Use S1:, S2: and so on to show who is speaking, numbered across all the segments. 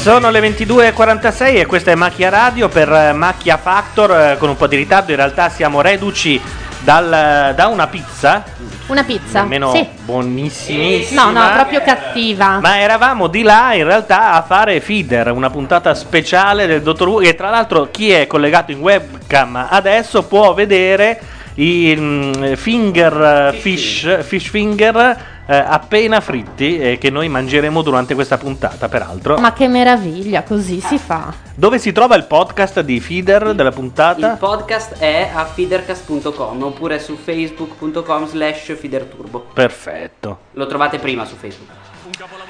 S1: Sono le 22.46 e questa è Macchia Radio per eh, Macchia Factor eh, con un po' di ritardo, in realtà siamo reduci dal- eh, da una pizza,
S2: Una pizza.
S1: almeno
S2: Sì.
S1: buonissimissima.
S2: No, no, proprio cattiva.
S1: Ma eravamo di là in realtà a fare feeder, una puntata speciale del Dottor Who che tra l'altro chi è collegato in webcam adesso può vedere i mm, finger eh, fish, fish finger eh, appena fritti eh, che noi mangeremo durante questa puntata peraltro.
S2: Ma che meraviglia, così si fa.
S1: Dove si trova il podcast di Feeder della puntata?
S3: Il podcast è a feedercast.com oppure su facebook.com slash feederturbo.
S1: Perfetto.
S3: Lo trovate prima su Facebook.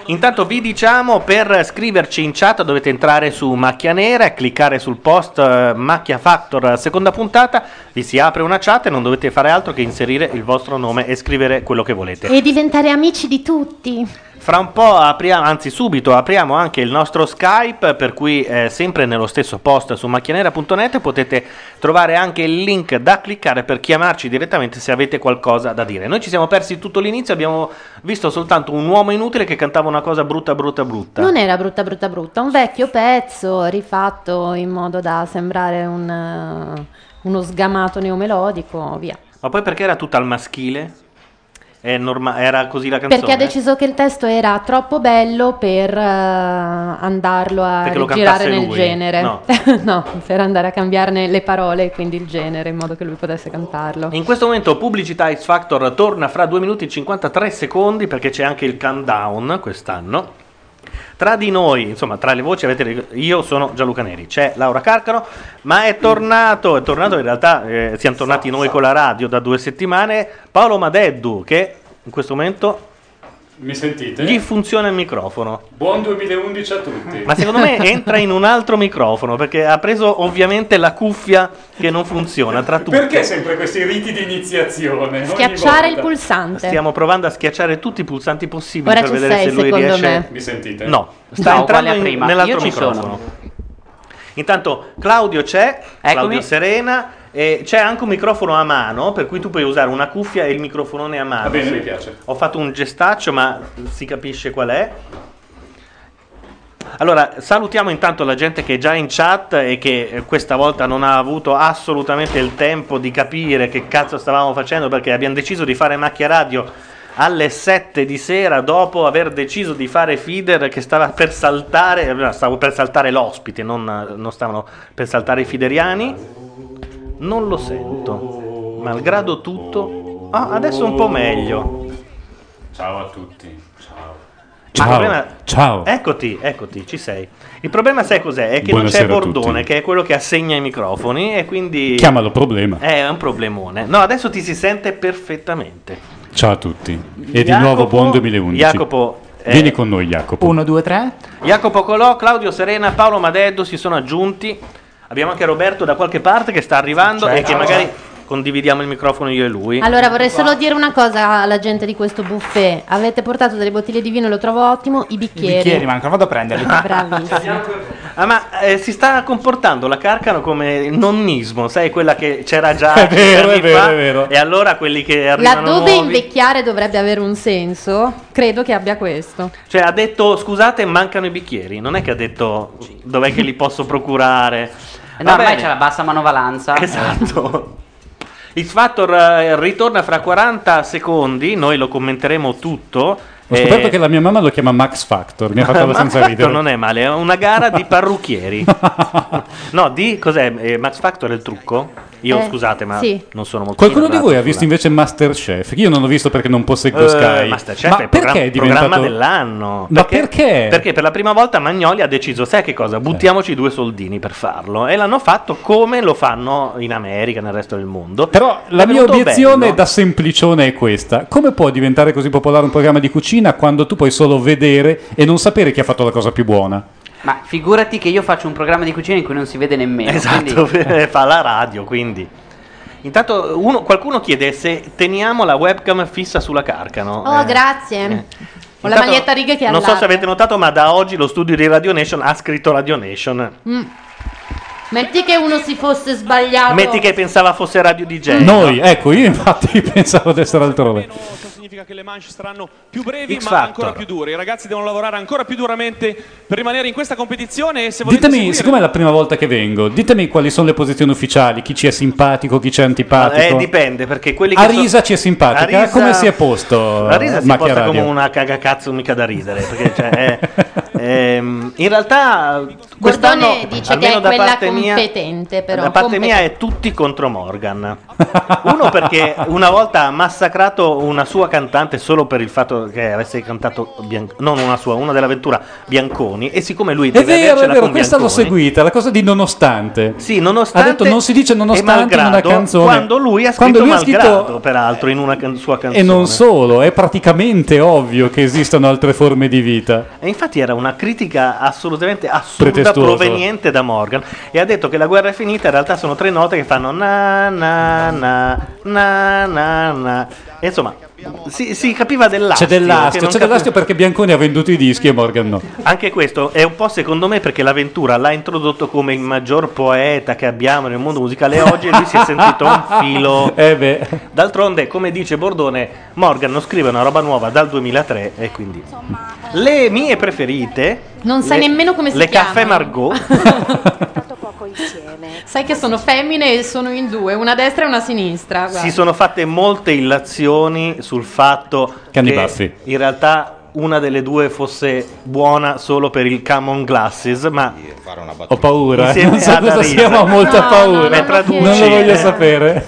S1: Intanto vi diciamo per scriverci in chat dovete entrare su Macchia Nera e cliccare sul post eh, Macchia Factor eh, seconda puntata, vi si apre una chat e non dovete fare altro che inserire il vostro nome e scrivere quello che volete.
S2: E diventare amici di tutti.
S1: Fra un po' apriamo, anzi subito apriamo anche il nostro Skype, per cui eh, sempre nello stesso post su macchianera.net potete trovare anche il link da cliccare per chiamarci direttamente se avete qualcosa da dire. Noi ci siamo persi tutto l'inizio, abbiamo visto soltanto un uomo inutile che cantava una cosa brutta brutta brutta.
S2: Non era brutta, brutta, brutta. Un vecchio pezzo rifatto in modo da sembrare un, eh, uno sgamato neomelodico. Via.
S1: Ma poi perché era tutta al maschile? È norma- era così la canzone? eh?
S2: Perché ha deciso che il testo era troppo bello per eh, andarlo a
S1: Perché lo
S2: girare
S1: cantasse
S2: nel
S1: lui.
S2: genere.
S1: No.
S2: No, per andare a cambiarne le parole e quindi il genere in modo che lui potesse cantarlo.
S1: In questo momento pubblicità X Factor torna fra 2 minuti e 53 secondi perché c'è anche il countdown quest'anno. Tra di noi, insomma, tra le voci avete ric- io sono Gianluca Neri, c'è Laura Carcano, ma è tornato, è tornato in realtà eh, siamo tornati noi con la radio da due settimane Paolo Madeddu che in questo momento
S4: Mi sentite?
S1: gli funziona il microfono.
S4: Buon 2011 a tutti.
S1: Ma secondo me entra in un altro microfono perché ha preso ovviamente la cuffia che non funziona tra tutti.
S4: Perché sempre questi riti di iniziazione? Ogni
S2: Schiacciare il
S4: volta.
S2: pulsante.
S1: Stiamo provando a schiacciare tutti i pulsanti possibili
S2: Ora
S1: per
S2: ci
S1: vedere
S2: sei,
S1: se lui
S2: secondo
S1: riesce.
S2: me.
S4: Mi sentite?
S1: No, sta
S3: No, uguale
S1: entrando
S3: a
S1: in-
S3: prima.
S1: nell'altro
S3: Io ci sono.
S1: microfono. Intanto Claudio c'è, Claudio Serena e c'è anche un microfono a mano, per cui tu puoi usare una cuffia e il microfonone a mano.
S4: Va bene,
S1: Ah, Sì.
S4: mi piace.
S1: Ho fatto un gestaccio, ma si capisce qual è. Allora, salutiamo intanto la gente che è già in chat e che eh, questa volta non ha avuto assolutamente il tempo di capire che cazzo stavamo facendo perché abbiamo deciso di fare macchia radio alle 7 di sera dopo aver deciso di fare feeder che stava per saltare, eh, stavo per saltare l'ospite, non, non stavano per saltare i fideriani. Non lo sento, malgrado tutto. Ah, adesso un po' meglio.
S4: Ciao a tutti. Ciao.
S1: Ma il
S5: Ciao,
S1: ciao. Eccoti, eccoti, ci sei. Il problema sai cos'è? È che
S5: Buonasera
S1: non
S5: a
S1: c'è Bordone,
S5: tutti.
S1: che è quello che assegna i microfoni e quindi...
S5: Chiamalo problema.
S1: È un problemone. No, adesso ti si sente perfettamente.
S5: Ciao a tutti. E di
S1: Jacopo-
S5: nuovo buon 2011.
S1: Jacopo, eh,
S5: Vieni con noi, Jacopo.
S6: 1, 2, 3.
S1: Jacopo Colò, Claudio Serena, Paolo Madeddo si sono aggiunti. Abbiamo anche Roberto da qualche parte che sta arrivando
S2: Ciao,
S1: e che
S2: ciao.
S1: magari condividiamo il microfono io e lui.
S2: Allora vorrei solo dire una cosa alla gente di questo buffet. Avete portato delle bottiglie di vino, lo trovo ottimo, i bicchieri.
S1: mancano, vado a prenderli.
S2: Bravissimo.
S1: Ah, ma eh, si sta comportando la Carcano come nonnismo, sai, quella che c'era già
S5: È vero,
S1: anni
S5: è vero,
S1: fa,
S5: è vero.
S1: E allora quelli che arrivano
S2: Laddove
S1: nuovi-
S2: invecchiare dovrebbe avere un senso, credo che abbia questo.
S1: Cioè ha detto scusate, mancano i bicchieri. Non è che ha detto dov'è che li posso procurare.
S3: Eh, No, ormai c'è la bassa manovalanza.
S1: Esatto. X Factor eh, ritorna fra 40 secondi, noi lo commenteremo tutto.
S5: Ho scoperto
S1: Eh,
S5: che la mia mamma lo chiama Max Factor. Mi ha fatto
S1: Ma
S5: abbastanza
S1: Max
S5: ridere.
S1: Factor non è male, è una gara di parrucchieri. no, di cos'è? Eh, Max Factor è il trucco? Io
S5: Eh,
S1: scusate, ma
S5: sì.
S1: non sono molto
S5: Qualcuno di
S1: ferrato
S5: voi ha
S1: sulla-
S5: visto invece Masterchef? Io non ho visto perché non posseggo
S1: Eh,
S5: Sky.
S1: Masterchef
S5: Ma
S1: è il
S5: perché
S1: programma,
S5: è diventato...
S1: programma dell'anno.
S5: Ma perché? Eh.
S1: Perché per la prima volta Magnoli ha deciso, sai che cosa? Buttiamoci due soldini per farlo. E l'hanno fatto come lo fanno in America, nel resto del mondo. Però
S5: La mia obiezione da semplicione è questa. Come può diventare così popolare un programma di cucina quando tu puoi solo vedere e non sapere chi ha fatto la cosa più buona?
S7: Ma figurati che io faccio un programma di cucina in cui non si vede nemmeno.
S1: Esatto,
S7: quindi-
S1: fa la radio, quindi. Intanto uno- qualcuno chiede se teniamo la webcam fissa sulla carcano.
S2: Oh,
S1: Eh.
S2: grazie. Ho la
S1: Intanto,
S2: maglietta a righe che
S1: Non so se
S2: allarga.
S1: avete notato, ma da oggi lo studio di Radio Nation ha scritto Radio Nation.
S2: Mm. Metti che uno si fosse sbagliato.
S1: Metti che pensava fosse Radio DJ.
S5: Noi, ecco, io infatti pensavo di essere altrove.
S6: Ciò significa che le manche saranno più brevi
S1: X
S6: ma
S1: Factor.
S6: ancora più dure. I ragazzi devono lavorare ancora più duramente per rimanere in questa competizione e se volete
S5: Ditemi,
S6: seguire-
S5: siccome è la prima volta che vengo, ditemi quali sono le posizioni ufficiali, chi ci è simpatico, chi ci è
S1: Eh,
S5: antipatico.
S1: dipende perché quelli che sono-
S5: Arisa ci è simpatica,
S1: Arisa-
S5: come si è posto?
S1: La risa si
S5: Macchia
S1: porta
S5: Radio?
S1: come una cagacazzo mica da ridere. Perché cioè, è- ehm, in realtà quest'anno,
S2: Bordone dice
S1: almeno
S2: che è
S1: da
S2: quella
S1: parte mia,
S2: competente, però.
S1: da parte mia
S2: competente.
S1: è tutti contro Morgan. Uno perché una volta ha massacrato una sua cantante solo per il fatto che avesse cantato Bian- non una sua, una dell'avventura Bianconi e siccome lui
S5: È
S1: deve
S5: vero,
S1: avercela
S5: è vero,
S1: con
S5: questa l'ho
S1: Bianconi,
S5: seguita, la cosa di nonostante.
S1: Sì, nonostante
S5: Ha detto non si dice
S1: e
S5: nonostante in una
S1: malgrado,
S5: canzone.
S1: Quando lui ha scritto
S5: Quando lui ha scritto-
S1: malgrado, peraltro, in una can- sua canzone.
S5: E non solo, è praticamente ovvio che esistano altre forme di vita.
S1: E infatti era una critica assolutamente assurda
S5: Pretestuoso.
S1: proveniente da Morgan e ha detto che la guerra è finita, in realtà sono tre note che fanno na na na na na na. E insomma, si, si capiva dell'astio.
S5: C'è
S1: che
S5: dell'astio,
S1: non
S5: c'è
S1: capiva-
S5: dell'astio perché Bianconi ha venduto i dischi e Morgan no.
S1: Anche questo è un po' secondo me perché l'avventura l'ha introdotto come il maggior poeta che abbiamo nel mondo musicale oggi e lui si è sentito un filo.
S5: Eh beh,
S1: D'altronde, come dice Bordone, Morgan non scrive una roba nuova dal 2003 e quindi... Le mie preferite...
S2: Non sai
S1: le-
S2: nemmeno come si
S1: Le
S2: chiamano. Ah,
S1: caffè Margot.
S2: Sai che sono femmine e sono in due, una a destra e una a sinistra. guarda.
S1: si sono fatte molte illazioni sul fatto
S5: Che hanno i
S1: che
S5: baffi.
S1: in realtà una delle due fosse buona solo per il Common Glasses, ma
S5: ho paura, eh,
S1: Insieme
S5: non so
S1: alla
S5: cosa
S1: risa.
S5: sia, ma ho molta
S2: No,
S5: paura.
S2: no,
S1: no, no, no.
S5: non lo voglio
S1: Eh.
S5: sapere.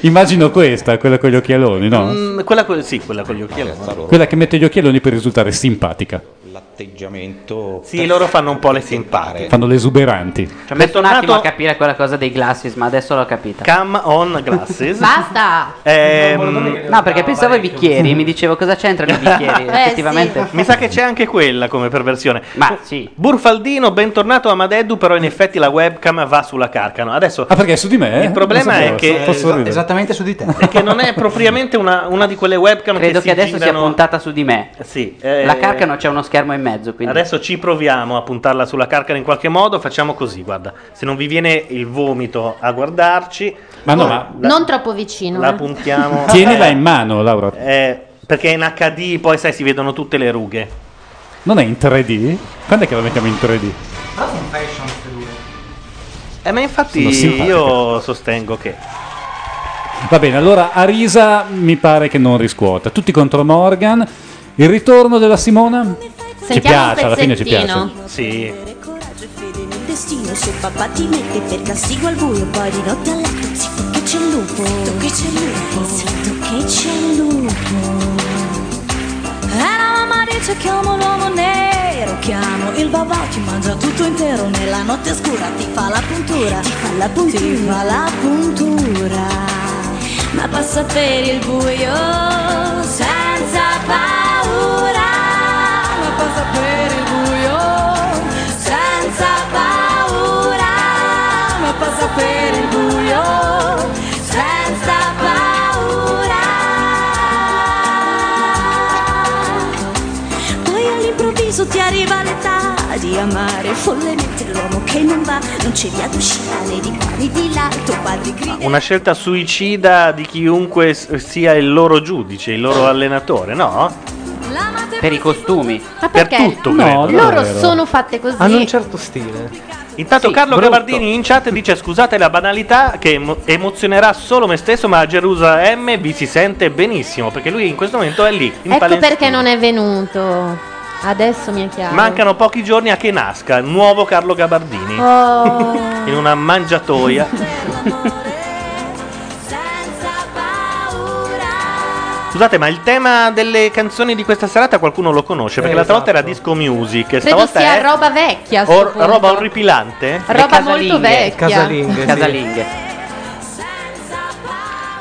S5: Immagino questa, quella con gli occhialoni, no?
S1: Mm, quella co- sì, quella con gli occhiali.
S5: Quella che mette gli occhialoni per risultare simpatica.
S8: l'atteggiamento
S1: Sì, loro fanno un po' le simpatiche.
S5: Fanno le esuberanti.
S7: Ci ho messo un attimo a
S1: tornato-
S7: capire quella cosa dei glasses, ma adesso l'ho capita.
S1: Come on Glasses.
S2: Basta!
S1: Ehm,
S7: No, perché pensavo ai bicchieri, mi dicevo cosa c'entrano i bicchieri,
S2: Eh,
S7: effettivamente.
S1: mi sa che c'è anche quella come perversione.
S7: Ma sì.
S1: Burfaldino, bentornato a Madeddu, però in effetti la webcam va sulla carcano. Adesso
S5: Ah, perché è su di me?
S1: Il problema
S5: Non
S1: è
S5: sapevo,
S1: che-
S5: posso ridere.
S8: esattamente su di te.
S1: è che non è propriamente una, una di quelle webcam
S7: Credo
S1: che,
S7: che
S1: si
S7: adesso sia
S1: girano-
S7: puntata su di me.
S1: Sì, eh,
S7: La carcano c'è uno schermo in mezzo, quindi
S1: Adesso ci proviamo a puntarla sulla carcano in qualche modo. Facciamo così, guarda. Se non vi viene il vomito a guardarci,
S5: Ma no, ma
S1: la,
S2: non troppo vicino.
S1: la
S2: eh.
S1: puntiamo.
S5: tienila
S1: eh,
S5: in mano, Laura.
S1: eh, perché in HD poi sai si vedono tutte le rughe.
S5: Non è in 3D? Quando è che la mettiamo in 3D?
S1: Eh, ma infatti
S5: Sono simpatiche.
S1: io sostengo che
S5: Va bene, allora Arisa mi pare che non riscuota. Tutti contro Morgan. Il ritorno della Simona? Ci
S2: Sentiamo un
S5: piace, Cioè, alla fine ci piace.
S2: pezzettino.
S1: sì.
S9: Coraggio e fede nel destino Se papà ti mette per castigo al buio Poi di notte a letto Zitto che c'è il lupo Zitto che c'è il lupo Zitto che c'è il lupo E la mamma dice chiamo l'uomo nero Chiamo il babà Ti mangia tutto intero Nella notte scura Ti fa la puntura Ti fa la puntura Ti fa la puntura Ma passa per il buio Senza paura Ma passa per il buio senza paura, ma passa per il buio, senza paura. Poi all'improvviso ti arriva l'età di amare follemente l'uomo che non va, non c'è via d'uscita, né di qua né di là, tuo padre grida.
S1: Una scelta suicida di chiunque s- sia il loro giudice, il loro allenatore, no?
S9: L'amate
S7: per i costumi.
S2: Ma
S1: Per
S2: perché?
S1: tutto,
S5: No, Ah,
S1: credo.
S2: Loro
S5: no. Non è vero.
S2: sono fatte così.
S3: Hanno un certo stile.
S1: Intanto
S7: Sì,
S1: Carlo
S7: brutto.
S1: Gabardini in chat dice scusate la banalità che emo- emozionerà solo me stesso ma a Gerusalemme vi si sente benissimo perché lui in questo momento è lì in
S2: Ecco
S1: Palestina.
S2: perché non è venuto. Adesso mi è chiaro.
S1: Mancano pochi giorni a che nasca il nuovo Carlo Gabardini
S2: Oh.
S1: in una mangiatoia.
S9: senza paura.
S1: Scusate ma il tema delle canzoni di questa serata qualcuno lo conosce perché
S3: Eh,
S1: l'altra volta era
S3: esatto.
S1: disco music e
S2: Credo
S1: stavolta
S2: sia
S1: è
S2: roba vecchia. a sto
S1: or-
S2: punto.
S1: roba orripilante.
S2: Roba
S7: Le
S2: molto
S7: casalinghe.
S2: vecchia.
S3: Casalinghe. sì.
S7: Casalinghe.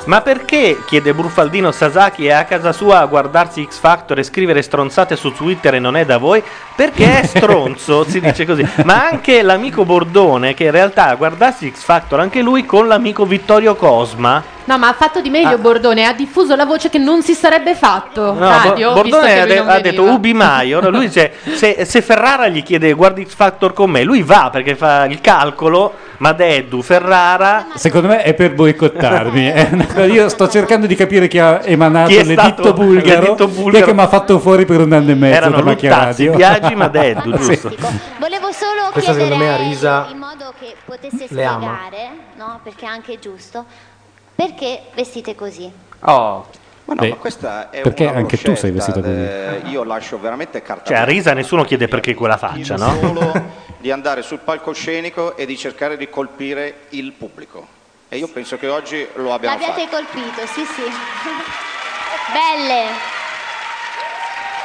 S1: Ma perché, chiede Brufaldino Sasaki, è a casa sua a guardarsi X Factor e scrivere stronzate su Twitter e non è da voi? Perché è stronzo, si dice così. Ma anche l'amico Bordone, che in realtà a guardarsi X Factor anche lui con l'amico Vittorio Cosma.
S2: No, ma ha fatto di meglio
S1: Ah.
S2: Bordone, ha diffuso la voce che non si sarebbe fatto.
S1: No,
S2: radio,
S1: Bo-
S2: visto che
S1: Bordone ha,
S2: lui
S1: de-
S2: non
S1: ha
S2: veniva.
S1: detto Ubi Maior. Lui dice: se, se Ferrara gli chiede guardi X Factor con me, lui va perché fa il calcolo. Ma Deddu, Ferrara.
S5: Secondo me è per boicottarmi. è una cosa- Io sto cercando di capire chi ha emanato
S1: Chi è
S5: l'editto
S1: stato
S5: bulgaro,
S1: l'editto
S5: Chi è che mi ha fatto fuori per un anno e mezzo
S1: Erano
S5: da macchia
S1: Luttazzi,
S5: radio.
S1: Biagi, Madeddu,
S5: Sì.
S1: giusto?
S10: Volevo solo
S11: Questa
S10: chiedere
S11: secondo me Arisa
S10: in modo che potesse
S11: le ama.
S10: spiegare, no, perché è anche giusto, perché vestite così?
S3: Oh.
S12: Ma no,
S1: Beh,
S12: ma questa è
S5: Eh, perché
S12: una
S5: anche tu sei
S12: broscetta,
S5: vestita
S12: eh, io lascio veramente carta
S1: Cioè, a Risa nessuno chiede perché quella faccia, no?
S12: di andare sul palcoscenico e di cercare di colpire il pubblico. E io penso che oggi lo abbiamo
S10: L'abbiate
S12: fatto.
S10: colpito, sì sì. Belle.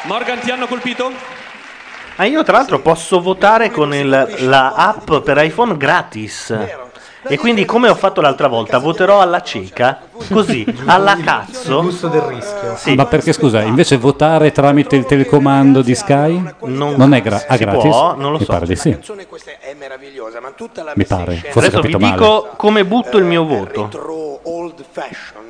S6: Morgan, ti hanno colpito?
S1: Ah, io tra l'altro posso votare con il- la app per iPhone gratis. E quindi, come ho fatto l'altra volta, voterò alla cieca, così, alla cazzo. Il gusto del rischio. Sì.
S5: Ah, Ma perché scusa, invece votare tramite il telecomando di Sky non, è gra- ah,
S1: si
S5: gratis?
S1: può? Non lo
S5: Mi
S1: so.
S5: pare di sì. Mi pare, forse
S1: Adesso
S5: ho
S1: vi
S5: capito male.
S1: dico come butto il
S12: Eh,
S1: mio voto.
S13: retro old fashion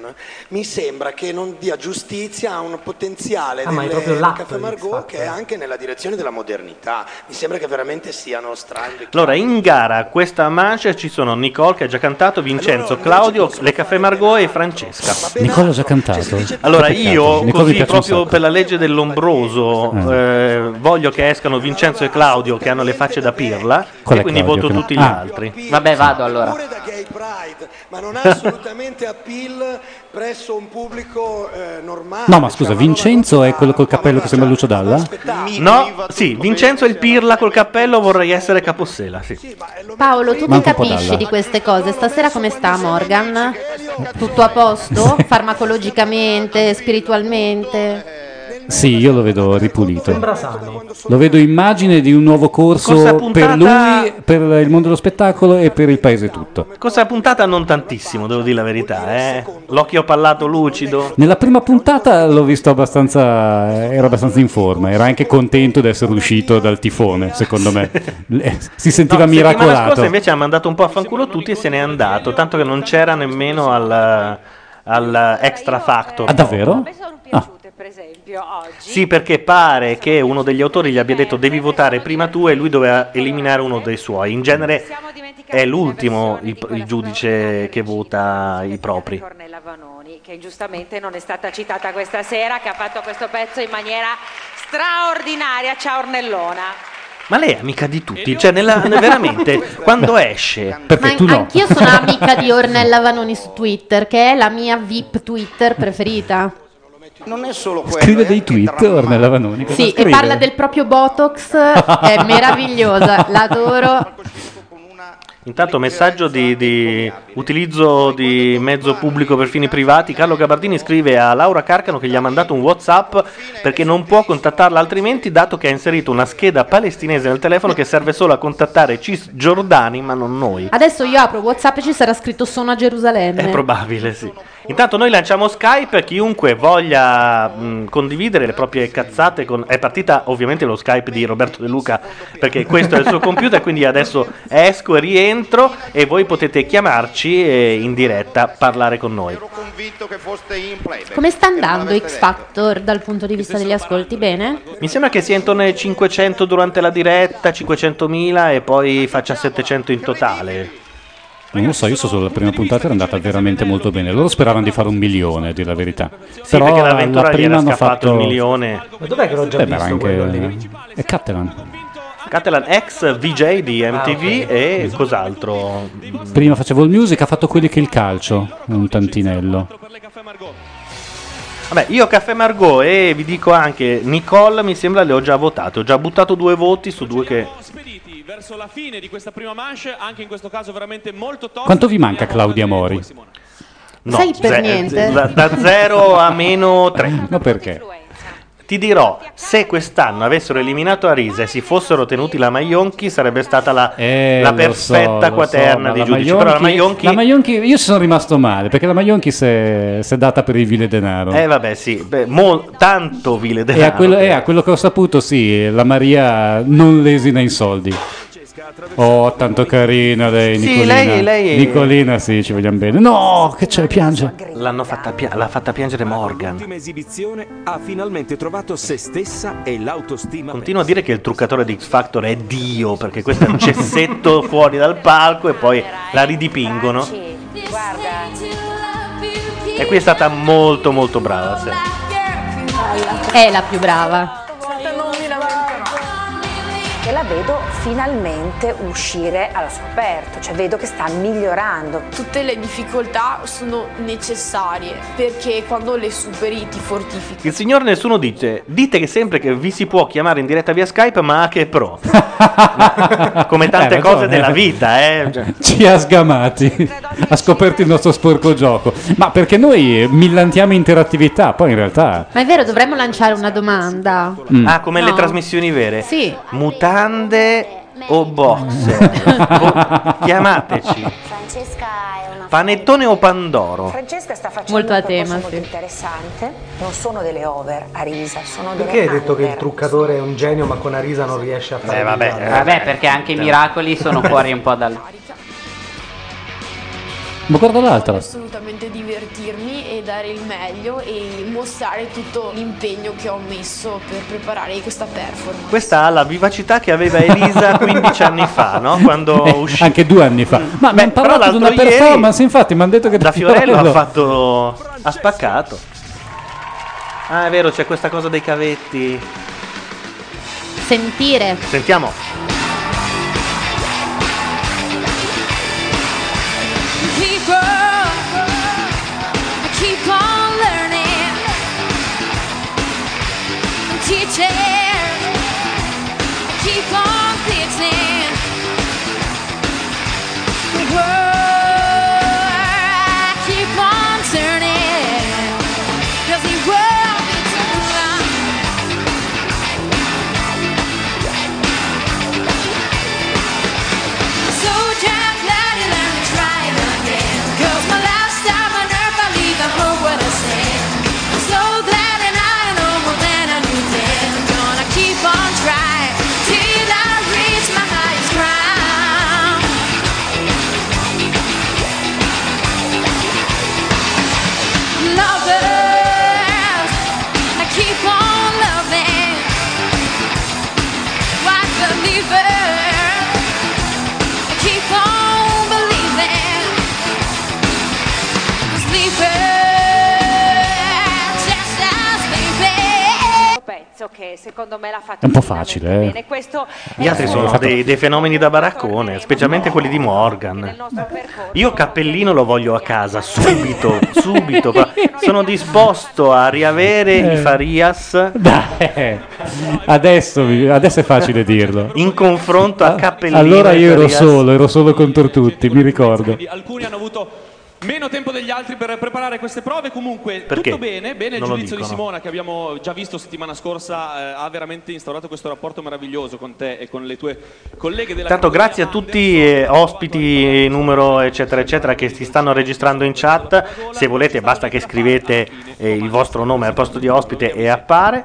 S13: mi sembra che non dia giustizia a un potenziale
S11: Ah, ma è
S13: del
S11: proprio l'app
S13: Café
S11: di
S13: Margot che è anche nella direzione della modernità mi sembra che veramente siano strani
S1: Allora, in gara a questa mancia ci sono Nicole che ha già cantato, Vincenzo, Claudio, Le Caffè Margot e Francesca.
S5: Nicola ha già cantato.
S1: Allora
S5: Che peccato,
S1: io,
S5: Nicola mi
S1: così
S5: piace un
S1: proprio
S5: sacco.
S1: per la legge dell'ombroso, eh, voglio che escano Vincenzo e Claudio che hanno le facce da pirla
S5: Qual
S1: e
S5: è
S1: quindi
S5: Claudio
S1: voto
S5: che non-
S1: tutti gli
S5: Ah.
S1: altri.
S3: Vabbè, vado allora.
S13: ma non ha assolutamente appeal presso un pubblico eh, normale
S5: No, ma scusa, Vincenzo è quello col cappello che sembra Lucio Dalla?
S1: No, sì, Vincenzo è il pirla col cappello, vorrei essere Capossela, sì.
S2: Paolo, tu che
S5: Manca un po'
S2: capisci
S5: dalla.
S2: di queste cose? Stasera come sta Morgan? Tutto a posto? Farmacologicamente, spiritualmente?
S5: Sì, io lo vedo ripulito.
S11: Sembra sano.
S5: Lo vedo immagine di un nuovo
S1: Corsa
S5: corso
S1: puntata-
S5: per lui, per il mondo dello spettacolo e per il paese tutto.
S1: Questa puntata non tantissimo, devo dire la verità, eh. L'occhio pallato lucido.
S5: Nella prima puntata l'ho visto abbastanza, era abbastanza in forma, era anche contento di essere uscito dal tifone, secondo me. Eh, Si sentiva
S1: No, settimana
S5: miracolato.
S1: scorsa invece ha mandato un po' a fanculo tutti e se n'è andato, tanto che non c'era nemmeno al, al extra factor.
S5: Ah, davvero? Ah.
S14: per esempio, oggi.
S1: Sì, perché pare che uno degli autori gli abbia detto devi votare prima tu e lui doveva eliminare uno dei suoi. In genere è l'ultimo il, il giudice che vota i propri.
S14: Cornella Vanoni, che giustamente non è stata citata questa sera, che ha fatto questo pezzo in maniera straordinaria. Ciao Ornellona.
S1: Ma lei è amica di tutti, cioè nella- veramente quando esce...
S2: Ma anch'io sono amica di Ornella Vanoni su Twitter, che è la mia VIP Twitter preferita.
S12: Non è solo quello. eh.
S5: Scrive dei tweet Ornella Vanoni. cosa
S2: Sì, e
S5: scrive?
S2: parla del proprio Botox, è meravigliosa, l'adoro.
S1: Intanto messaggio di, di utilizzo di mezzo pubblico per fini privati. Carlo Gabardini scrive a Laura Carcano che gli ha mandato un Whatsapp perché non può contattarla altrimenti dato che ha inserito una scheda palestinese nel telefono che serve solo a contattare cisgiordani ma non noi.
S2: Adesso io apro WhatsApp e ci sarà scritto sono a
S1: È
S2: Gerusalemme.
S1: probabile, sì. Intanto noi lanciamo Skype, chiunque voglia mh, condividere le proprie cazzate con... È partita ovviamente lo Skype di Roberto De Luca, perché questo è il suo computer, quindi adesso esco e rientro e voi potete chiamarci e in diretta parlare con noi.
S2: Come sta andando X Factor dal punto di vista degli ascolti? Bene?
S1: Mi sembra che sia intorno ai 500 durante la diretta, 500.000 e poi faccia 700 in totale.
S5: Non lo so, io so solo la prima puntata era andata veramente molto bene. Loro speravano di fare un milione, a dire la verità.
S1: Sì,
S5: Però
S1: perché
S5: la
S1: l'avventura gli
S5: prima
S1: era
S5: hanno
S1: scappato
S5: fatto
S1: il milione.
S11: Ma dov'è che l'ho già
S5: Eh, ma
S11: visto
S5: anche- eh,
S11: quello lì?
S5: È Catalan.
S1: Catalan ex VJ di MTV e cos'altro?
S5: Prima facevo il music, ha fatto quelli che il calcio, un tantinello.
S1: Vabbè, io Caffè Margot e vi dico anche Nicole, mi sembra le ho già votate, ho già buttato due voti su due che...
S6: Spediti verso la fine di questa prima manche, anche in questo caso veramente molto tosta.
S5: Quanto vi manca Claudia Mori?
S1: No,
S2: Sai per
S1: ze-
S2: niente.
S1: Da, 0 a meno 3.
S5: No, perché?
S1: Ti Ti dirò, se quest'anno avessero eliminato Arisa e si fossero tenuti la Maionchi, sarebbe stata la,
S5: Eh,
S1: la
S5: lo so,
S1: perfetta
S5: lo so,
S1: quaterna
S5: ma
S1: di
S5: la
S1: giudici. Però la Maionchi...
S5: la Maionchi- io ci sono rimasto male perché la Maionchi si è, si è data per il vile denaro.
S1: Eh vabbè sì, beh, mol- tanto vile
S5: e
S1: denaro.
S5: a quello, eh, a quello che ho saputo, sì, la Maria non lesina in soldi. Oh, tanto carina lei,
S1: Sì,
S5: Nicolina.
S1: lei- lei-
S5: Nicolina, sì, ci vogliamo bene. No, che c'è, piange.
S1: L'hanno fatta, pia- l'ha fatta piangere Morgan.
S11: L'ultima esibizione ha finalmente trovato se stessa e l'autostima.
S1: Continua a dire che il truccatore di X Factor è Dio, perché questo è un cessetto fuori dal palco e poi la ridipingono. E qui è stata molto molto brava. sì.
S2: È la più brava.
S15: E la vedo finalmente uscire allo scoperto, cioè vedo che sta migliorando.
S16: Tutte le difficoltà sono necessarie perché quando le superi ti fortifichi.
S1: Il signor Nessuno dice, dite che sempre che vi si può chiamare in diretta via Skype, ma che pro. Come tante cose
S5: Eh, ma insomma,
S1: della
S5: eh.
S1: vita, eh. Cioè,
S5: Ci ha sgamati, ha scoperto il nostro sporco gioco. Ma perché noi millantiamo interattività, poi in realtà...
S2: Ma è vero, dovremmo lanciare una domanda.
S5: Mm.
S1: Ah, come le
S2: No.
S1: trasmissioni vere.
S2: Sì.
S1: Mutande o boxer? Bo- chiamateci. Oh. Panettone o Pandoro?
S15: Francesca sta facendo
S2: Molto
S15: un
S2: a
S15: percorso
S2: tema,
S15: molto
S2: sì.
S15: interessante. Non sono delle over a risa, sono delle
S8: Perché hai detto che il
S15: under.
S8: truccatore è un genio ma con Arisa non riesce a fare...
S3: Eh,
S1: vabbè,
S8: nulla?
S3: Vabbè, perché anche i miracoli sono fuori un po' dal.
S5: Ma guarda l'altra.
S16: assolutamente divertirmi e dare il meglio e mostrare tutto l'impegno che ho messo per preparare questa performance.
S1: Questa ha la vivacità che aveva Elisa 15 anni fa, no? Quando
S5: Eh,
S1: uscì.
S5: anche due anni fa. Ma mi hanno
S1: però
S5: parlato di una
S1: l'altro ieri
S5: performance, infatti mi hanno detto che...
S1: Da Fiorello ha fatto. ha spaccato. Ah, è vero, c'è questa cosa dei cavetti.
S2: Sentire.
S1: Sentiamo.
S17: People, I keep on learning. I'm teaching. I keep on teaching. The world, I keep on turning. 'Cause the world needs to run. So can't let it learn to try it again. 'Cause my last time on earth, I leave, I hope what I said. I'm so glad and I know more than I knew then. Gonna keep on trying till I reach my highest prime. Lovers, I keep on loving. Wide believers. I keep on believing. Sleeping, just as
S14: Questo
S17: sleeping.
S14: pezzo che secondo me l'ha fatto
S1: È un po' facile,
S5: eh.
S14: bene. Questo
S1: Gli altri sono dei, dei fenomeni da baraccone, specialmente quelli di Morgan. Io Cappellino lo voglio a casa subito, subito. però Sono disposto a riavere
S5: Eh.
S1: i Farias
S5: Adesso, vi- adesso è facile dirlo. Ah,
S1: in confronto a Cappellino.
S5: Allora
S1: e
S5: io ero
S1: Farias.
S5: solo, ero solo contro tutti, mi ricordo.
S6: Alcuni hanno avuto meno tempo degli altri per preparare queste prove. Comunque,
S5: Perché?
S6: tutto bene. Bene il
S5: Non lo
S6: giudizio di
S5: dicono.
S6: Simona, che abbiamo già visto settimana scorsa, eh, ha veramente instaurato questo rapporto meraviglioso con te e con le tue colleghe della
S1: Intanto grazie a tutti eh, ospiti, numero eccetera eccetera che si stanno registrando in chat, se volete basta che scrivete eh, il vostro nome al posto di ospite e appare.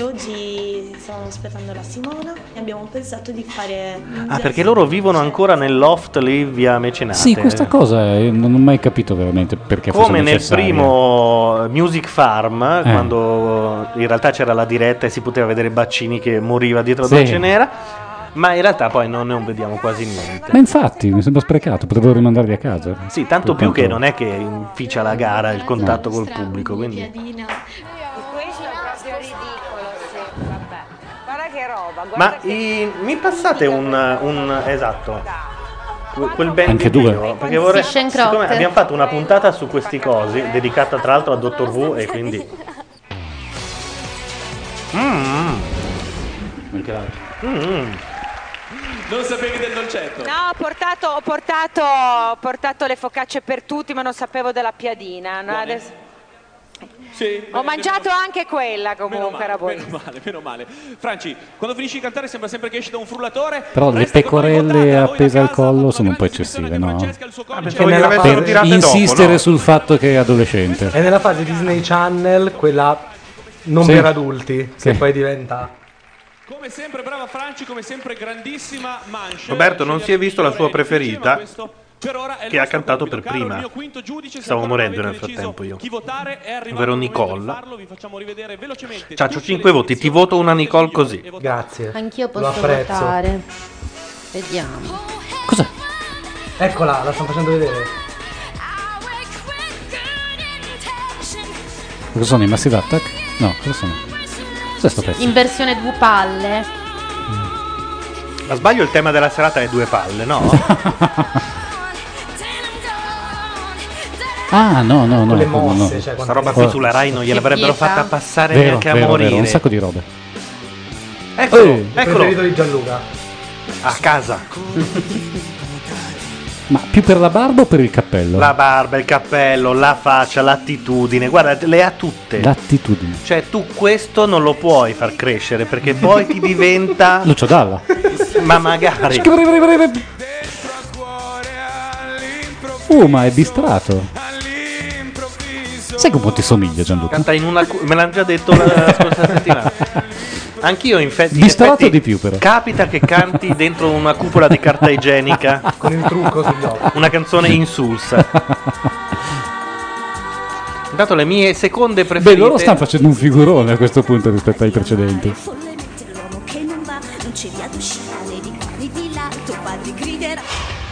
S18: Oggi stavamo aspettando la Simona e abbiamo pensato di fare... un
S1: Ah perché loro vivono ancora nel loft lì via Mecenate.
S5: Sì, questa cosa eh, non ho mai capito veramente perché fosse
S1: Ah, Come nel
S5: necessaria. Eh.
S1: primo eh, Music Farm, quando eh, in realtà c'era la diretta e si poteva vedere Baccini che moriva dietro
S5: Sì.
S1: Dolce Nera, ma in realtà poi non ne vediamo quasi niente.
S5: Ma infatti, mi sembra sprecato, potevo rimandarli a casa.
S1: Sì, tanto
S5: Per
S1: più che
S5: quanto-
S1: non è che inficia la gara il contatto col pubblico, quindi...
S14: Questo è proprio ridicolo, sì, vabbè. Guarda che roba, guarda
S1: Ma
S14: che...
S1: i- mi passate un, un- esatto. Que- Quel ben
S5: Anche
S1: di
S5: due.
S1: Dio, perché vorrei,
S2: Fish and
S1: siccome
S2: Crotte.
S1: abbiamo fatto una puntata su questi cosi, dedicata tra l'altro a Dottor Who e quindi Mm.
S5: Mm-hmm.
S2: Mm-hmm.
S1: Mm.
S6: Non sapevi del dolcetto?
S14: No, ho portato, ho, portato, ho portato le focacce per tutti, ma non sapevo della piadina. no? Adesso-
S6: Sì,
S14: Ho mangiato anche quella comunque, era buona.
S6: Meno male, meno male. Franci, quando finisci di cantare sembra sempre che esci da un frullatore.
S5: Però le pecorelle appese al collo sono un po' eccessive, no?
S8: perché nella
S5: Per
S8: fase- tirate dopo,
S5: insistere
S8: no? Eh.
S5: sul fatto che è adolescente.
S8: È nella fase Disney Channel, quella non
S5: Sì.
S8: per adulti, che
S5: Sì.
S8: poi diventa...
S6: Come sempre brava Franci, come sempre grandissima Mancia.
S1: Roberto non si è visto la sua preferita che ha cantato per prima. Stavo morendo nel frattempo io. Ovvero Nicolla. C'accio 5 voti, ti voto una Nicole così.
S8: Grazie.
S2: Anch'io
S8: Lo
S2: posso
S8: apprezzo.
S2: votare. Vediamo.
S8: Eccola, la stanno facendo vedere.
S5: Cosa sono i Massive Attack? No, cosa sono? Cos'è sto pezzo?
S2: In versione due palle.
S1: Ma sbaglio il tema della serata è due palle, no?
S5: Ah, no, no, no.
S1: Con le
S5: no, no,
S1: mosse,
S5: no.
S1: cioè, questa roba qui
S5: Oh.
S1: sulla Rai non gliel'avrebbero
S8: Che pietà.
S1: fatta passare
S5: Vero,
S1: neanche a
S5: vero,
S1: morire.
S5: vero, un sacco di robe.
S1: Eccolo,
S5: Eh. Il
S1: eccolo.
S8: preferito di Gianluca.
S1: A casa.
S5: Ma più per la barba o per il cappello?
S1: La barba, il cappello, la faccia, l'attitudine, guarda, le ha tutte.
S5: L'attitudine.
S1: Cioè, tu questo non lo puoi far crescere perché poi ti diventa.
S5: Lucio Dalla.
S1: Ma magari.
S5: Oh, ma è distratto. Sai che un po' ti somiglia Gianluca?
S1: Canta in una. cu- Me l'hanno già detto la, la scorsa settimana. Anch'io, in fe- in
S5: Distratto
S1: effetti,
S5: di più, però.
S1: Capita che canti dentro una cupola di carta igienica.
S8: Con il trucco sugli occhi.
S1: Una canzone insulsa. Intanto le mie seconde
S5: Beh,
S1: preferite.
S5: loro stanno facendo un figurone a questo punto rispetto ai precedenti.
S17: Follemente l'uomo che non va, non c'eri ad uscire di qua né di là, tuo padre griderà.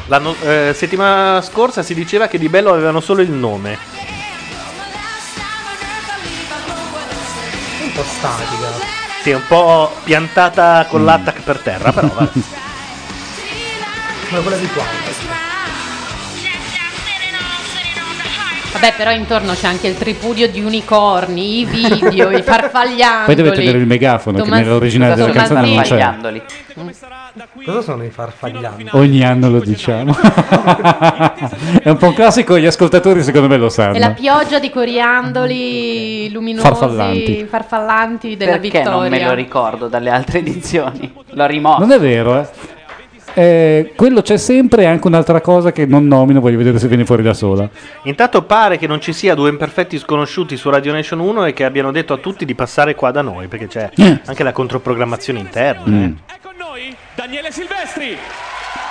S1: L'anno- eh, settimana scorsa si diceva che di bello avevano solo il nome.
S8: Un po' statica.
S1: Sì, un po' piantata
S5: Mm.
S1: con l'attack per terra, però vabbè.
S8: Ma quella di qua.
S2: Vabbè, però intorno c'è anche il tripudio di unicorni, i video, i farfagliandoli.
S5: Poi deve tenere il megafono, che
S2: Tommas-
S5: nell'originale della
S2: Tommasini.
S5: canzone non c'è.
S8: Cosa sono i farfagliandoli?
S5: Ogni anno lo diciamo. È un po' un classico, gli ascoltatori secondo me
S2: È
S5: lo
S2: la
S5: sanno.
S2: pioggia di coriandoli luminosi,
S5: Farfallanti.
S2: farfallanti della
S3: Perché
S2: vittoria.
S3: non me lo ricordo dalle altre edizioni? L'ho rimosso.
S5: Non è vero, eh. Eh, quello c'è sempre e anche un'altra cosa che non nomino, voglio vedere se viene fuori da sola.
S1: Intanto pare che non ci sia due imperfetti sconosciuti su Radio Nation 1 e che abbiano detto a tutti di passare qua da noi, perché c'è
S5: Eh.
S1: anche la controprogrammazione interna.
S5: Mm.
S6: Daniele Silvestri.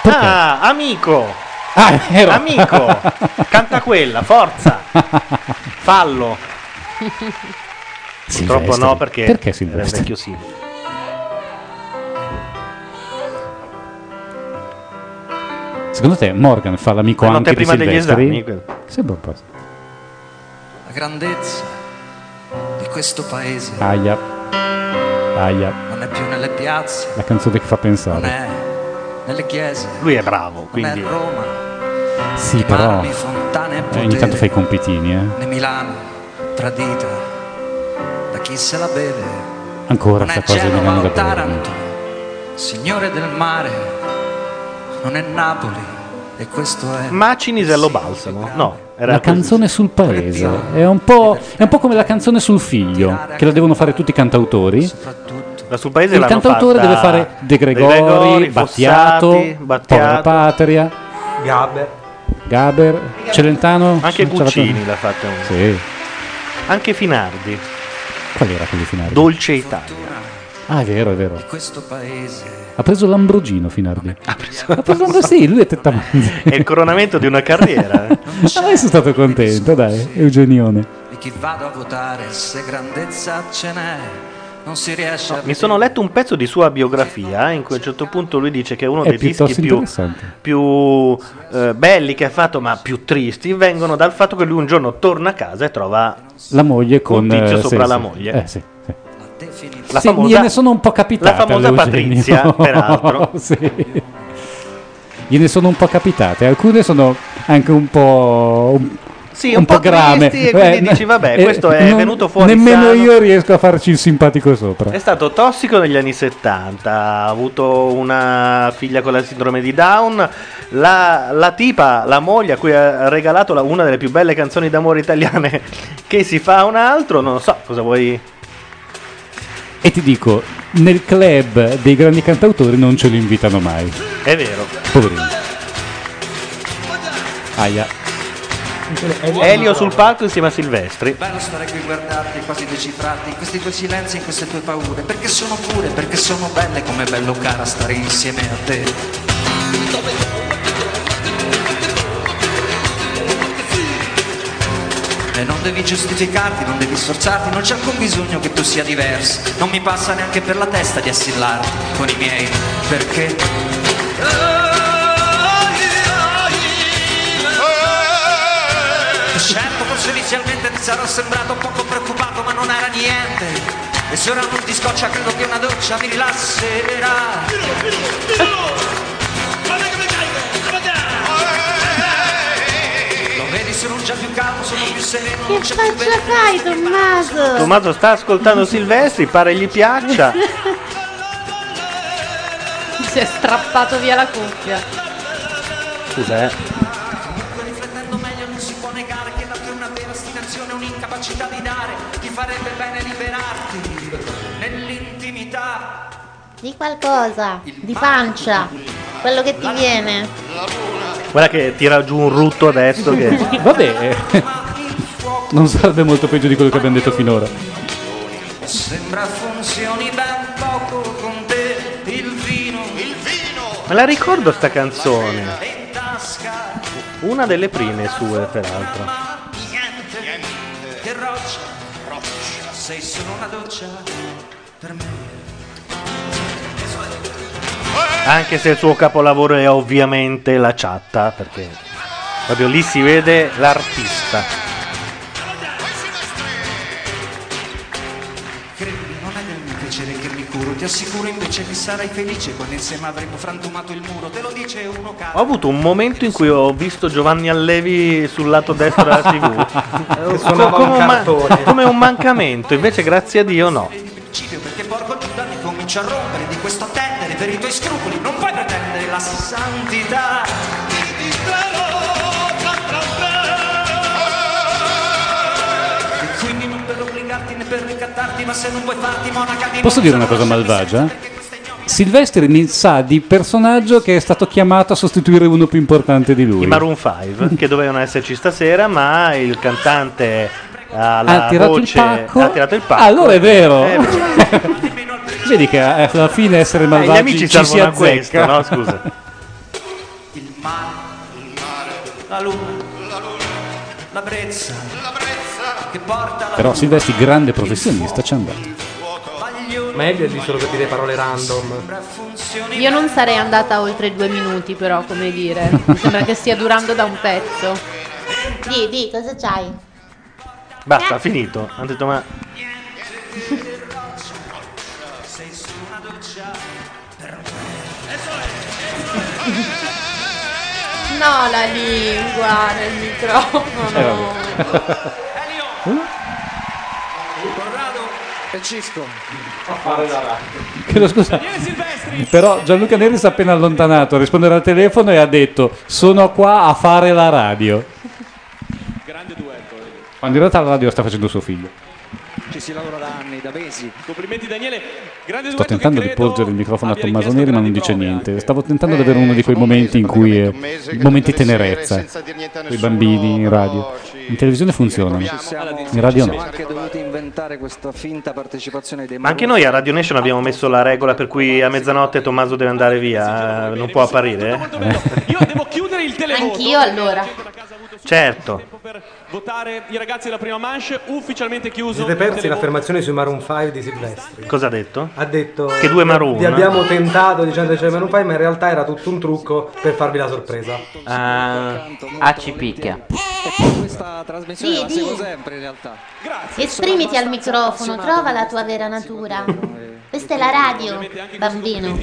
S1: Ah, amico!
S5: Ah, è vero.
S1: Amico! Canta quella, forza! Fallo! Purtroppo no, perché, era
S5: Perché
S1: il
S5: Silvestri?
S1: vecchio Silvio.
S5: Secondo te Morgan fa l'amico
S1: La notte
S5: anche di
S1: prima degli
S5: Silvestri?
S1: esami, quello.
S5: Sembra un po'.
S19: La grandezza di questo paese
S5: Aia. Aia.
S19: non è più nelle piazze,
S5: La canzone che fa
S19: non
S5: pensare.
S19: è nelle chiese.
S1: Lui è bravo,
S19: quindi. Non è Roma,
S5: Sì, però.
S19: Marmi, fontane e
S5: eh, ogni tanto
S19: potere.
S5: fai i compitini, eh.
S19: né Milano, tradita da chi se la beve.
S5: Ancora
S19: non
S5: sta
S19: è
S5: cosa di
S19: Genova
S5: Milano da
S19: o
S5: bere.
S19: Taranto, signore del mare, non è Napoli e questo è...
S1: Ma Cinisello Balsamo? No, era
S5: La canzone sul paese è un, po', è un po' come la canzone sul figlio, che la devono fare tutti i cantautori.
S1: La sul paese
S5: Il
S1: l'hanno
S5: cantautore
S1: fatta
S5: deve fare De Gregori, Battiato,
S1: Fossati,
S5: Povera
S1: Battiato,
S5: Patria,
S8: Gabber.
S5: Gaber, Celentano.
S1: Anche
S5: non ce la-
S1: Guccini l'ha fatta uno.
S5: Sì,
S1: anche Finardi,
S5: qual era quello finale?
S1: Dolce Italia.
S5: ah, è vero, è vero.
S19: Questo paese
S5: Ha preso l'Ambrogino Finardi. Ha preso, l'Ambrogino, sì, lui è tettamanzo.
S1: È il coronamento di una carriera. eh.
S5: Adesso Ah, sono stato contento, dai, Eugenione.
S19: di chi vado a votare, se grandezza ce n'è, non si riesce a...
S1: Mi sono letto un pezzo di sua biografia in cui a un certo punto lui dice che uno
S5: È
S1: dei dischi
S5: piuttosto
S1: più,
S5: interessante.
S1: più, eh, belli che ha fatto, ma più tristi, vengono dal fatto che lui un giorno torna a casa e trova
S5: La moglie con...
S1: un tizio
S5: eh, sì,
S1: sopra
S5: sì.
S1: la moglie.
S5: Eh, sì.
S1: La
S5: Sì,
S1: famosa-
S5: gliene sono un po' capitate.
S1: la famosa
S5: all'Eugenio.
S1: Patrizia, peraltro.
S5: sì. Gliene sono un po' capitate. Alcune sono anche un po'... un-
S1: Sì, un po'
S5: grave. Eh,
S1: tristi e quindi dici, vabbè, questo è venuto fuori
S5: Nemmeno
S1: sano.
S5: io riesco a farci il simpatico sopra.
S1: È stato tossico negli anni 70, ha avuto una figlia con la sindrome di Down, la, la tipa, la moglie a cui ha regalato la- una delle più belle canzoni d'amore italiane che si fa un altro, non so cosa vuoi...
S5: E ti dico, nel club dei grandi cantautori non ce lo invitano mai.
S1: È vero.
S5: Poverino. Aia.
S1: Elio sul palco insieme a Silvestri.
S19: Bello stare qui a guardarti quasi decifrati in questi tuoi silenzi, in queste tue paure, perché sono pure, perché sono belle, come è bello cara stare insieme a te. E non devi giustificarti, non devi sforzarti, non c'è alcun bisogno che tu sia diverso. Non mi passa neanche per la testa di assillarti con i miei, perché Certo, forse inizialmente ti sarò sembrato poco preoccupato, ma non era niente. E se ora non ti scoccia, credo che una doccia mi rilasserà. Lo vedi, sono già più calmo, sono più sereno, non c'è più
S17: Faccia fai Tommaso?
S1: Tommaso sta ascoltando Silvestri, pare gli piaccia.
S2: Si è strappato via la cuffia.
S1: Scusa, eh.
S19: riflettendo meglio non si può negare che da te una vera ostinazione, un'incapacità di dare, ti farebbe bene liberarti nell'intimità.
S10: Di qualcosa, di pancia, Cioè, quello che ti viene.
S1: Guarda che tira giù un rutto adesso che...
S5: Vabbè. eh, Non sarebbe molto peggio di quello che abbiamo detto finora.
S19: Sembra funzioni ben poco con te il vino, il vino
S1: Me la ricordo sta canzone.
S19: in tasca,
S1: Una delle prime sue, peraltro.
S19: niente, che roccia, roccia, sei solo una doccia per me.
S1: Anche se il suo capolavoro è ovviamente la chatta, perché proprio lì si vede l'artista.
S19: Credimi, non è del mio piacere che mi curo, ti assicuro invece che sarai felice quando insieme avremo frantumato il muro, te lo dice uno caro.
S1: Ho avuto un momento in cui ho visto Giovanni Allevi sul lato destro della TV.
S8: Che suonava un
S1: ma-
S8: cartone.
S1: come un mancamento, invece grazie a Dio no.
S19: Principio perché porco Giordani comincia a rompere di questo attendere per i tuoi scrupoli, non puoi pretendere la santità. E quindi non per obbligarti né per ricattarti, ma se non vuoi farti monaca di
S5: Posso dire una cosa malvagia? Silvestri ne sa di personaggio che è stato chiamato a sostituire uno più importante di lui.
S1: I Maroon 5 che dovevano esserci stasera, ma il cantante ha la
S5: Ha tirato il
S1: voce
S5: pacco?
S1: ha tirato il pacco.
S5: Allora è vero.
S1: Eh,
S5: Vedi che eh, alla fine essere
S1: gli
S5: malvagi
S1: amici
S5: ci si
S1: servono a questo,
S5: azzecca.
S1: no? Scusa.
S19: La luna, la luna, la brezza, la brezza che porta la
S5: Però
S19: luna.
S5: Silvestri, grande professionista, ci è andato.
S8: Meglio di solo capire parole random.
S2: Io non sarei andata oltre due minuti, però, come dire. Mi sembra che stia durando da un pezzo.
S10: Di, di, cosa c'hai?
S1: Basta, finito. Hanno detto ma
S19: Sei su una doccia per
S2: No, la lingua nel microfono.
S5: Eh, vabbè.
S19: Corrado e Cisco.
S5: Chiedo scusa. Però Gianluca Neri si è appena allontanato a rispondere al telefono e ha detto sono qua a fare la radio.
S6: Grande duetto. eh.
S5: Quando in realtà la radio sta facendo suo figlio.
S6: Ci si lavora da anni, da mesi. Complimenti Daniele, grande
S5: Sto
S6: duetto
S5: tentando
S6: che
S5: di
S6: credo
S5: porgere il microfono a Tommaso Neri ma non dice niente. Stavo tentando di avere uno di quei momenti in cui... eh, momenti tenerezza. Quei bambini in radio. In televisione funzionano. In radio no.
S19: anche dovuti inventare questa finta partecipazione dei
S1: Ma anche noi a Radio Nation abbiamo messo la regola per cui a mezzanotte Tommaso deve andare via, eh, non può apparire. eh?
S2: Anch'io allora.
S1: Certo.
S6: Votare i ragazzi della prima manche ufficialmente chiuso.
S8: Siete persi
S6: Televoto.
S8: l'affermazione sui Maroon 5 di Silvestri.
S1: Cosa ha detto?
S8: Ha detto
S1: Che due Maroon.
S8: Vi abbiamo tentato dicendo che c'è Maroon 5, ma in realtà era tutto un trucco per farvi la sorpresa.
S1: Eh,
S3: Ah, ah, ci picchia.
S20: Ecco,
S19: Questa trasmissione
S10: Sì,
S19: la
S10: di.
S19: seguo sempre in realtà. Grazie.
S10: Esprimiti al microfono, trova la tua vera natura. Questa è la radio, bambino.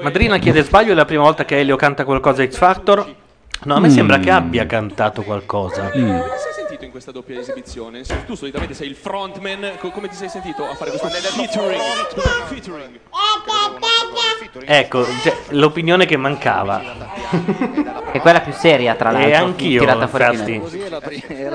S1: Madrina chiede sbaglio, è la prima volta che Elio canta qualcosa X Factor. No, a me
S6: Mm.
S1: sembra che abbia cantato qualcosa.
S6: Come sei sentito in questa doppia esibizione? So- Tu solitamente sei il frontman, co- come ti sei sentito a fare questo featuring? featuring? eh.
S1: Ecco, cioè, l'opinione che mancava.
S7: È quella più seria, tra l'altro.
S1: E anch'io,
S7: tirata fuori
S1: infatti.
S7: di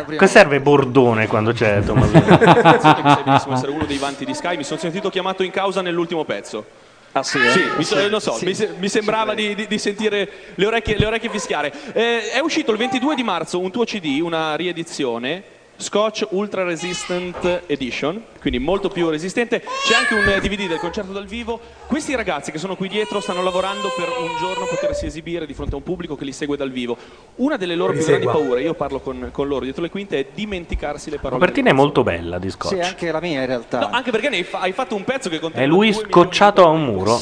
S7: noi.
S1: Che serve Bordone quando c'è Tommasino?
S6: Sai che benissimo essere uno dei vanti di Sky, mi sono sentito chiamato in causa nell'ultimo pezzo. Ah sì? Sì, mi, so-
S1: Sì,
S6: non so,
S1: sì.
S6: mi, se- mi sembrava di, di- di sentire le orecchie, le orecchie fischiare. Eh, è uscito il 22 di marzo un tuo CD, una riedizione, Scotch Ultra Resistant Edition, quindi molto più resistente. C'è anche un eh, DVD del concerto dal vivo. Questi ragazzi che sono qui dietro stanno lavorando per un giorno potersi esibire di fronte a un pubblico che li segue dal vivo. Una delle loro
S1: Li
S6: più grandi
S1: segua.
S6: paure, io parlo con, con loro dietro le quinte, è dimenticarsi le
S1: La
S6: parole.
S1: copertina è molto bella di
S6: Sì, eh.
S1: Scotch.
S6: anche la mia in realtà. No, anche perché ne fa- hai fatto un pezzo che contiene
S1: È lui scocciato a un muro.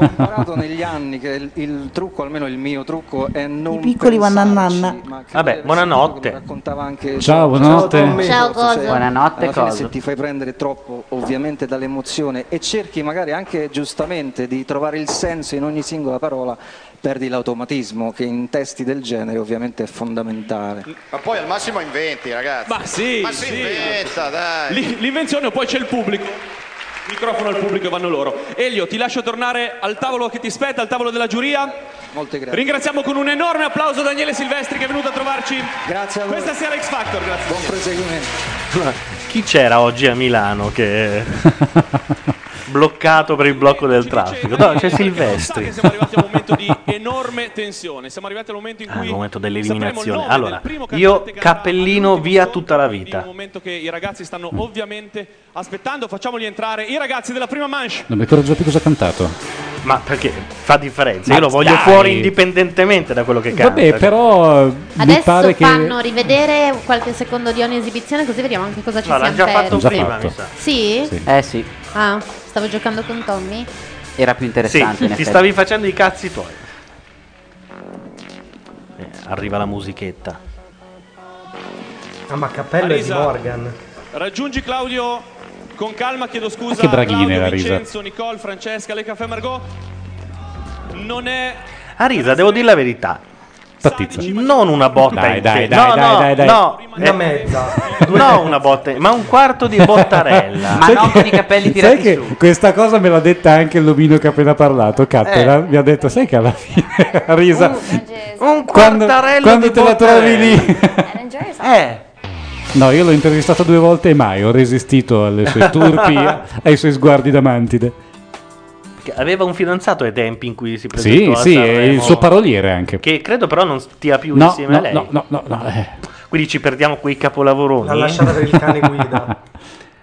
S20: imparato negli anni che il, il trucco, Ecco, almeno il mio trucco, è non
S21: I piccoli vanno a nanna.
S1: Vabbè, buonanotte.
S5: Ciao, buonanotte.
S20: Tommy.
S21: Ciao, Coso.
S20: Se-
S21: Buonanotte,
S20: alla fine
S21: Coso.
S20: se ti fai prendere troppo ovviamente dall'emozione e cerchi magari anche giustamente di trovare il senso in ogni singola parola, perdi l'automatismo che in testi del genere ovviamente è fondamentale.
S12: Ma poi al massimo inventi, ragazzi.
S6: Ma sì,
S12: Ma si
S6: sì.
S12: inventa, dai.
S6: Lì- L'invenzione, poi c'è il pubblico. Microfono al pubblico e vanno loro. Elio, ti lascio tornare al tavolo che ti spetta, al tavolo della giuria.
S20: Molte grazie.
S6: Ringraziamo con un enorme applauso Daniele Silvestri che è venuto a trovarci questa sera a X Factor. Grazie. Buon
S20: proseguimento.
S1: Chi c'era oggi a Milano che è bloccato per il blocco del traffico? No, c'è Silvestri.
S6: Enorme tensione. Siamo arrivati al momento in
S1: Al
S6: cui
S1: momento dell'eliminazione. Allora, io cappellino via tutta la vita.
S6: momento che i ragazzi stanno ovviamente aspettando. Facciamoli entrare i ragazzi della prima manche.
S5: Non mi ricordo già più cosa ha cantato.
S1: Ma perché fa differenza? Io
S5: Ma
S1: lo voglio
S5: dai!
S1: fuori indipendentemente da quello che canta. cioè.
S5: Vabbè, però eh, mi
S2: Adesso
S5: pare che
S2: fanno rivedere qualche secondo di ogni esibizione così vediamo anche cosa ci
S1: No, l'ha
S2: siamo
S1: già
S2: persi.
S1: fatto Già prima, fatto. mi sa.
S2: Sì?
S7: Eh sì,
S2: Ah, stavo giocando con Tommy.
S7: era più
S1: Sì,
S7: interessante. in
S1: ti
S7: effetti.
S1: stavi facendo i cazzi tuoi. Eh, arriva la musichetta.
S8: Ah, ma cappello è di
S6: Marisa.
S8: Morgan.
S6: Raggiungi Claudio con calma, chiedo scusa.
S5: che braghine
S6: Claudio,
S5: la Risa.
S6: Vincenzo, Nicole, Francesca, Le Caffè Margot. Non è
S1: A Risa, devo dire la verità. Non una botta
S5: Dai,
S1: in
S5: dai,
S1: fe-
S5: dai,
S1: no,
S5: dai,
S1: no,
S5: dai, dai.
S1: no,
S5: Una
S1: eh,
S8: mezza.
S1: No, una botta, in- ma un quarto di bottarella.
S5: Sai che-
S7: capelli
S5: Sai che questa cosa me l'ha detta anche l'omino che ha appena parlato,
S2: Eh.
S5: Cattera, mi ha detto, sai che alla fine ha
S2: Uh,
S5: risa.
S1: Un
S5: quando
S1: quartarello
S5: quando
S1: di
S5: te la trovi lì.
S2: esatto.
S1: Eh,
S5: No, io l'ho intervistato due volte e mai ho resistito alle sue turpi, ai suoi sguardi da mantide.
S1: perché aveva un fidanzato ai tempi in cui si presentò
S5: Sì,
S1: a
S5: sì, e
S1: Sanremo,
S5: il suo paroliere anche.
S1: Che credo però non stia più
S5: No,
S1: insieme
S5: no,
S1: a lei. Eh.
S5: no, no, no, no,
S1: Quindi ci perdiamo quei capolavoroni.
S8: L'ha lasciata per il cane guida.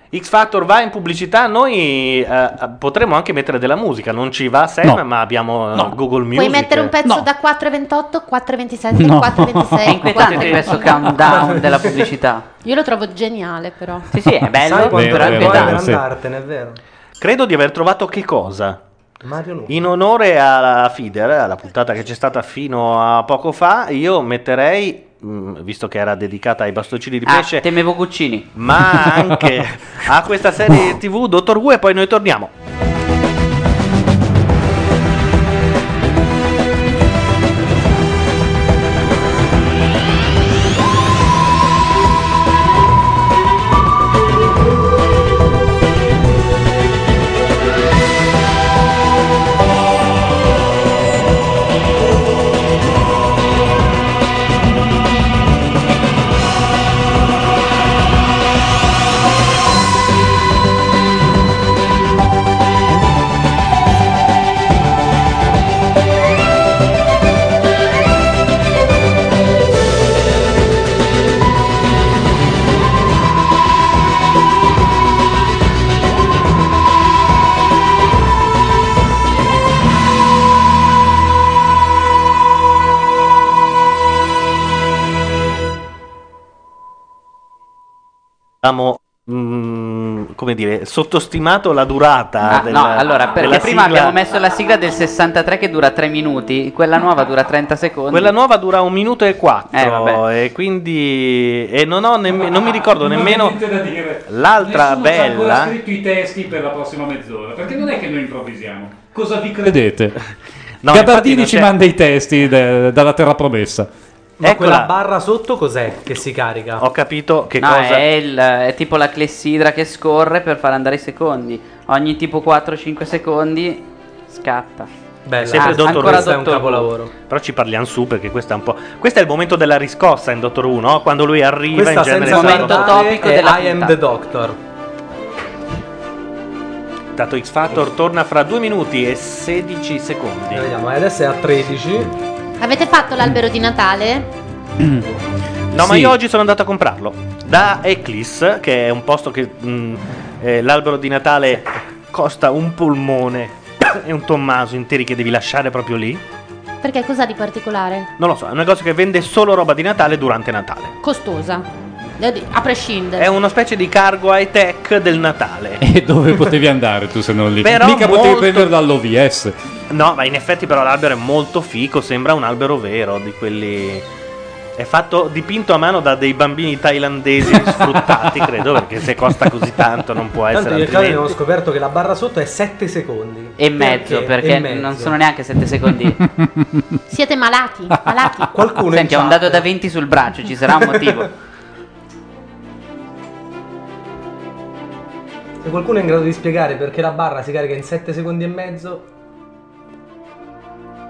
S1: X Factor va in pubblicità, noi eh, potremmo anche mettere della musica, non ci va Sam,
S5: No.
S1: ma abbiamo eh, Google Music.
S2: Puoi mettere un pezzo da 4,28, 4,27,
S1: No.
S2: 4,26.
S7: È inquietante
S2: 4,28.
S7: questo countdown della pubblicità.
S2: Io lo trovo geniale però.
S7: Sì, sì, è bello,
S1: Sai quanto
S7: però è
S1: tempo
S7: inquietante.
S1: hai per Sì.
S8: Andartene, è vero.
S1: Credo di aver trovato che cosa?
S8: Mario Nucci.
S1: In onore alla Fider, alla puntata che c'è stata fino a poco fa, io metterei, mh, visto che era dedicata ai bastoncini di
S7: Ah,
S1: pesce,
S7: temevo Guccini.
S1: ma anche a questa serie TV Dottor Who e poi noi torniamo. Abbiamo, mh, come dire, sottostimato la durata
S7: Ah,
S1: della
S7: no, allora, perché
S1: della
S7: prima
S1: sigla.
S7: abbiamo messo la sigla del 63 che dura 3 minuti, quella nuova dura 30 secondi.
S1: Quella nuova dura un minuto e quattro
S7: Eh, vabbè.
S1: Oh, e quindi e non, ho nemm- non mi ricordo
S4: Non ho
S1: nemmeno
S4: niente da dire.
S1: l'altra
S4: Nessuno ci ha ancora
S1: bella.
S4: scritto i testi per la prossima mezz'ora, perché non è che noi improvvisiamo. Cosa vi credete?
S5: Vedete.
S1: No, infatti
S5: Gabardini
S1: non
S5: ci
S1: c'è-
S5: manda i testi de- dalla terra promessa.
S8: Ma
S1: Eccola.
S8: quella barra sotto cos'è che si carica?
S1: Ho capito che
S7: no,
S1: cosa.
S7: È, il- è tipo la clessidra che scorre per far andare i secondi. Ogni tipo 4-5 secondi scatta.
S1: È sempre
S7: Ah,
S1: Dottor
S7: ancora
S1: Who.
S7: Dottor Who.
S1: Però ci parliamo su perché questo è un po'. Questo è il momento della riscossa in Dottor Who, no? Quando lui arriva
S8: Questa
S1: in genere
S8: senza
S1: fa-
S8: momento topico è della I am puntata. the Doctor.
S1: Dato X Factor torna fra 2 minuti e 16 secondi.
S8: Vediamo, eh, adesso è a 13.
S2: Avete fatto l'albero di Natale?
S1: No, ma io oggi sono andato a comprarlo da Eclis, che è un posto che mh, eh, l'albero di Natale costa un polmone e un tommaso interi che devi lasciare proprio lì.
S2: Perché cos'ha di particolare?
S1: Non lo so, è un negozio che vende solo roba di Natale durante Natale.
S2: Costosa. Eh, di- A prescindere.
S1: È una specie di cargo high tech del Natale.
S5: E dove potevi andare tu se non lì?
S1: Però
S5: Mica potevi
S1: molto-
S5: prendere dall'OVS.
S1: No, ma in effetti però l'albero è molto fico, sembra un albero vero, di quelli... È fatto dipinto a mano da dei bambini thailandesi sfruttati, credo, perché se costa così tanto non può
S8: Tanto
S1: essere
S8: io e Claudio abbiamo
S1: altrimenti.
S8: scoperto che la barra sotto è 7 secondi.
S7: E mezzo, perché
S8: E mezzo.
S7: non sono neanche 7 secondi.
S2: Siete malati,
S7: Ah,
S2: malati.
S8: Qualcuno
S7: Senti, ha un dado da 20 sul braccio, ci sarà un motivo.
S8: Se qualcuno è in grado di spiegare perché la barra si carica in 7 secondi e mezzo,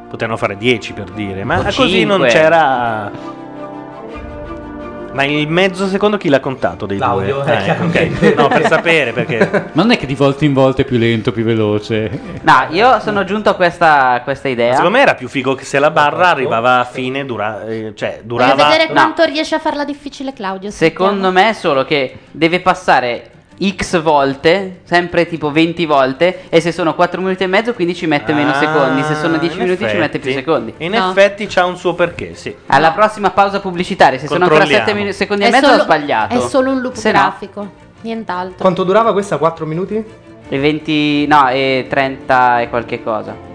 S1: Potevano fare 10 per dire, ma
S8: O
S1: così non
S8: cinque.
S1: c'era... Ma il mezzo secondo chi l'ha contato dei
S8: Claudio,
S1: due?
S8: eh,
S1: Ah, ecco,
S8: chiaramente.
S1: ok. No, per sapere perché...
S5: Ma non è che di volta in volta è più lento, più veloce.
S7: No, io sono giunto a questa, questa idea.
S1: Secondo me era più figo che se la
S8: Esatto.
S1: barra arrivava a fine, dura- eh, cioè
S2: Voglio
S1: durava...
S2: vedere quanto riesce a farla difficile Claudio.
S7: Secondo me è solo che deve passare x volte, sempre tipo 20 volte, e se sono 4 minuti e mezzo quindi ci mette meno
S1: Ah,
S7: secondi, se sono 10
S1: in
S7: minuti ci mette più
S1: effetti.
S7: secondi.
S1: In effetti c'ha un suo perché, sì.
S7: Alla prossima pausa pubblicitaria, se sono ancora 7
S1: Controlliamo.
S7: secondi
S2: È
S7: e mezzo
S2: solo-
S7: ho sbagliato.
S2: È solo un loop
S7: Se no-
S2: grafico, nient'altro.
S8: quanto durava questa? 4 minuti?
S7: E 20, no, e 30 e qualche cosa.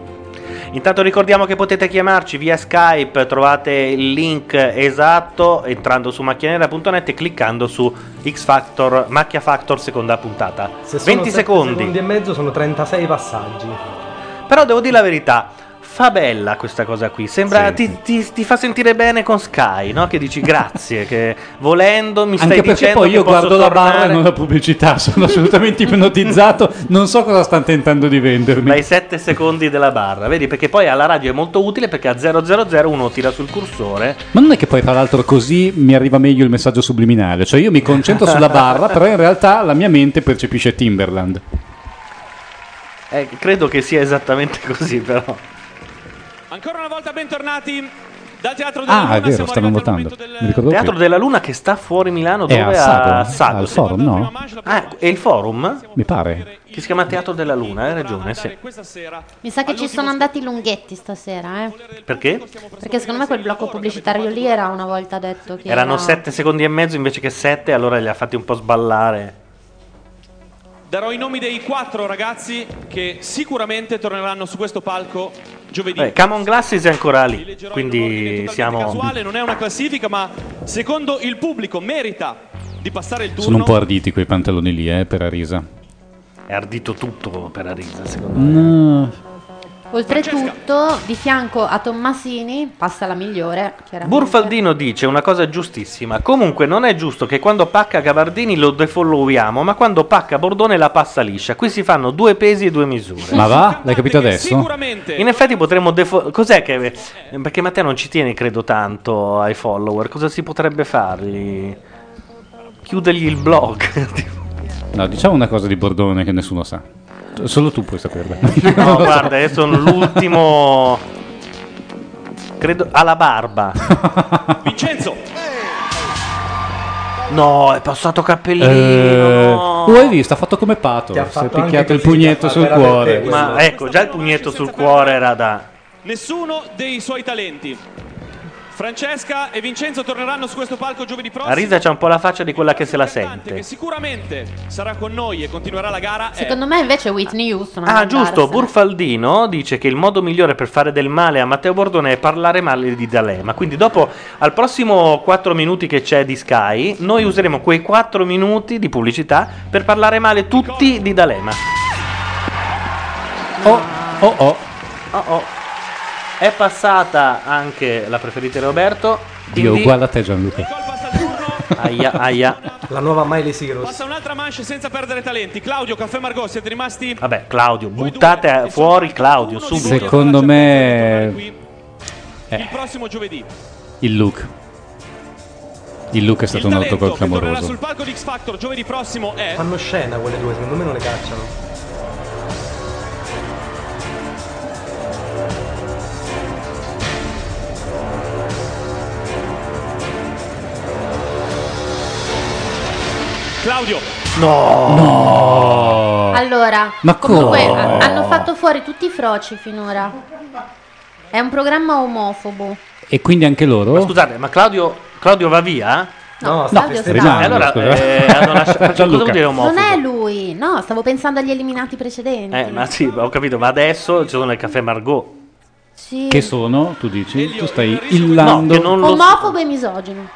S1: Intanto ricordiamo che potete chiamarci via Skype, trovate il link esatto entrando su macchianera.net e cliccando su X Factor, Macchia Factor seconda puntata.
S8: Se sono
S1: 20
S8: sette
S1: secondi.
S8: secondi e mezzo sono 36 passaggi.
S1: Però devo dire la verità, fa bella questa cosa qui, sembra
S5: Sì.
S1: ti, ti- ti fa sentire bene con Sky, no? Che dici grazie, che volendo mi stai
S5: Anche perché
S1: dicendo
S5: poi
S1: che
S5: io
S1: posso
S5: guardo la barra e
S1: tornare-
S5: non la pubblicità, sono assolutamente ipnotizzato, non so cosa stanno tentando di vendermi.
S1: dai 7 secondi della barra, vedi? Perché poi alla radio è molto utile perché a 000 uno tira sul cursore
S5: Ma non è che poi tra l'altro così mi arriva meglio il messaggio subliminale, cioè io mi concentro sulla barra, però in realtà la mia mente percepisce Timberland.
S1: Eh, credo che sia esattamente così, però.
S6: Ancora una volta bentornati dal Teatro della
S5: Ah, è
S6: Luna,
S5: vero,
S6: siamo
S5: stavamo votando. Mi ricordavo
S1: Teatro
S5: più.
S1: della Luna che sta fuori Milano,
S5: È
S1: dove
S5: Eh, a
S1: a
S5: Sago, al forum, no?
S1: Ah, e il forum?
S5: Mi pare.
S1: Che si chiama Teatro della Luna, hai ragione, sì.
S2: Mi sa che ci sono andati lunghetti stasera, eh.
S1: Perché?
S2: Perché secondo me quel blocco pubblicitario lì era una volta detto che
S1: Erano
S2: era-
S1: 7 secondi e mezzo invece che 7, allora li ha fatti un po' sballare.
S6: Darò i nomi dei quattro ragazzi che sicuramente torneranno su questo palco
S5: Eh,
S6: giovedì.
S1: Vabbè, Eh, Camon Glasses è ancora lì, quindi siamo...
S6: Casuale, non è una classifica, ma secondo il pubblico merita di passare il turno.
S5: Sono un po' arditi quei pantaloni lì, eh, per Arisa.
S1: È ardito tutto per Arisa, secondo me.
S5: No.
S2: Oltretutto, di fianco a Tommasini passa la migliore, chiaramente.
S1: Burfaldino dice una cosa giustissima. Comunque non è giusto che quando pacca Gavardini lo defollowiamo, ma quando pacca Bordone la passa liscia. Qui si fanno due pesi e due misure.
S5: Ma va? L'hai capito adesso?
S1: In effetti potremmo defo- cos'è che eh, perché Matteo non ci tiene credo tanto ai follower, cosa si potrebbe fargli? Chiudergli il blog.
S5: No, diciamo una cosa di Bordone che nessuno sa. Solo tu puoi saperla.
S1: No, guarda, io sono l'ultimo credo alla barba.
S6: Vincenzo.
S1: No, è passato cappellino.
S5: Eh,
S1: no.
S5: oh, hai visto? Ha fatto come Pato.
S1: Ti
S5: Si
S1: ha
S5: è
S1: fatto
S5: picchiato
S1: anche
S5: il
S1: così,
S5: pugnetto
S1: ti ha
S5: sul
S1: fatto veramente
S5: cuore.
S1: Ma ecco, già il pugnetto sul cuore era da
S6: Nessuno dei suoi talenti. Francesca e Vincenzo torneranno su questo palco giovedì prossimo.
S1: Arisa c'ha un po' la faccia di quella che se la sente.
S6: che sicuramente sarà con noi e continuerà la gara.
S2: Secondo me invece Whitney Houston.
S1: Ah,
S2: ad
S1: giusto,
S2: andarsene.
S1: Burfaldino dice che il modo migliore per fare del male a Matteo Bordone è parlare male di D'Alema. Quindi dopo, al prossimo 4 minuti che c'è di Sky, noi useremo quei 4 minuti di pubblicità per parlare male tutti di D'Alema.
S5: Oh, oh, oh.
S1: Oh, oh. È passata anche la preferita di Roberto.
S5: Dio,
S6: Quindi-
S5: uguale a te Gianluca.
S1: Aia, aia.
S8: La nuova Miley Cyrus.
S6: Passa un'altra manche senza perdere talenti. Claudio, Caffè Margot, siete rimasti
S1: Vabbè, Claudio, buttate fuori Claudio subito.
S5: Secondo me Eh.
S6: il prossimo giovedì.
S5: il look. Il look è stato un autogol
S6: Tornerà
S5: clamoroso.
S6: sul palco di X Factor giovedì prossimo
S5: Eh.
S6: è
S8: Fanno scena quelle due, secondo me non le cacciano.
S6: Claudio.
S1: No!
S12: Oh.
S5: No!
S2: Allora,
S5: Ma
S2: comunque
S5: come?
S2: a- hanno fatto fuori tutti i froci finora. È un programma omofobo.
S5: E quindi anche loro
S1: Ma scusate, ma Claudio, Claudio va via?
S2: No, No, Claudio sta- sta-
S5: rimane,
S1: Allora,
S5: scusa.
S1: eh, hanno lasciato... perché Cosa
S5: Gianluca.
S1: vuol dire
S2: Non
S1: omofobo?
S2: è lui. No, stavo pensando agli eliminati precedenti.
S1: Eh, ma sì, ho capito, ma adesso ci sono il caffè Margot.
S2: Sì.
S5: che sono, tu dici, tu stai
S1: No,
S5: illando.
S1: che non lo
S2: Omofobo e misogino.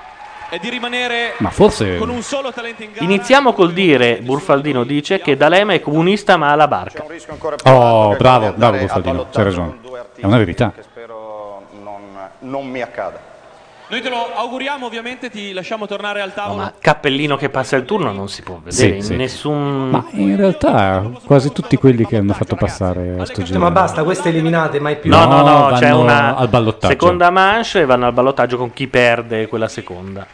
S6: è di rimanere
S5: Ma forse
S6: con un solo talento in
S1: Iniziamo col dire, Burfaldino dice, che D'Alema è comunista ma ha la barca.
S5: Oh, bravo, bravo Buffaldino, c'hai ragione. È una verità.
S12: Non mi accada.
S6: Noi te lo auguriamo, ovviamente ti lasciamo tornare al tavolo.
S1: Cappellino che passa il turno non si può vedere
S5: Sì,
S1: in
S5: sì.
S1: nessun...
S5: Ma in realtà quasi tutti quelli che hanno fatto passare a sto giro.
S8: Cioè, Ma basta, queste eliminate mai più.
S1: No, no, no, c'è
S5: vanno
S1: una
S5: al ballottaggio.
S1: seconda manche e vanno al ballottaggio con chi perde quella seconda.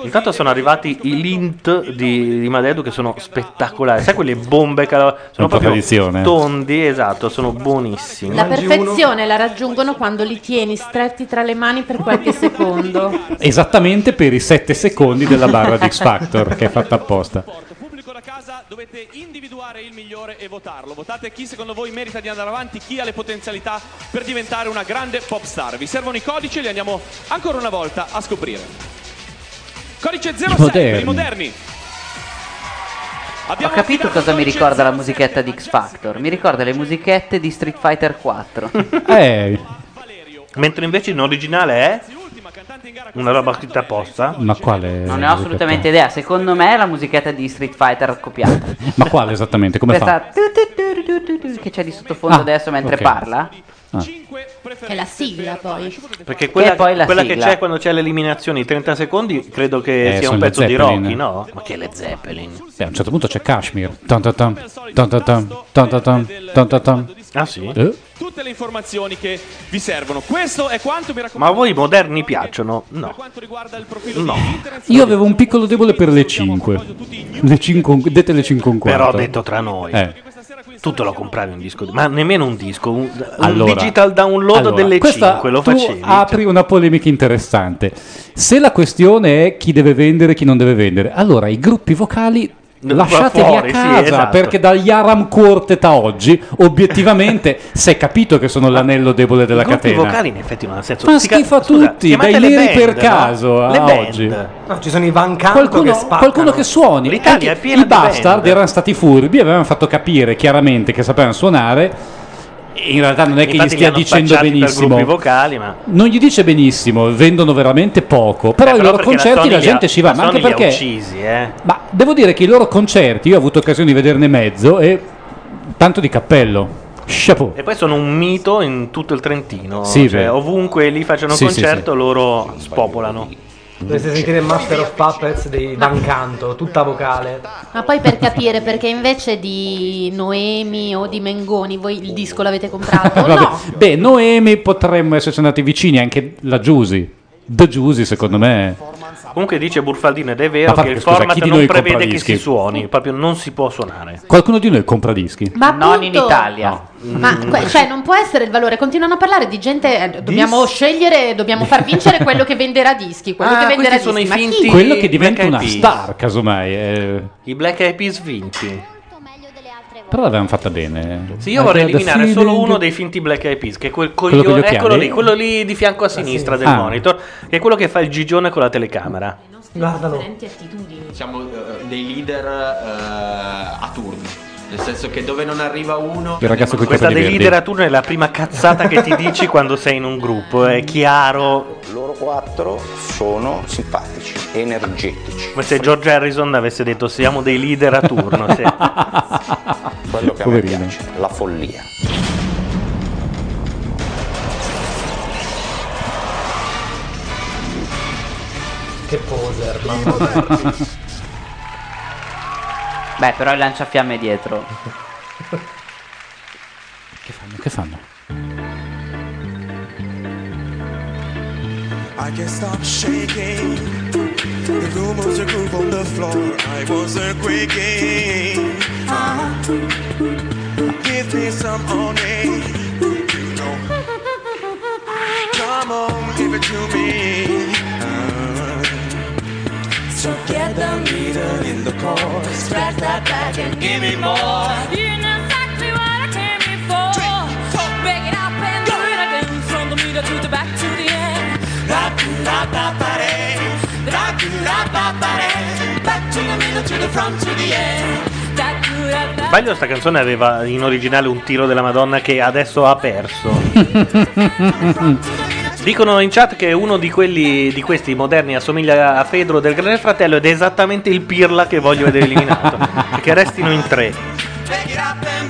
S1: Intanto sono arrivati i lint di, di Madedu che sono spettacolari. Sai quelle bombe che sono
S5: un po'
S1: proprio
S5: tradizione.
S1: tondi, esatto, sono buonissimi.
S2: La perfezione la raggiungono quando li tieni stretti tra le mani per qualche secondo.
S5: Esattamente per i 7 secondi della barra di X Factor che è fatta apposta.
S6: Dovete individuare il migliore e votarlo. Votate chi secondo voi merita di andare avanti, chi ha le potenzialità per diventare una grande pop star. Vi servono i codici e li andiamo ancora una volta a scoprire. Codice 06 per
S7: moderni.
S6: i moderni.
S7: Ho capito cosa mi ricorda la musichetta di X Factor. Mi ricorda le musichette di Street Fighter 4.
S5: Eh,
S1: Mentre invece in originale è una roba scritta apposta.
S5: ma quale?
S7: Non ne ho assolutamente idea. Secondo me è la musichetta di Street Fighter copiata.
S5: Ma quale esattamente? Come fa?
S7: Questa tu tu tu tu tu tu tu che c'è di sottofondo
S5: Ah,
S7: adesso mentre
S5: ok.
S7: parla.
S5: Ah.
S2: È la sigla poi.
S1: Perché quella,
S7: è poi la
S1: quella che
S7: sigla.
S1: c'è quando c'è l'eliminazione, i 30 secondi, credo che
S5: Eh,
S1: sia
S5: sono
S1: un
S5: le
S1: pezzo di
S5: Zeppelin.
S1: Rocky, no? Ma che le Zeppelin?
S5: Beh, a un certo punto c'è Kashmir. Tan tan tan, tan tan tan, tan tan tan, tan tan tan.
S1: Ah sì?
S5: Eh?
S6: Tutte le informazioni che vi servono. Questo è quanto mi raccomando
S1: Ma a voi i moderni piacciono? No. No.
S5: Io avevo un piccolo debole per le 5. Le 5 dette le 5 un quarto.
S1: Però detto tra noi.
S5: Eh.
S1: Tu te lo compravi un disco, di- ma nemmeno un disco, un, un
S5: Allora,
S1: digital download
S5: allora,
S1: delle
S5: questa
S1: 5 lo
S5: tu
S1: facevi. cioè.
S5: apri una polemica interessante. Se la questione è chi deve vendere e chi non deve vendere, allora i gruppi vocali
S1: No,
S5: lasciateli
S1: fuori,
S5: a
S1: sì,
S5: casa
S1: esatto.
S5: perché dagli Aram Quartet a oggi, obiettivamente, si è capito che sono l'anello debole della
S1: I gruppi
S5: catena.
S1: vocali in effetti non ha senso.
S5: Fa
S1: Si ca-
S5: schifo a
S1: scusa,
S5: tutti,
S1: chiamate
S5: dai
S1: le
S5: liri
S1: band,
S5: per
S1: no?
S5: caso a
S1: Le band.
S5: oggi.
S8: No, ci sono i Van Canto che
S5: Qualcuno,
S8: spaccano.
S5: qualcuno che suoni.
S8: L'Italia
S5: Anche
S8: è piena
S5: I
S8: di
S5: bastard
S8: band.
S5: erano stati furbi, avevano fatto capire chiaramente che sapevano suonare. E In realtà non è che
S1: Infatti
S5: gli
S1: li
S5: stia
S1: hanno
S5: dicendo
S1: spacciati per
S5: benissimo.
S1: gruppi vocali, ma
S5: Non gli dice benissimo, vendono veramente poco, però
S1: Eh,
S5: i loro
S1: perché la
S5: concerti
S1: Sony
S5: la,
S1: li ha-
S5: gente ci va, ma
S1: Sony
S5: anche
S1: li ha
S5: perché...
S1: uccisi, eh.
S5: Ma devo dire che i loro concerti, io ho avuto occasione di vederne mezzo e tanto di cappello. Chapeau.
S1: E poi sono un mito in tutto il Trentino.
S5: Sì,
S1: cioè,
S5: vero.
S1: ovunque lì facciano
S5: Sì, sì,
S1: concerto, loro spopolano.
S8: Dovreste sentire Master of Puppets dei Van Canto, tutta vocale.
S2: Ma poi per capire perché invece di Noemi o di Mengoni voi il disco l'avete comprato?
S5: Vabbè.
S2: Oh, No.
S5: Beh, Noemi potremmo esserci andati vicini, anche la Giusy. The Giusy, secondo me.
S1: Comunque dice Burfaldino ed è
S5: Ma
S1: vero
S5: parte
S1: che il
S5: che, scusa,
S1: format
S5: chi di
S1: non
S5: noi compra
S1: prevede che
S5: dischi?
S1: si suoni, proprio non si può suonare.
S5: Qualcuno di noi compra dischi?
S2: Ma Non in appunto- Italia.
S5: No.
S2: Ma
S1: Mm.
S2: que- cioè non può essere il valore, continuano a parlare di gente, eh, dobbiamo scegliere, dobbiamo far vincere quello che venderà dischi, quello
S1: Ah,
S2: che
S1: questi
S2: venderà
S1: sono
S2: dischi,
S1: i
S2: ma
S1: finti-
S2: chi?
S5: Quello che diventa
S1: Black Eyed
S5: una
S1: Peas.
S5: star, casomai. eh.
S1: I Black Eyed Peas vinti.
S5: Però l'avevano fatta bene.
S1: Sì, io
S5: I
S1: vorrei
S5: got the
S1: eliminare solo
S5: feeling.
S1: uno dei finti Black Eyed Peas, che è quel
S5: Quello con gli
S1: coglione,
S5: occhiali?
S1: eccolo lì, quello lì di fianco a sinistra del
S5: Ah.
S1: monitor, che è quello che fa il gigione con la telecamera.
S8: Guardalo.
S22: Siamo eh, dei leader eh, a turni, nel senso che dove non arriva uno...
S5: Il ragazzo coi
S1: Questa
S5: capelli
S1: dei
S5: verdi.
S1: leader a turno è la prima cazzata che ti dici quando sei in un gruppo, è chiaro.
S12: Loro quattro sono simpatici, energetici.
S1: Come se George Harrison avesse detto siamo dei leader a turno. sì.
S12: Quello che
S5: Poverino.
S12: a me piace, la follia.
S8: Che poser,
S7: Beh, però il lanciafiamme è dietro.
S5: Che fanno? Che fanno?
S17: I can't stop shaking. The room was a groove on the floor. I was a quaking. Uh-huh. Give me some honey. You know. Come on, give it to me. Uh-huh. So get the needle in the core. Scratch that back and give me more. You know exactly what I came before. Break it up and do it again. From the middle to the back to the end. Ra-ku-ra-pa-pa-re, ra-ku-ra-pa-pa-re. Back to the middle, to the front, to the end. Ra-ku-ra-pa-
S1: Sbaglio, sta canzone aveva in originale un tiro della Madonna che adesso ha perso. Dicono in chat che uno di, quelli, di questi moderni assomiglia a Fedro del Grande Fratello ed è esattamente il pirla che voglio vedere eliminato. che restino in tre.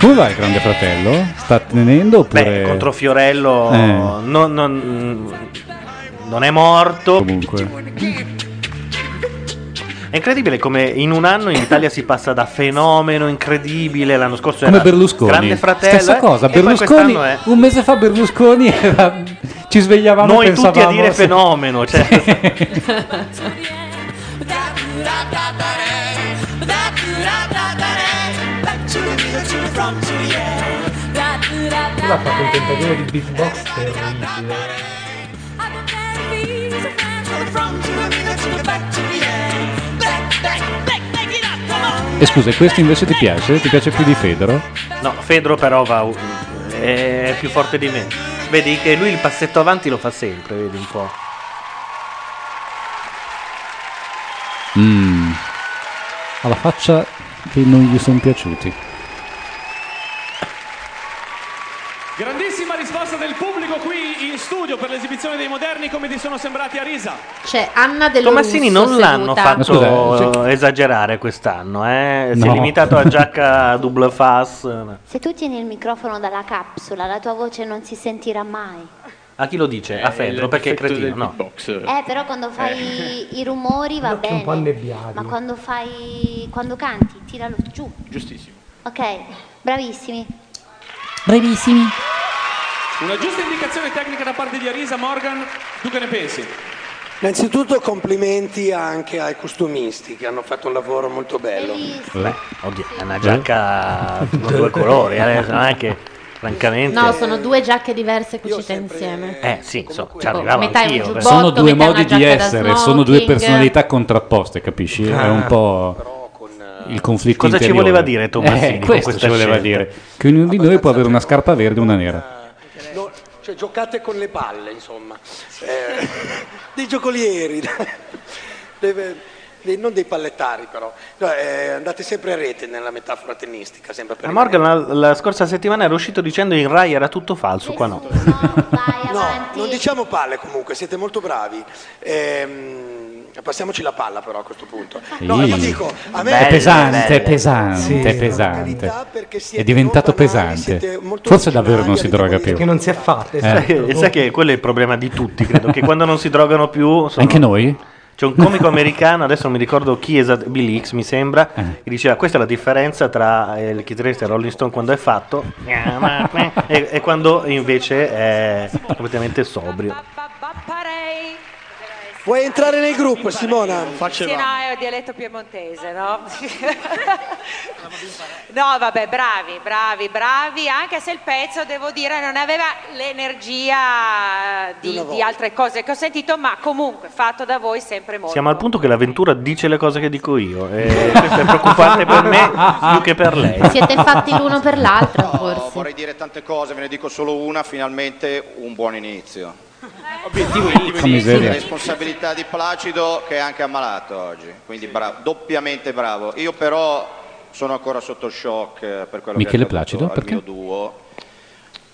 S5: Come va il grande fratello? Sta tenendo oppure...
S1: Beh, contro Fiorello
S5: Eh.
S1: non, non- non è morto. cioè,
S5: Comunque.
S1: È incredibile come in un anno in Italia si passa da fenomeno incredibile. L'anno scorso
S5: Come
S1: era
S5: Berlusconi.
S1: Grande fratello.
S5: Stessa
S1: eh,
S5: cosa,
S1: e poi
S5: Berlusconi.
S1: quest'anno è
S5: Un mese fa Berlusconi era- ci svegliavamo
S1: Noi
S5: e
S1: tutti a
S5: pensavamo
S1: dire
S5: se-
S1: fenomeno, cioè.
S17: Back to the middle, to the front, to the end.
S8: Quello ha fatto un tentativo di beatbox terribile.
S17: To the front, to the middle, to the back, to the end. Back, back, back, back it up, come on.
S5: E scusa, e questo invece ti piace? Ti piace più di Federo?
S1: No, Fedro però va, è più forte di me. Vedi che lui il passetto avanti lo fa sempre, vedi un po'.
S5: Mm. Ha la faccia che non gli sono piaciuti.
S6: Grandissima risposta del pubblico qui in studio per l'esibizione dei moderni come ti sono sembrati a risa.
S2: C'è Cioè, Anna del
S1: Tomassini
S2: Russo
S1: non l'hanno
S2: seduta.
S1: fatto eh,
S5: Ma scusa, eh,
S1: esagerare quest'anno, eh? si è
S5: No.
S1: limitato a giacca a double fast.
S10: Se tu tieni il microfono dalla capsula, la tua voce non si sentirà mai.
S1: A chi lo dice?
S5: Eh,
S1: A Fedro, perché è cretino, no?
S12: Certo.
S10: Eh, però quando fai
S12: Eh.
S10: i rumori va
S8: Un po'
S10: bene. Ma
S8: annebbiati.
S10: quando fai. quando canti, tiralo giù.
S6: Giustissimo.
S10: Ok, bravissimi.
S2: Brevissimi.
S6: Una giusta indicazione tecnica da parte di Arisa Morgan, tu che ne pensi?
S13: Innanzitutto complimenti anche ai costumisti che hanno fatto un lavoro molto bello.
S1: Beh, oddio, è una giacca con due colori, eh, non è che, francamente...
S2: No, sono due giacche diverse cucite insieme.
S1: Eh sì, so, ci arrivavo
S2: metà è un
S1: anch'io. però.
S2: giubbotto,
S5: sono due
S2: metà una
S5: modi di
S2: giacca da
S5: essere, sono due
S2: smoking.
S5: personalità contrapposte, capisci? È
S1: Ah.
S5: un
S1: eh,
S5: po' il conflitto
S1: Cosa ci
S5: interiore.
S1: voleva dire Tomassini
S5: Eh,
S1: con
S5: questo
S1: questa
S5: ci voleva
S1: scelta?
S5: dire che ognuno
S1: Ah,
S5: di noi può avere una scarpa verde e una nera.
S13: No, cioè giocate con le palle, insomma. Eh, dei giocolieri, dei- dei- non dei pallettari però. No, eh, andate sempre a rete nella metafora tennistica, sempre per
S1: Ma Morgan la, la scorsa settimana era uscito dicendo in Rai era tutto falso, qua no.
S13: No, non diciamo palle comunque, siete molto bravi. Ehm, passiamoci la palla però a questo punto. No, io
S5: Ehi.
S13: dico, a me
S5: è pesante, è
S13: Sì.
S5: pesante, è pesante. È diventato pesante. Forse davvero non si droga più.
S8: Che non si è fatta.
S1: E
S8: esatto.
S1: sai, e sai che quello è il problema di tutti, credo, che quando non si drogano più... sono-
S5: Anche noi?
S1: C'è un comico americano, adesso non mi ricordo chi esattamente, Bill Hicks mi sembra, che diceva questa è la differenza tra eh, il chitarrista Rolling Stone quando è fatto e, e quando invece è completamente sobrio.
S13: Vuoi entrare nel gruppo, Simona?
S14: Sì, no, è un dialetto piemontese, no? no, vabbè, bravi, bravi, bravi, anche se il pezzo, devo dire, non aveva l'energia
S13: Di
S14: di,
S13: una
S14: di
S13: volta.
S14: altre cose che ho sentito, ma comunque fatto da voi sempre molto.
S1: Siamo al punto che l'avventura dice le cose che dico io e questo è preoccupante per me più che per lei.
S2: Siete fatti l'uno per l'altro, forse.
S12: Vorrei dire tante cose, ve ne dico solo una, finalmente un buon inizio.
S5: Porca miseria.
S12: La responsabilità di Placido che è anche ammalato oggi, quindi bravo, doppiamente bravo. Io però sono ancora sotto shock eh, per quello
S5: Michele
S12: che è accaduto
S5: Placido,
S12: al
S5: perché?
S12: mio duo.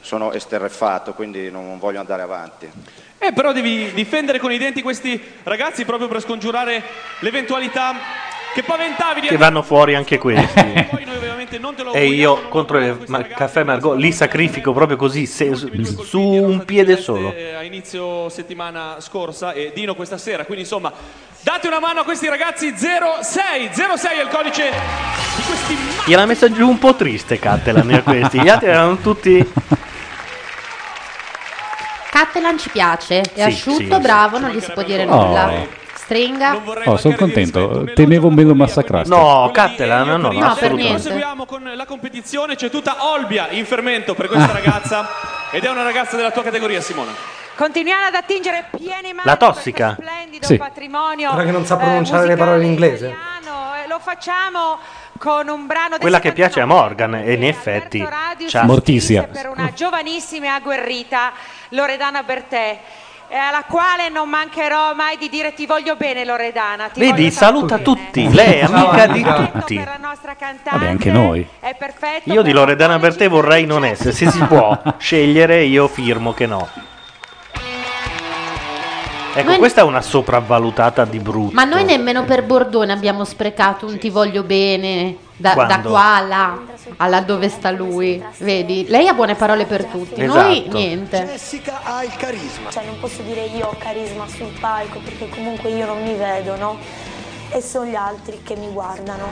S12: Sono esterrefatto, quindi non voglio andare avanti.
S6: Eh, però devi difendere con i denti questi ragazzi proprio per scongiurare l'eventualità che paventavi di
S1: Che vanno fuori anche questi.
S6: Veramente non te lo
S1: E io contro il ma- caffè Margot li sacrifico proprio così, se- su su un piede solo.
S6: eh, a inizio settimana scorsa e Dino questa sera. Quindi insomma, date una mano a questi ragazzi 06. 06 è il codice di questi
S1: Gliel'ha messa giù un po' triste Cattelan a questi, gli altri erano tutti...
S2: Cattelan ci piace, è asciutto,
S5: sì,
S2: bravo, non gli si può dire
S5: Oh.
S2: nulla. Stringa.
S5: Oh, sono contento. Temevo me lo massacrassi.
S1: No, Cattelan, no, no,
S2: per
S1: assolutamente.
S6: Proseguiamo con la competizione, c'è tutta Olbia in fermento per questa ragazza ed è una ragazza della tua categoria Simona.
S14: Continuiamo ad attingere pieni mani
S1: La tossica?
S14: sì. patrimonio.
S8: Quella che non sa
S14: eh,
S8: pronunciare le parole in inglese.
S14: musicano, eh, lo facciamo con un brano
S1: Quella che piace a Morgan e in effetti... c'ha-
S5: Mortizia.
S14: per una giovanissima e agguerrita Loredana Bertè. eh, Alla quale non mancherò mai di dire ti voglio bene Loredana. Ti
S1: Vedi,
S14: voglio
S1: saluta tutti, lei è amica di tutti.
S5: Vabbè, anche noi.
S1: Io di Loredana Bertè vorrei non essere, se si può scegliere io firmo che no. Ecco,
S2: Noi-
S1: questa è una sopravvalutata di brutto.
S2: Ma noi nemmeno per Bordone abbiamo sprecato un ti voglio bene da, da
S1: Quando?
S2: qua a là, alla dove sta lui. Vedi, lei ha buone parole per tutti, noi
S1: Esatto.
S2: niente.
S18: Jessica ha il carisma. Cioè non posso dire io ho carisma sul palco perché comunque io non mi vedo, no? E sono gli altri che mi guardano.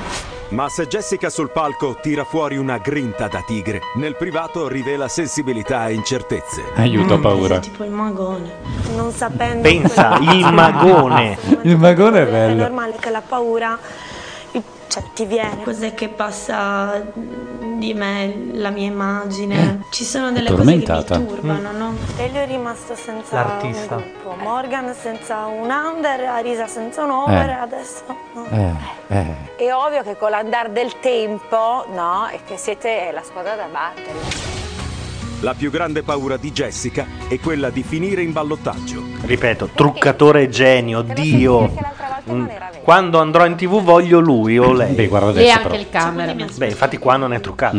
S11: Ma se Jessica sul palco tira fuori una grinta da tigre, nel privato rivela sensibilità e incertezze.
S5: Aiuto, ho
S1: Mm.
S5: paura.
S18: Tipo il magone. Non sapendo
S11: Pensa,
S18: quello che
S11: il
S18: c'è.
S11: magone.
S5: Il magone è bello.
S18: È normale che la paura cioè, ti viene. Cos'è che passa di me, la mia
S5: Eh,
S18: immagine? Ci sono delle cose
S5: Tormentata.
S18: che mi
S5: Mm.
S18: turbano, no? Elio è rimasto senza
S5: L'artista.
S18: un gruppo, Morgan senza un under, Arisa senza un over,
S5: Eh.
S18: adesso no.
S5: Eh, eh.
S15: È ovvio che con l'andare del tempo, no, è che siete la squadra da battere.
S11: La più grande paura di Jessica è quella di finire in ballottaggio.
S1: Ripeto, truccatore genio, Dio. Mm, Quando andrò in tv voglio lui o lei. Beh,
S5: guarda Mm.
S2: E anche il cameraman.
S1: Beh, infatti qua non è truccato.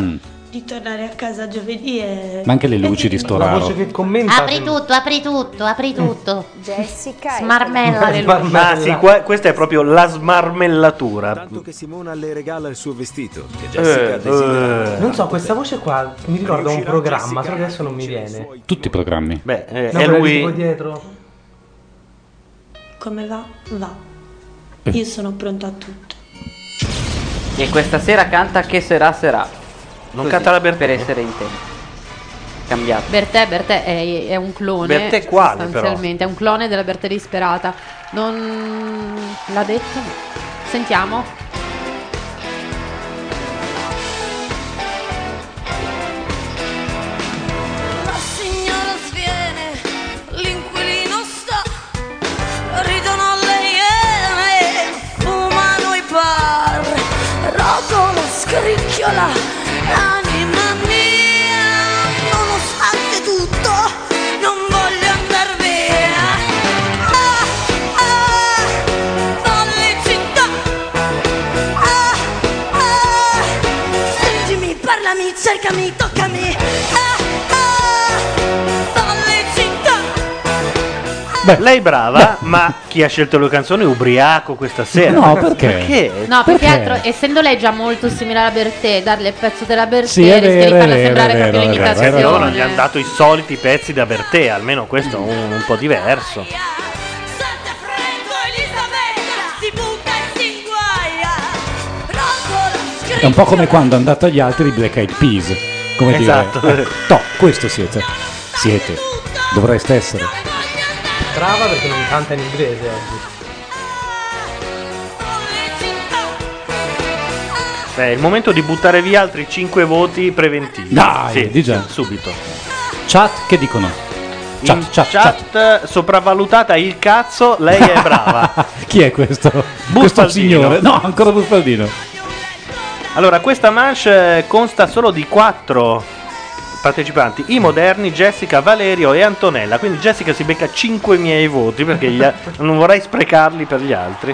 S18: Di tornare a casa giovedì e...
S5: Ma anche le luci di
S8: La
S5: Storaro.
S8: voce che commenta.
S10: Apri tutto, apri tutto, apri tutto.
S15: Jessica
S10: Smarmella le luci.
S1: Ma Ah, sì, qua- questa è proprio la smarmellatura.
S11: Tanto che Simona le regala il suo vestito, che
S1: Jessica
S11: Jessica
S1: Eh, desidera. eh.
S8: Non so, questa voce qua mi ricorda un programma, però adesso non mi viene.
S5: Tutti i programmi.
S1: Beh, eh,
S8: No,
S1: è
S8: quella di
S1: lui.
S8: tipo dietro.
S18: Come va? Va. Io sono pronta a tutto.
S7: E questa sera canta Che sarà sarà. Non
S1: canta la
S7: Bertè. Per essere in tempo. Cambiato.
S2: Bertè, Bertè è, è un clone.
S7: Bertè quale, però?
S2: Sostanzialmente, è un clone della Bertè disperata. Non l'ha detto? Sentiamo.
S9: La signora sviene, l'inquilino sta, ridono le iene, fumano i bar, rotola, scricchiola, anima mia, nonostante tutto non voglio andar via. Ah, ah, folle città, ah, ah, stringimi, parlami, cercami, toccami. Ah,
S1: Beh, lei è brava, ma chi ha scelto le canzoni è ubriaco questa sera.
S5: No, perché?
S1: Perché?
S2: No, più che altro, essendo lei già molto simile alla Bertè, darle il pezzo della Bertè
S1: Sì, è
S2: rischia di
S1: vero, è
S2: farla
S1: vero,
S2: sembrare
S1: è vero,
S2: proprio
S1: è vero,
S2: l'imitazione.
S1: Perché loro gli hanno dato i soliti pezzi da Bertè, almeno questo è un, un po' diverso.
S9: Si butta e si guaia Rotola,
S5: È un po' come quando hanno dato agli altri i Black Eyed Peas. Come
S1: Esatto.
S5: dire, eh, no, questo siete. Siete. Dovreste essere.
S8: Brava perché non canta in inglese oggi.
S1: Beh, è il momento di buttare via altri 5 voti preventivi.
S5: Dai,
S1: Sì,
S5: di già.
S1: subito.
S5: Chat, che dicono? Chat,
S1: In
S5: chat,
S1: chat, sopravvalutata il cazzo, lei è brava.
S5: Chi è questo? Questo signore? No, ancora Buffaldino.
S1: Allora, questa manche eh, consta solo di 4 partecipanti, i moderni, Jessica, Valerio e Antonella. Quindi Jessica si becca 5 miei voti perché gli a- non vorrei sprecarli per gli altri.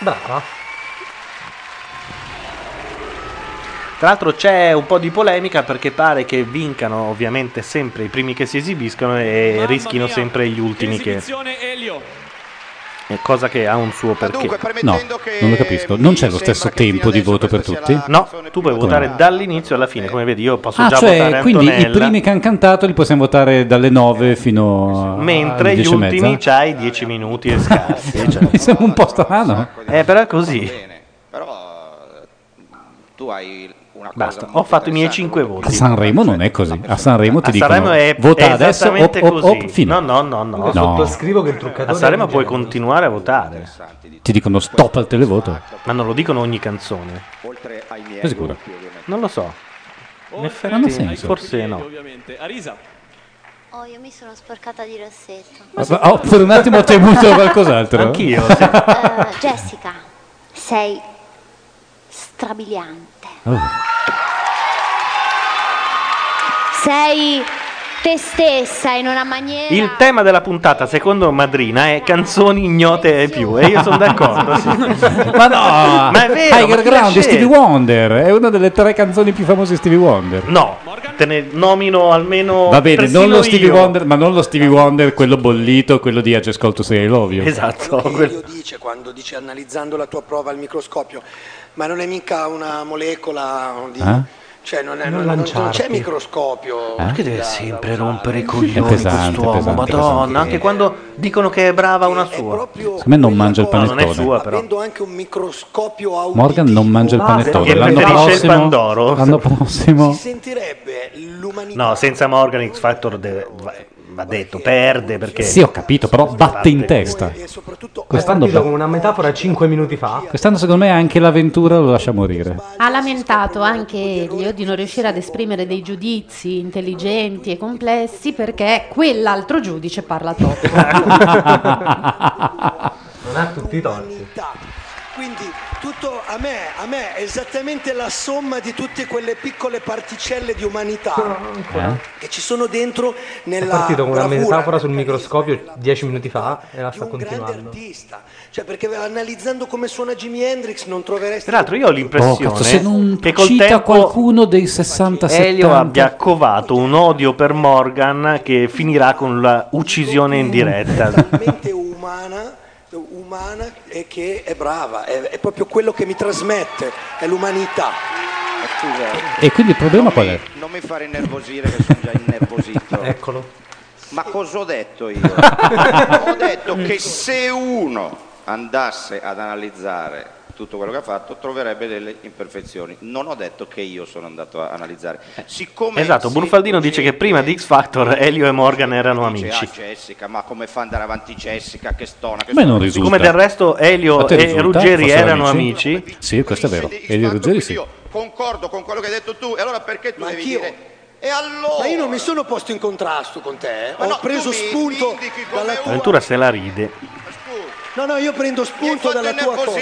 S8: Brava.
S1: Eh? Tra l'altro c'è un po' di polemica perché pare che vincano ovviamente sempre i primi che si esibiscono e rischino sempre gli ultimi che...
S6: Esibizione Elio.
S1: eh, cosa che ha un suo perché.
S5: No, non lo capisco. Non c'è lo stesso tempo di voto per tutti?
S1: No, tu puoi votare dall'inizio alla fine, come vedi io posso
S5: Ah,
S1: già
S5: cioè,
S1: votare
S5: quindi i
S1: Antonella, Eh,
S5: primi che hanno cantato li possiamo votare dalle 9 fino a
S1: mentre gli
S5: 10
S1: ultimi c'hai 10 minuti e scarsi. cioè.
S5: Mi sembra un po' strano.
S1: Eh, però è così.
S12: eh, Tu hai una
S1: Basta, ho fatto i miei 5
S5: A
S1: voti.
S5: Sanremo non è così. A Sanremo ti
S1: A
S5: dicono
S1: Sanremo è,
S5: vota
S1: è
S5: adesso, op,
S1: esattamente
S5: op,
S1: così.
S5: op, fine.
S1: No, no, no, no.
S5: Io No. sottoscrivo
S1: che il
S8: truccatore
S1: A Sanremo
S8: è un
S1: puoi continuare a votare.
S5: Ti dicono stop al televoto.
S1: Ma non lo dicono ogni canzone.
S12: Oltre ai miei
S5: Sei sicuro?
S12: gruppi, ovviamente.
S1: Non lo so. In effetti,
S5: non ha senso.
S1: forse no.
S6: Ovviamente. Arisa.
S10: Oh, io mi sono sporcata di rossetto.
S5: Ah, oh, per un attimo ho temuto qualcos'altro.
S1: Anch'io,
S10: Eh, Jessica, sei strabiliante.
S5: Oh.
S10: Sei te stessa in una maniera.
S1: Il tema della puntata, secondo Madrina, è canzoni ignote e più. E io sono d'accordo. sì.
S5: Ma no,
S1: Ma è vero, ma
S5: Tiger
S1: chi
S5: Ground
S1: l'ha
S5: di Stevie
S1: scelta?
S5: Wonder è una delle tre canzoni più famose di Stevie Wonder.
S1: No, te ne nomino almeno.
S5: Va bene,
S1: persino
S5: non lo Stevie
S1: io.
S5: Wonder, ma non lo Stevie Wonder, quello bollito, quello di I Just Call to Say I Love You.
S1: Esatto.
S13: Elio dice quando dice analizzando la tua prova al microscopio, ma non è mica una molecola di...
S5: Eh?
S13: Cioè non, è,
S5: Non
S13: non- non- non
S5: lanciarti.
S13: c'è microscopio.
S1: Perché deve sempre rompere i coglioni
S5: pesante,
S1: quest'uomo,
S5: pesante,
S1: madonna,
S5: pesante.
S1: anche quando dicono che è brava una sua.
S5: Secondo me non mangia il
S1: Esatto. non è
S5: panettone.
S1: sua però.
S5: Morgan non mangia il
S1: Ah,
S5: panettone.
S1: perché
S5: L'anno
S1: preferisce il
S5: prossimo,
S1: Pandoro.
S5: l'anno prossimo
S1: No, senza Morgan X Factor de- va, va detto, perde perché...
S5: Sì, ho capito, però batte in testa. Quest'anno,
S8: Partito con una metafora 5 minuti fa.
S5: quest'anno secondo me anche l'avventura lo lascia morire.
S2: Ha lamentato anche Elio di non riuscire ad esprimere dei giudizi intelligenti e complessi perché quell'altro giudice parla troppo.
S8: Non ha tutti i torti.
S13: Quindi tutto a me, a me è esattamente la somma di tutte quelle piccole particelle di umanità
S1: Eh?
S13: che ci sono dentro
S8: È
S13: nella
S8: partito con una
S13: bravura
S8: metafora sul microscopio 10 minuti fa e la sta continuando.
S13: artista. Cioè perché analizzando come suona Jimi Hendrix non troveresti...
S1: Tra l'altro io ho
S5: Oh,
S1: l'impressione
S5: cazzo, se non
S1: che col
S5: cita
S1: tempo
S5: qualcuno dei 60
S1: Elio abbia covato un odio per Morgan che finirà con la uccisione in diretta.
S13: umana e che è brava, è, è proprio quello che mi trasmette, è l'umanità.
S5: E quindi il problema qual è?
S12: Non mi fare innervosire che sono già innervosito.
S8: Eccolo.
S12: Ma cosa ho detto io? ho detto che se uno andasse ad analizzare tutto quello che ha fatto troverebbe delle imperfezioni. Non ho detto che io sono andato a analizzare. Siccome
S1: Esatto, Burfaldino dice che prima di X Factor Elio e Morgan erano
S12: dice,
S1: amici.
S12: "Ah, Jessica, ma come fa ad andare avanti Jessica che stona, che
S5: A me non
S12: stona".
S5: risulta.
S1: Siccome del resto Elio
S5: A te
S1: e
S5: risulta?
S1: Ruggeri
S5: Fossero
S1: erano
S5: Sì, questo è vero. Elio e Ruggeri sì.
S12: Concordo con quello che hai detto tu, e allora perché tu devi dire
S13: E allora? Ma io non mi sono posto in contrasto con te, eh. ho preso spunto dalla tua...
S1: Ventura se la ride.
S13: No, no, io prendo spunto dalla tua cosa.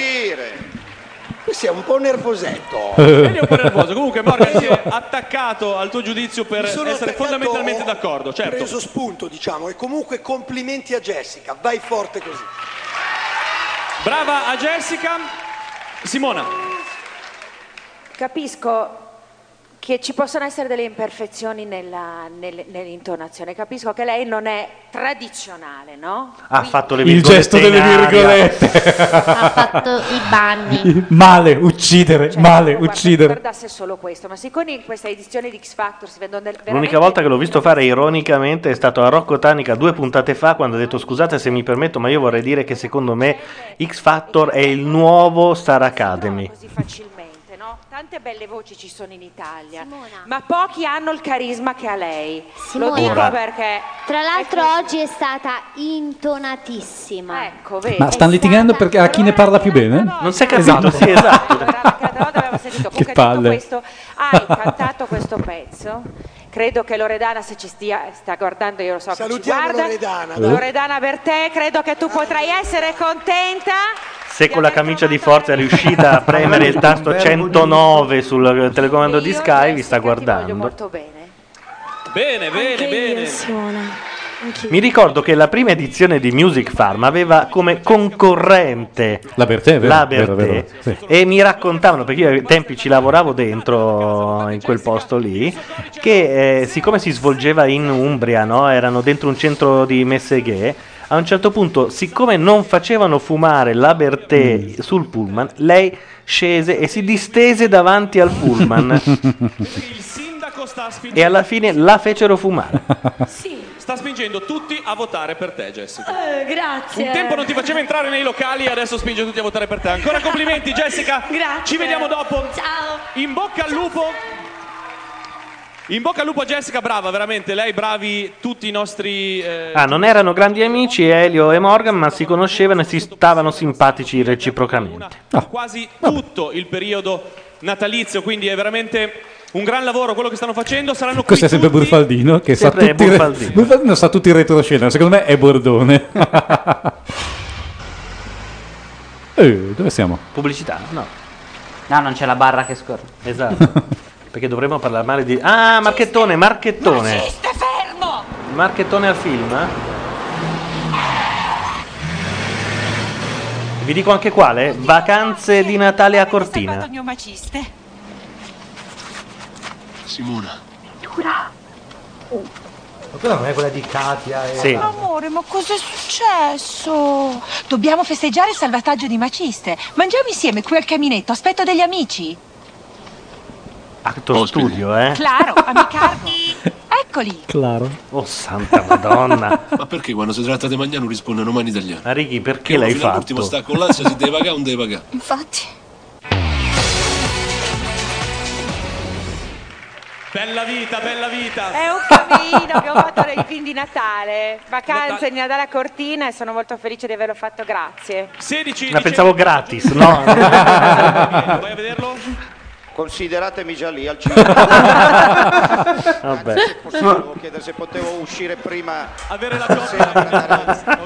S13: Tu sei un po' nervosetto.
S1: Eh.
S5: Eh.
S6: Quindi è un po' nervoso. Comunque, Ah, Morgan si è attaccato al tuo giudizio per
S13: Mi sono
S6: essere
S13: attaccato,
S6: fondamentalmente
S13: ho
S6: d'accordo. Certo.
S13: preso spunto, diciamo, e comunque complimenti a Jessica, vai forte così.
S6: Brava a Jessica. Simona.
S14: Capisco che ci possono essere delle imperfezioni nella- nel- nell'intonazione, capisco che lei non è tradizionale, no?
S1: Ha fatto le
S5: Il
S1: virgolette
S5: gesto delle
S1: in aria.
S5: virgolette.
S14: Ha fatto i banni.
S5: Male, uccidere,
S14: Cioè,
S5: male, uccidere.
S14: Guardasse solo questo, ma siccome in questa edizione di X Factor si vedono del
S1: L'unica volta che l'ho visto fare ironicamente è stato a Rocco Tanica due puntate fa quando ha detto scusate se mi permetto ma io vorrei dire che secondo me X Factor è il nuovo Star Academy.
S14: facilmente, no? Tante belle voci ci sono in Italia, ma pochi hanno il carisma che ha lei.
S10: Simona.
S14: Lo dico
S1: Ora.
S14: perché
S10: Tra l'altro oggi è stata intonatissima.
S14: Ecco, vedi.
S5: Ma stanno litigando perché a chi ne parla più bene?
S1: Non si è capito, sì, esatto.
S5: che palle.
S14: questo hai cantato questo pezzo. Credo che Loredana se ci stia sta guardando, io lo so
S13: Salutiamo
S14: che ci guarda.
S13: Loredana.
S14: Loredana Bertè, credo che tu potrai essere contenta.
S1: Se con la camicia di forza è riuscita a premere il tasto 109 sul telecomando di Sky vi sta guardando.
S6: Bene, bene, bene.
S1: Mi ricordo che la prima edizione di Music Farm aveva come concorrente
S5: La Bertè, vero?
S1: la
S5: vero,
S1: Bertè
S5: vero, sì.
S1: e mi raccontavano perché io ai tempi ci lavoravo dentro in quel posto lì che eh, siccome si svolgeva in Umbria no? erano dentro un centro di messe gay A un certo punto, siccome non facevano fumare la Bertè
S5: Mm.
S1: sul pullman, lei scese e si distese davanti al pullman. e alla fine la fecero fumare.
S6: Sta spingendo tutti a votare per te, Jessica.
S9: Eh, grazie.
S6: Un tempo non ti faceva entrare nei locali e adesso spinge tutti a votare per te. Ancora complimenti, Jessica.
S9: Grazie.
S6: Ci vediamo dopo.
S9: Ciao.
S6: In bocca al lupo. In bocca al lupo a Jessica, brava, veramente. Lei, bravi tutti i nostri. eh,
S1: Ah, non erano grandi amici Elio e Morgan, ma si conoscevano e si stavano simpatici reciprocamente.
S5: Ah.
S6: quasi tutto il periodo natalizio, quindi è veramente un gran lavoro quello che stanno facendo. Saranno qui
S5: Questo è sempre Burfaldino che sa
S6: Sempre
S5: tutti, i re-
S6: Burfaldino.
S5: Burfaldino sa tutti i retroscena, secondo me è Bordone. Eh, dove siamo?
S1: Pubblicità? No.
S7: No, non c'è la barra che scorre.
S1: Esatto. Perché dovremmo parlare male di. Ah, Marchettone, Marchettone! fermo! Marchettone al film? Vi dico anche quale? Vacanze di Natale a Cortina.
S16: mio maciste.
S1: Simona.
S16: Dura.
S8: Ma quella non è quella di Katia e...
S1: Sì.
S16: Oh, Amore, ma cos'è successo? Dobbiamo festeggiare il salvataggio di maciste. Mangiamo insieme qui al caminetto, aspetto degli amici.
S1: Eh. Actor studio, eh?
S16: Claro, a mio cargo. Eccoli.
S1: Claro. Oh, santa madonna.
S21: Ma perché quando si tratta di mangiano rispondono mani italiane?
S1: Ma Ricky, perché
S21: Uno
S1: l'hai
S21: fino all'ultimo
S1: fatto?
S21: sta con l'ansia se deve pagare o non deve pagare.
S9: Infatti.
S6: Bella vita, bella vita.
S9: Eh,
S14: È un cammino che ho fatto nei film di Natale, vacanze di Natale a Cortina e sono molto felice di averlo fatto, grazie.
S6: 16
S1: La pensavo gratis, no?
S6: Vai a vederlo?
S12: Consideratemi già lì al cinema. Vabbè. Potevo chiedere se potevo uscire prima avere la coppia.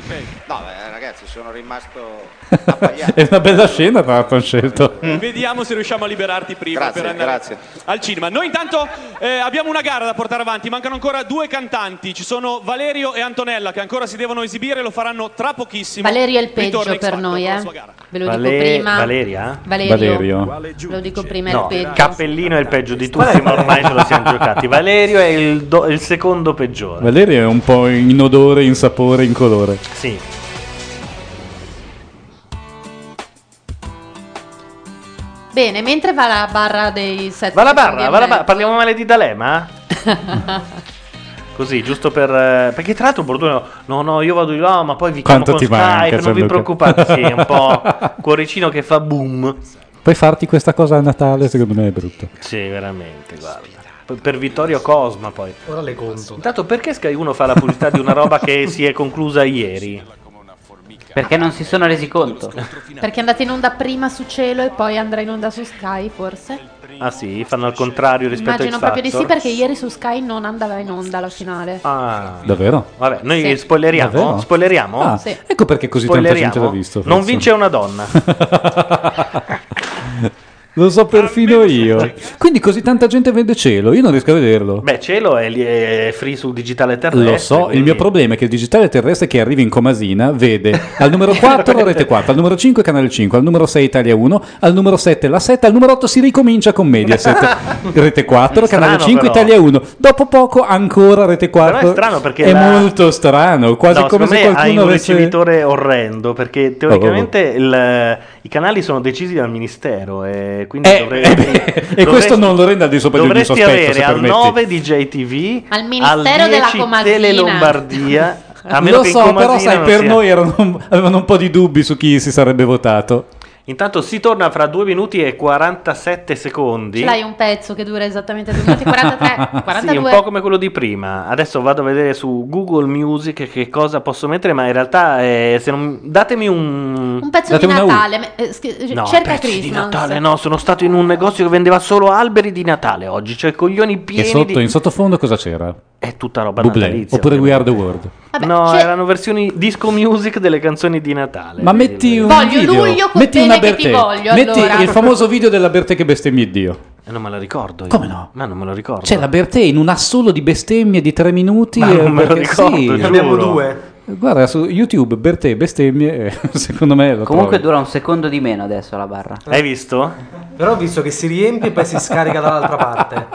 S12: No, beh, ragazzi, sono rimasto appagliato.
S5: è una bella scena, tra l'altro, hanno scelto.
S6: Mm.
S1: Mm.
S6: Vediamo se riusciamo a liberarti prima
S12: Grazie,
S6: per andare
S12: grazie.
S6: al cinema. Noi intanto eh, abbiamo una gara da portare avanti, mancano ancora due cantanti, ci sono Valerio e Antonella che ancora si devono esibire, lo faranno tra pochissimo.
S2: Valerio è il
S6: Ritorna
S2: peggio
S6: X
S2: per
S6: Factor
S2: noi,
S6: con
S2: eh.
S6: la sua gara.
S2: Ve lo
S1: Vale-
S2: dico prima.
S1: Valeria?
S2: Valerio.
S1: Valerio.
S2: Lo dico prima è il
S1: No,
S2: peggio.
S1: Cappellino è il peggio di tutti, ma ormai ce lo siamo giocati. Valerio è il, do- il secondo peggiore.
S5: Valerio è un po' in odore, in sapore, in colore.
S1: Sì.
S2: Bene, mentre va la barra dei set.
S1: Va la barra, va la barra. Parliamo male di D'Alema? Così, giusto per... eh, Perché tra l'altro Bordone... No, no, io vado di là, ma poi vi chiamo
S5: Quanto
S1: con
S5: ti
S1: Skype,
S5: manca,
S1: non vi
S5: Gianluca?
S1: preoccupate. Sì, è un po' cuoricino che fa boom.
S5: Poi farti questa cosa a Natale, secondo me è brutto.
S1: Sì, veramente, guarda. P- Per Vittorio Cosma poi.
S8: Ora le conto.
S1: Intanto perché Sky 1 fa la pubblicità di una roba che si è conclusa ieri?
S7: Perché non si sono resi conto.
S2: Perché andate in onda prima su cielo e poi andrà in onda su Sky, forse?
S1: Ah sì, fanno al contrario rispetto
S2: Immagino
S1: a X
S2: proprio di sì,
S1: Factor?
S2: perché ieri su Sky non andava in onda la finale.
S1: Ah.
S5: Davvero?
S1: Vabbè, noi
S2: Sì.
S1: spoileriamo,
S5: Davvero?
S1: spoileriamo?
S5: Ah, Sì. ecco perché così tanta gente
S1: Spoileriamo?
S5: l'ha visto,
S1: Non
S5: forse.
S1: vince una donna.
S5: Lo so perfino io. Quindi così tanta gente vende cielo, io non riesco a vederlo.
S1: Beh, Cielo è, lì- è free sul digitale terrestre.
S5: Lo so, il
S1: quindi-
S5: mio problema è che il digitale terrestre che arriva in Comasina vede al numero 4 Rete 4, al numero 5 Canale 5, al numero 6 Italia 1, al numero 7 La 7, al numero 8 si ricomincia con Mediaset, Rete 4,
S1: Strano,
S5: Canale 5,
S1: però.
S5: Italia 1, dopo poco ancora Rete 4.
S1: Però è strano perché
S5: È
S1: la-
S5: molto strano, quasi
S1: No, secondo
S5: come se
S1: me hai un
S5: qualcuno avesse... Oh,
S1: ricevitore orrendo perché teoricamente il- i canali sono decisi dal ministero e quindi dovrebbe-
S5: Eh, E
S1: dovresti-
S5: questo non lo rende al di sopra di ogni
S1: dovresti
S5: sospetto,
S1: avere
S5: se
S1: al
S5: permetti.
S1: 9 DJ TV
S2: Al Ministero della
S1: 10
S2: Comasina.
S1: Tele Lombardia a meno
S5: Lo
S1: che in
S5: so, però
S1: Comasina
S5: sai,
S1: non
S5: per
S1: sia.
S5: noi erano- avevano un po' di dubbi su chi si sarebbe votato.
S1: Intanto si torna fra 2 minuti e 47 secondi. Ah,
S2: Ce l'hai un pezzo che dura esattamente 2 minuti 43,
S1: Sì,
S2: 42.
S1: un po' come quello di prima. Adesso vado a vedere su Google Music che cosa posso mettere, ma in realtà eh, se non... datemi un...
S2: Un pezzo di Natale. me- eh, schi-
S1: No,
S2: cerca
S1: pezzi
S2: Christmas.
S1: di Natale, no, sono stato in un negozio che vendeva solo alberi di Natale oggi, cioè coglioni
S5: E
S1: pieni
S5: sotto,
S1: di... Eh,
S5: in sottofondo cosa c'era?
S1: È tutta roba
S5: Bublé,
S1: natalizia,
S5: Oppure We Are the World.
S1: no, erano versioni disco music delle canzoni di Natale.
S5: Ma metti un
S2: Voglio
S5: video,
S2: luglio con
S5: metti
S2: bene
S5: una
S2: che ti
S5: Bertè,
S2: voglio,
S5: metti
S2: allora.
S5: il famoso video della Bertè che bestemmia Dio.
S1: Eh, non me la ricordo. Come no? Ma non me lo ricordo.
S5: C'è Cioè, la Bertè in un assolo di bestemmie di tre minuti.
S1: Ma
S5: eh,
S1: non me lo
S5: perché-
S1: ricordo,
S5: sì.
S1: Ne abbiamo giuro. due.
S5: Guarda, su YouTube Bertè bestemmie, eh, secondo me lo
S7: Comunque
S5: trovi.
S7: dura un secondo di meno adesso la barra.
S1: Hai visto?
S8: Però ho visto che si riempie e poi si scarica dall'altra parte.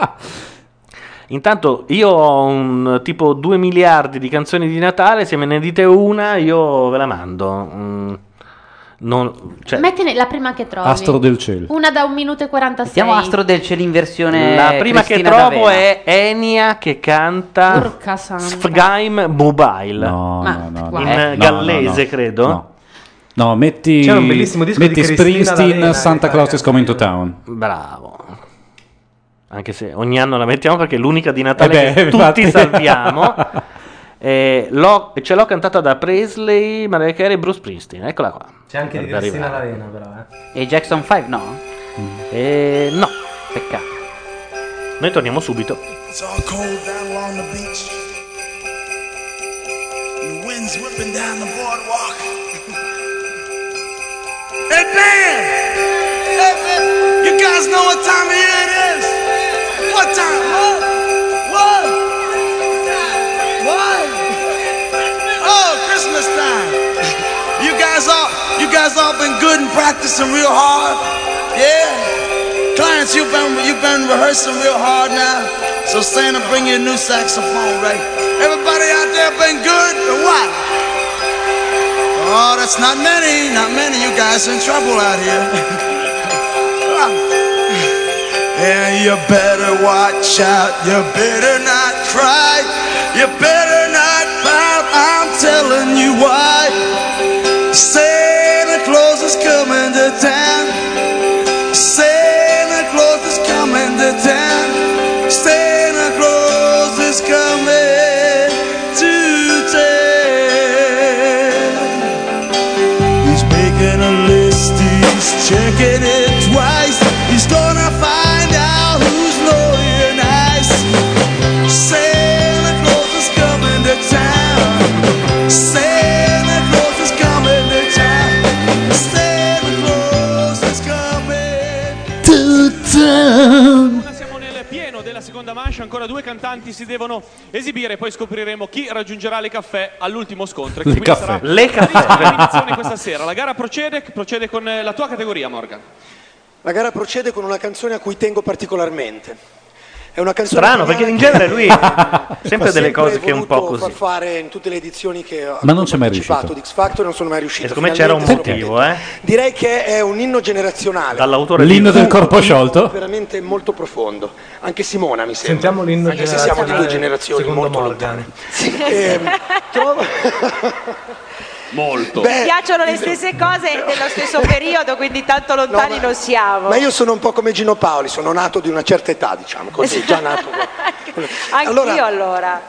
S1: Intanto io ho un, tipo 2 miliardi di canzoni di Natale, se me ne dite una io ve la mando. Mm, non- cioè,
S2: Mettine la prima che trovi.
S1: Astro del cielo.
S2: Una da 1 minuto e 46.
S7: Siamo Astro del Cielo in versione.
S1: la prima che
S7: Cristina
S1: trovo
S7: D'Avena.
S1: è Enia che canta
S2: Porca santa.
S1: Sfgaim Mobile.
S2: Ma-
S5: no, no,
S1: in
S5: no, no, no,
S1: gallese,
S5: no.
S1: credo.
S5: No, metti,
S1: C'era un bellissimo disco
S5: metti
S1: di Cristina D'Avena,
S5: Springsteen, Santa
S1: che
S5: Claus is coming to town.
S1: Bravo. Anche se ogni anno la mettiamo perché è l'unica di Natale
S5: Eh beh,
S1: che tutti
S5: infatti.
S1: salviamo. Eh, l'ho- ce l'ho cantata da Presley, Mariah Carey e Bruce Springsteen. Eccola qua.
S8: C'è anche di
S1: Per arrivare.
S8: Cristina Lavena, però. Eh.
S7: E Jackson 5 no?
S1: Eh, no. Peccato. Noi torniamo subito.
S3: It's all cold down along the beach. The wind's whipping down the boardwalk. hey, Dan! Hey, man! You guys know what time of year it is? What time? What? What? What? Oh, Christmas time! you guys all, you guys all been good and practicing real hard? Yeah? Clients, you've been you've been rehearsing real hard now. So Santa, bring your new saxophone, right? Everybody out there been good or what? Oh, that's not many, not many. You guys in trouble out here. and you better watch out. You better not cry. You better not pout. I'm telling you why. Santa Claus is coming to town. Santa Claus is coming to town. Santa Claus is coming to town. He's making a list, he's checking it twice. He's gonna find out who's loyal and nice. Santa Claus is coming to town. Santa Claus is coming to town. Santa Claus is coming to town.
S6: Nel pieno della seconda manche ancora due cantanti si devono esibire, poi scopriremo chi raggiungerà le caffè all'ultimo scontro. e
S5: Le
S6: quindi
S5: caffè.
S6: sarà
S5: Le caffè.
S6: l'eliminazione questa sera. La gara procede, procede con eh, la tua categoria, Morgan.
S13: La gara procede con una canzone a cui tengo particolarmente. È una canzone
S1: Strano,
S13: italiana
S1: perché in
S13: che-
S1: genere lui
S13: Ha
S1: sempre delle cose che è un po'
S13: voluto
S1: così.
S13: far fare in tutte le edizioni che ho
S5: Ma non c'è mai
S13: partecipato
S5: riuscito.
S13: di X Factor non sono mai riuscito.
S1: E siccome c'era un
S13: Finalmente
S1: motivo, eh?
S13: sono- Direi che è un inno generazionale.
S1: Dall'autore
S5: L'inno
S1: di-
S5: del corpo sciolto.
S13: veramente molto profondo. Anche Simona mi sembra.
S8: Sentiamo l'inno
S13: Anche se siamo di due
S8: generazionale
S13: generazioni
S8: secondo
S13: molto
S8: Morgan.
S13: lontane. Ehm, trovo-
S6: Molto.
S14: Mi piacciono le stesse cose dello stesso periodo, quindi tanto lontani non siamo.
S13: Ma io sono un po' come Gino Paoli, sono nato di una certa età, diciamo così, già nato.
S14: Anch'io
S13: Allora-
S14: allora.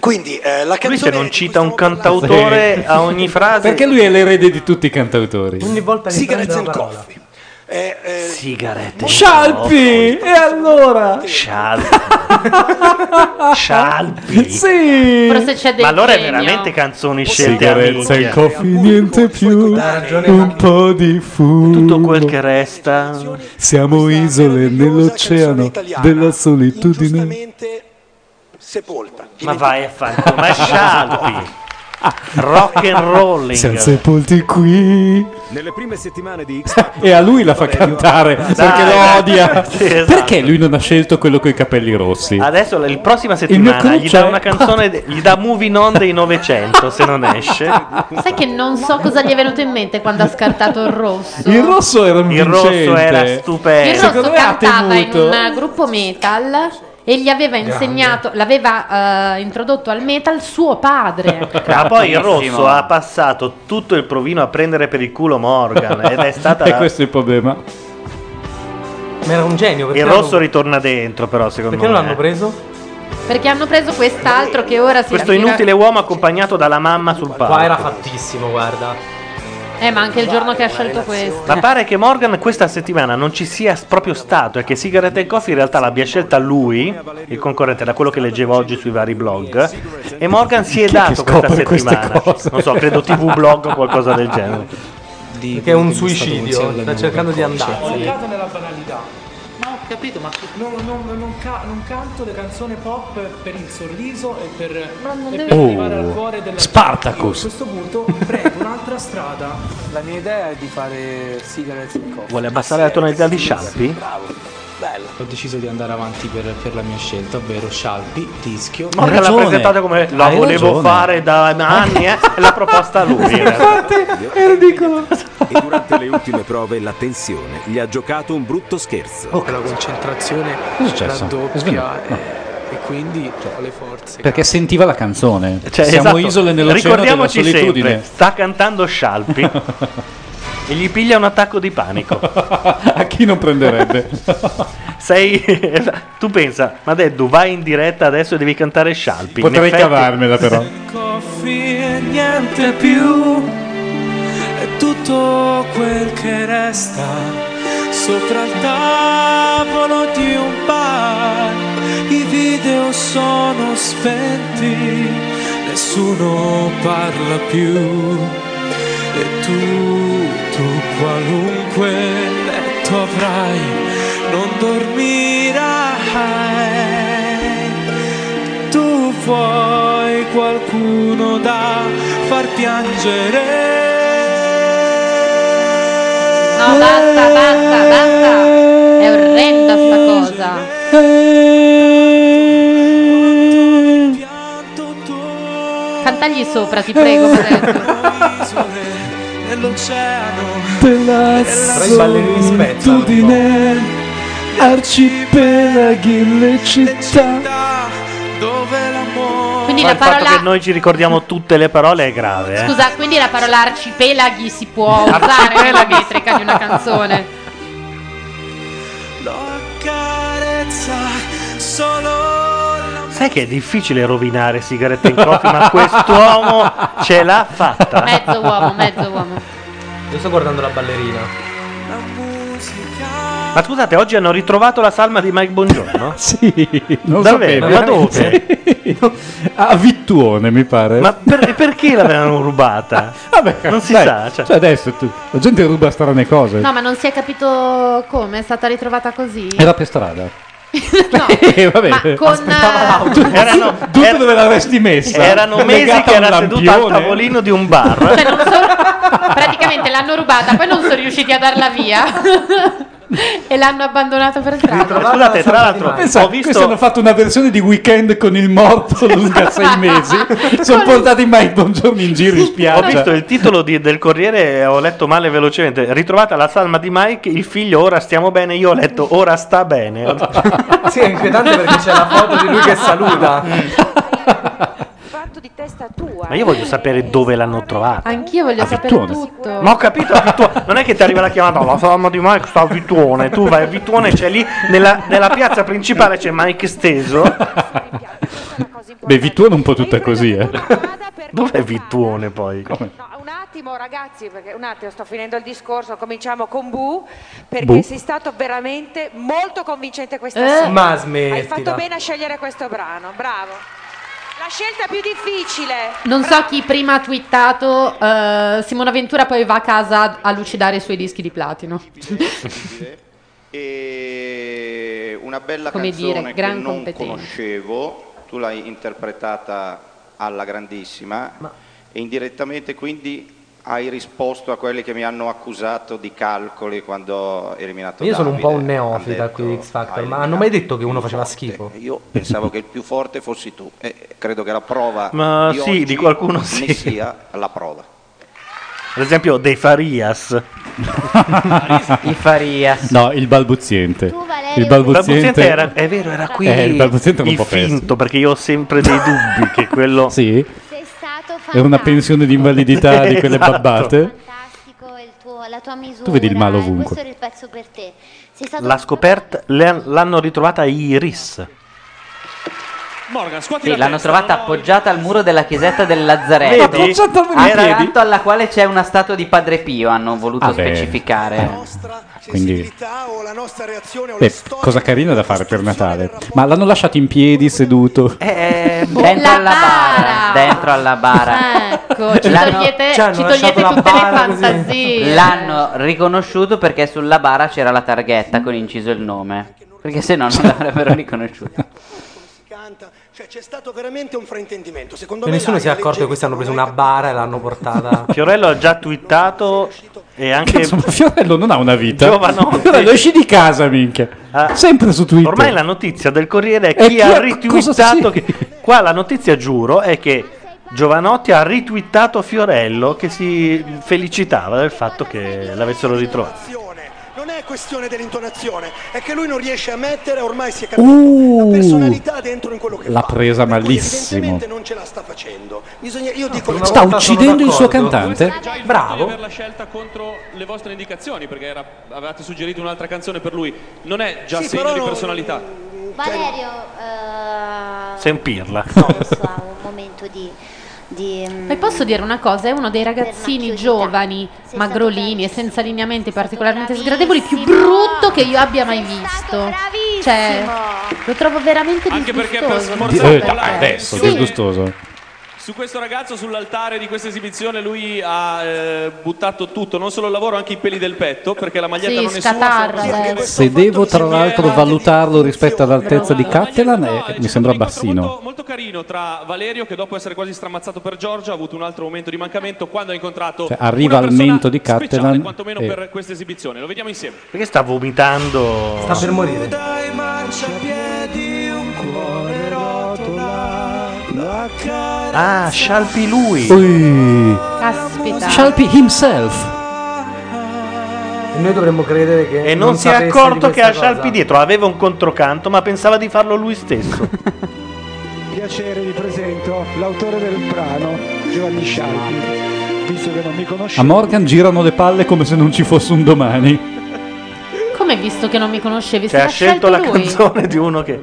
S13: Quindi eh, la
S1: Lui se
S13: canzone
S1: non cita un cantautore a ogni frase.
S5: Perché lui è l'erede di tutti i cantautori.
S8: volta che
S13: Cigarettes
S8: prende
S13: and
S8: la parola.
S13: Coffee. Eh, eh,
S1: Sigarette.
S5: Scialpi! E allora?
S1: Scialpi. Scialpi.
S5: Sì.
S2: Però se c'è del
S1: Ma allora è
S2: genio.
S1: veramente canzoni scelte a
S5: Sigarezza e
S1: minchia.
S5: coffee, niente più. Un po' di fumo. Tutto
S1: quel che resta.
S5: Siamo isole nell'oceano della solitudine.
S13: sepolta.
S1: Ma vai a fare ma Scialpi.
S8: Ah.
S1: Ah, Rock and rolling.
S5: Siamo sepolti qui.
S11: Nelle prime settimane di X
S5: E a lui la fa cantare perché lo odia.
S1: Sì, esatto.
S5: Perché lui non ha scelto quello con i capelli rossi?
S1: Adesso la- il prossima
S5: Il mio
S1: settimana gli
S5: cruccio
S1: dà
S5: è-
S1: una canzone, de- gli dà Movie Non dei 900 se non esce.
S2: Sai che non so cosa gli è venuto in mente quando ha scartato il rosso.
S5: Il rosso era un
S1: Il rosso
S5: vincente.
S1: era stupendo.
S2: Il
S5: Secondo
S2: rosso
S5: me ha
S2: cantava in
S5: temuto.
S2: un gruppo metal e gli aveva insegnato, l'aveva eh, introdotto al metal suo padre.
S1: Ma poi il
S5: Bravissimo.
S1: rosso ha passato tutto il provino a prendere per il culo Morgan ed è stata
S5: E questo è il problema.
S8: Ma era un genio. perché
S1: Il rosso
S8: non-
S1: ritorna dentro però secondo
S8: Perché non
S1: me.
S8: l'hanno preso?
S2: Perché hanno preso quest'altro che ora si
S1: Questo
S2: ritira-
S1: inutile uomo accompagnato dalla mamma sul palco.
S8: Qua era fattissimo, guarda.
S2: Eh, ma anche il giorno che ha scelto questo.
S1: Ma pare che Morgan questa settimana non ci sia proprio stato e che Cigarette and Coffee in realtà l'abbia scelta lui, il concorrente, da quello che leggevo oggi sui vari blog. E Morgan si è
S5: Chi è che
S1: dato questa
S5: scopre queste
S1: settimana.
S5: cose?
S1: Non so, credo TV blog o qualcosa del genere.
S8: Perché è un suicidio. Sta cercando di andare.
S19: caso nella banalità. Ma ho capito, ma non, non- non ca- non canto le canzoni pop per il sorriso e per, e per
S5: Oh,
S19: arrivare al cuore della
S5: Spartacus.
S19: Io A questo punto prendo un'altra strada. La mia idea è di fare Eh, sigarette in coffee.
S1: Vuole abbassare la tonalità di Sharpie?
S13: Bello.
S19: Ho deciso di andare avanti per, per la mia scelta, ovvero Scialpi, Rischio.
S1: Ma l'ha presentata come la
S19: Hai
S1: volevo
S19: ragione.
S1: fare da anni, eh? e l'ha proposta a lui. in realtà.
S11: È ridicolo. E durante le ultime prove la tensione gli ha giocato un brutto scherzo.
S19: La concentrazione
S5: Cosa è successo? È svenuto?
S19: raddoppia
S5: No.
S19: e, e quindi ho le forze.
S5: Perché sentiva la canzone.
S1: Cioè,
S5: Siamo
S1: esatto.
S5: isole nell'oceano della
S1: Ricordiamoci
S5: solitudine.
S1: sempre, sta cantando Scialpi e gli piglia un attacco di panico.
S5: A chi non prenderebbe?
S1: Sei, tu pensa, ma Deddu vai in diretta adesso e devi cantare Scialpi. In
S5: Potrei
S1: effetti-
S5: cavarmela però.
S19: Coffi e niente più, è tutto quel che resta sopra il tavolo di un bar. I video sono spenti, nessuno parla più. E tu, tu qualunque letto avrai, non dormirai. Tu vuoi qualcuno da far piangere?
S2: No, basta, basta, basta. È orrenda sta cosa. Cantagli sopra, ti prego.
S19: Nell'oceano
S4: della
S19: Però i ballerini spezzano un po'.
S4: solitudine arcipelaghi le città
S19: dove l'amore
S2: Quindi
S1: Ma
S2: la
S1: il fatto
S2: parola
S1: che noi ci ricordiamo tutte le parole è grave. eh.
S2: Scusa, quindi la parola arcipelaghi si può usare nella metrica di una canzone.
S19: carezza solo
S1: Sai che è difficile rovinare sigarette in coffee, ma quest'uomo ce l'ha fatta.
S2: Mezzo uomo, mezzo uomo.
S8: Io sto guardando la ballerina.
S19: la musica.
S1: Ma scusate, oggi hanno ritrovato la salma di Mike Bongiorno?
S5: sì, non
S1: Davvero?
S5: sapevo.
S1: Ma dove?
S5: A Ah, Vittuone, mi pare. Ah,
S1: Ma per- perché l'avevano rubata? non si
S5: Dai,
S1: sa. Cioè.
S5: cioè, adesso tu- la gente ruba strane cose.
S2: No, ma non si è capito come, è stata ritrovata così?
S5: Era per strada.
S2: No,
S5: Eh, vabbè.
S2: con eh,
S1: Erano,
S5: tu dove l'avresti messa?
S1: Esatto. Erano mesi
S5: Legata
S1: che
S5: a un
S1: era seduta al
S5: lampione?
S1: tavolino di un bar.
S2: praticamente l'hanno rubata, poi non sono riusciti a darla via e l'hanno abbandonato per strada.
S1: Scusate, tra l'altro,
S5: Pensa,
S1: ho
S5: questi hanno
S1: visto.
S5: fatto una versione di weekend con il morto lunga sei mesi. Sono portati mai buongiorno in giro in
S1: Ho
S5: spiaggia.
S1: visto il titolo di- del Corriere e ho letto male velocemente. Ritrovata la salma di Mike, il figlio ora stiamo bene. Io ho letto ora sta bene.
S8: Sì, è inquietante perché c'è la foto di lui che saluta.
S1: Ma io voglio Ah, sapere dove l'hanno trovata.
S2: Anch'io voglio sapere
S1: Vittuone.
S2: tutto.
S1: Ma ho capito, a Vittuone- non è che ti arriva la chiamata, "Oh, la salma di Mike sta a Vittuone, tu vai a Vittuone, c'è lì, nella, nella piazza principale c'è Mike steso.
S5: Beh, Vittuone un po' tutta così, eh.
S1: Dov'è Vittuone poi?
S14: Un attimo ragazzi, perché un attimo sto finendo il discorso, cominciamo con Bu, perché
S8: Bu.
S14: sei stato veramente molto convincente questa
S8: Eh?
S14: sera.
S8: Ma
S14: Hai
S8: smettila.
S14: fatto bene a scegliere questo brano, bravo. La scelta più difficile.
S2: Non so chi prima ha twittato eh, Simona Ventura poi va a casa a lucidare i suoi dischi di platino.
S12: E una bella
S2: Come
S12: canzone
S2: dire,
S12: che
S2: gran
S12: non
S2: competenza.
S12: conoscevo, tu l'hai interpretata alla grandissima e indirettamente quindi hai risposto a quelli che mi hanno accusato di calcoli quando ho eliminato
S8: Io sono un po' un
S12: Davide.
S8: neofita qui di X Factor, ma hanno mai detto che uno faceva schifo?
S12: Io pensavo che il più forte fossi tu e credo che la prova
S1: Ma
S12: di
S1: sì,
S12: oggi
S1: di qualcuno
S12: ne
S1: sì.
S12: sia la prova.
S1: Ad esempio dei Farias.
S7: I Farias.
S5: No, il balbuziente.
S1: Il
S5: Il balbuziente,
S1: balbuziente era, è vero, era qui
S5: Eh, il balbuziente era un
S1: il
S5: po' perso.
S1: finto, perché io ho sempre dei dubbi che quello...
S5: Sì. Era una pensione di invalidità di quelle
S1: Esatto.
S5: babbate.
S10: tuo- la tua misura.
S5: Tu vedi il male
S10: eh,
S5: ovunque.
S10: Questo era il pezzo per te. Sei stato
S1: La scoperta, le- l'hanno ritrovata Iris.
S6: Morgan, scuoti
S7: Sì,
S6: la
S7: l'hanno
S6: testa,
S7: trovata appoggiata al muro della chiesetta del Lazzaretto.
S1: Vedi? Appoggiata al muro, vedi?
S7: Accanto alla quale c'è una statua di Padre Pio, hanno voluto
S5: Ah, beh.
S7: specificare.
S5: Quindi... Beh, cosa carina da fare per Natale. Ma l'hanno lasciato in piedi, seduto.
S7: Eh, dentro alla bara, dentro alla bara.
S2: Ecco, ci
S7: L'hanno-
S2: togliete,
S7: ci hanno
S2: ci
S7: lasciato
S2: togliete
S7: la
S2: tutte le
S7: bara
S2: fantasie.
S7: L'hanno riconosciuto perché sulla bara c'era la targhetta con inciso il nome. Perché se no non l'avrebbero riconosciuto.
S13: Cioè c'è stato veramente un fraintendimento. Secondo
S8: E
S13: me
S8: Cioè, nessuno
S13: la-
S8: si è accorto che questi hanno preso una bara e l'hanno portata. Cioè,
S1: Fiorello ha già twittato e anche
S5: Cazzo, ma Fiorello non ha una vita.
S1: Giovanotti.
S5: Fiorello esci di casa, minchia.
S1: Ah.
S5: Sempre su Twitter.
S1: Ormai la notizia del Corriere è
S5: E
S1: chi
S5: chi
S1: ha
S5: ha-
S1: ritwittato. Che... Qua la notizia, giuro, è che Giovanotti ha ritwittato Fiorello che si felicitava del fatto che l'avessero ritrovato.
S13: Non è questione dell'intonazione, è che lui non riesce a mettere, ormai si è capito,
S5: Uh.
S13: la personalità dentro in quello che
S5: L'ha
S13: fa.
S5: presa
S13: Per cui
S5: malissimo.
S13: Evidentemente non ce la sta facendo. Bisogna, io dico
S5: Sta uccidendo il suo cantante?
S6: Bravo. aver la scelta contro le vostre indicazioni perché era- avevate suggerito un'altra canzone per lui. Non è già
S13: Sì,
S6: segno
S13: però
S6: di
S13: non-
S6: personalità.
S10: Valerio, eh,
S1: Sei un pirla.
S10: so, ha un momento di... di mm,
S2: E posso dire una cosa, è uno dei ragazzini giovani, magrolini e senza lineamenti particolarmente sgradevoli, più brutto che io abbia mai visto. Cioè, lo trovo veramente
S6: Anche perché per
S2: disgustoso.
S5: Di-
S6: smorzare
S5: eh,
S6: un po' la-
S5: dai, adesso,
S6: Sì.
S5: disgustoso.
S6: Su questo ragazzo, sull'altare di questa esibizione, lui ha eh, buttato tutto, non solo il lavoro, anche i peli del petto, perché la maglietta
S2: Sì,
S6: non è
S2: scatarra,
S6: sua. sono-
S2: adesso.
S5: Se devo tra l'altro valutarlo rispetto all'altezza di Cattelan, eh, mi sembra bassino.
S6: Molto carino tra Valerio, che dopo essere quasi stramazzato per Giorgia, ha avuto un altro momento di mancamento quando ha incontrato
S5: Cioè, arriva
S6: una
S5: al
S6: persona
S5: mento di
S6: speciale,
S5: Cattelan.
S6: quantomeno
S5: e-
S6: per questa esibizione. Lo vediamo insieme.
S1: Perché sta vomitando?
S8: Sta per morire.
S3: Dai marciapiedi un cuore rotola la
S1: Ah, scialpi lui.
S5: Ui.
S2: Caspita.
S5: Scialpi himself.
S1: Eh?
S8: E noi dovremmo credere che.
S1: E non, si è
S8: sapesse di
S1: accorto che
S8: questa
S1: ha scialpi
S8: cosa.
S1: dietro, aveva un controcanto, ma pensava di farlo lui stesso.
S4: Piacere, vi presento l'autore del brano, Giovanni Scialpi. Visto che non mi conosce.
S5: A Morgan girano le palle come se non ci fosse un domani.
S2: Come visto che non mi conoscevi?
S1: Cioè,
S2: Se
S1: ha
S2: l'ha
S1: scelto la
S2: lui.
S1: canzone di uno che.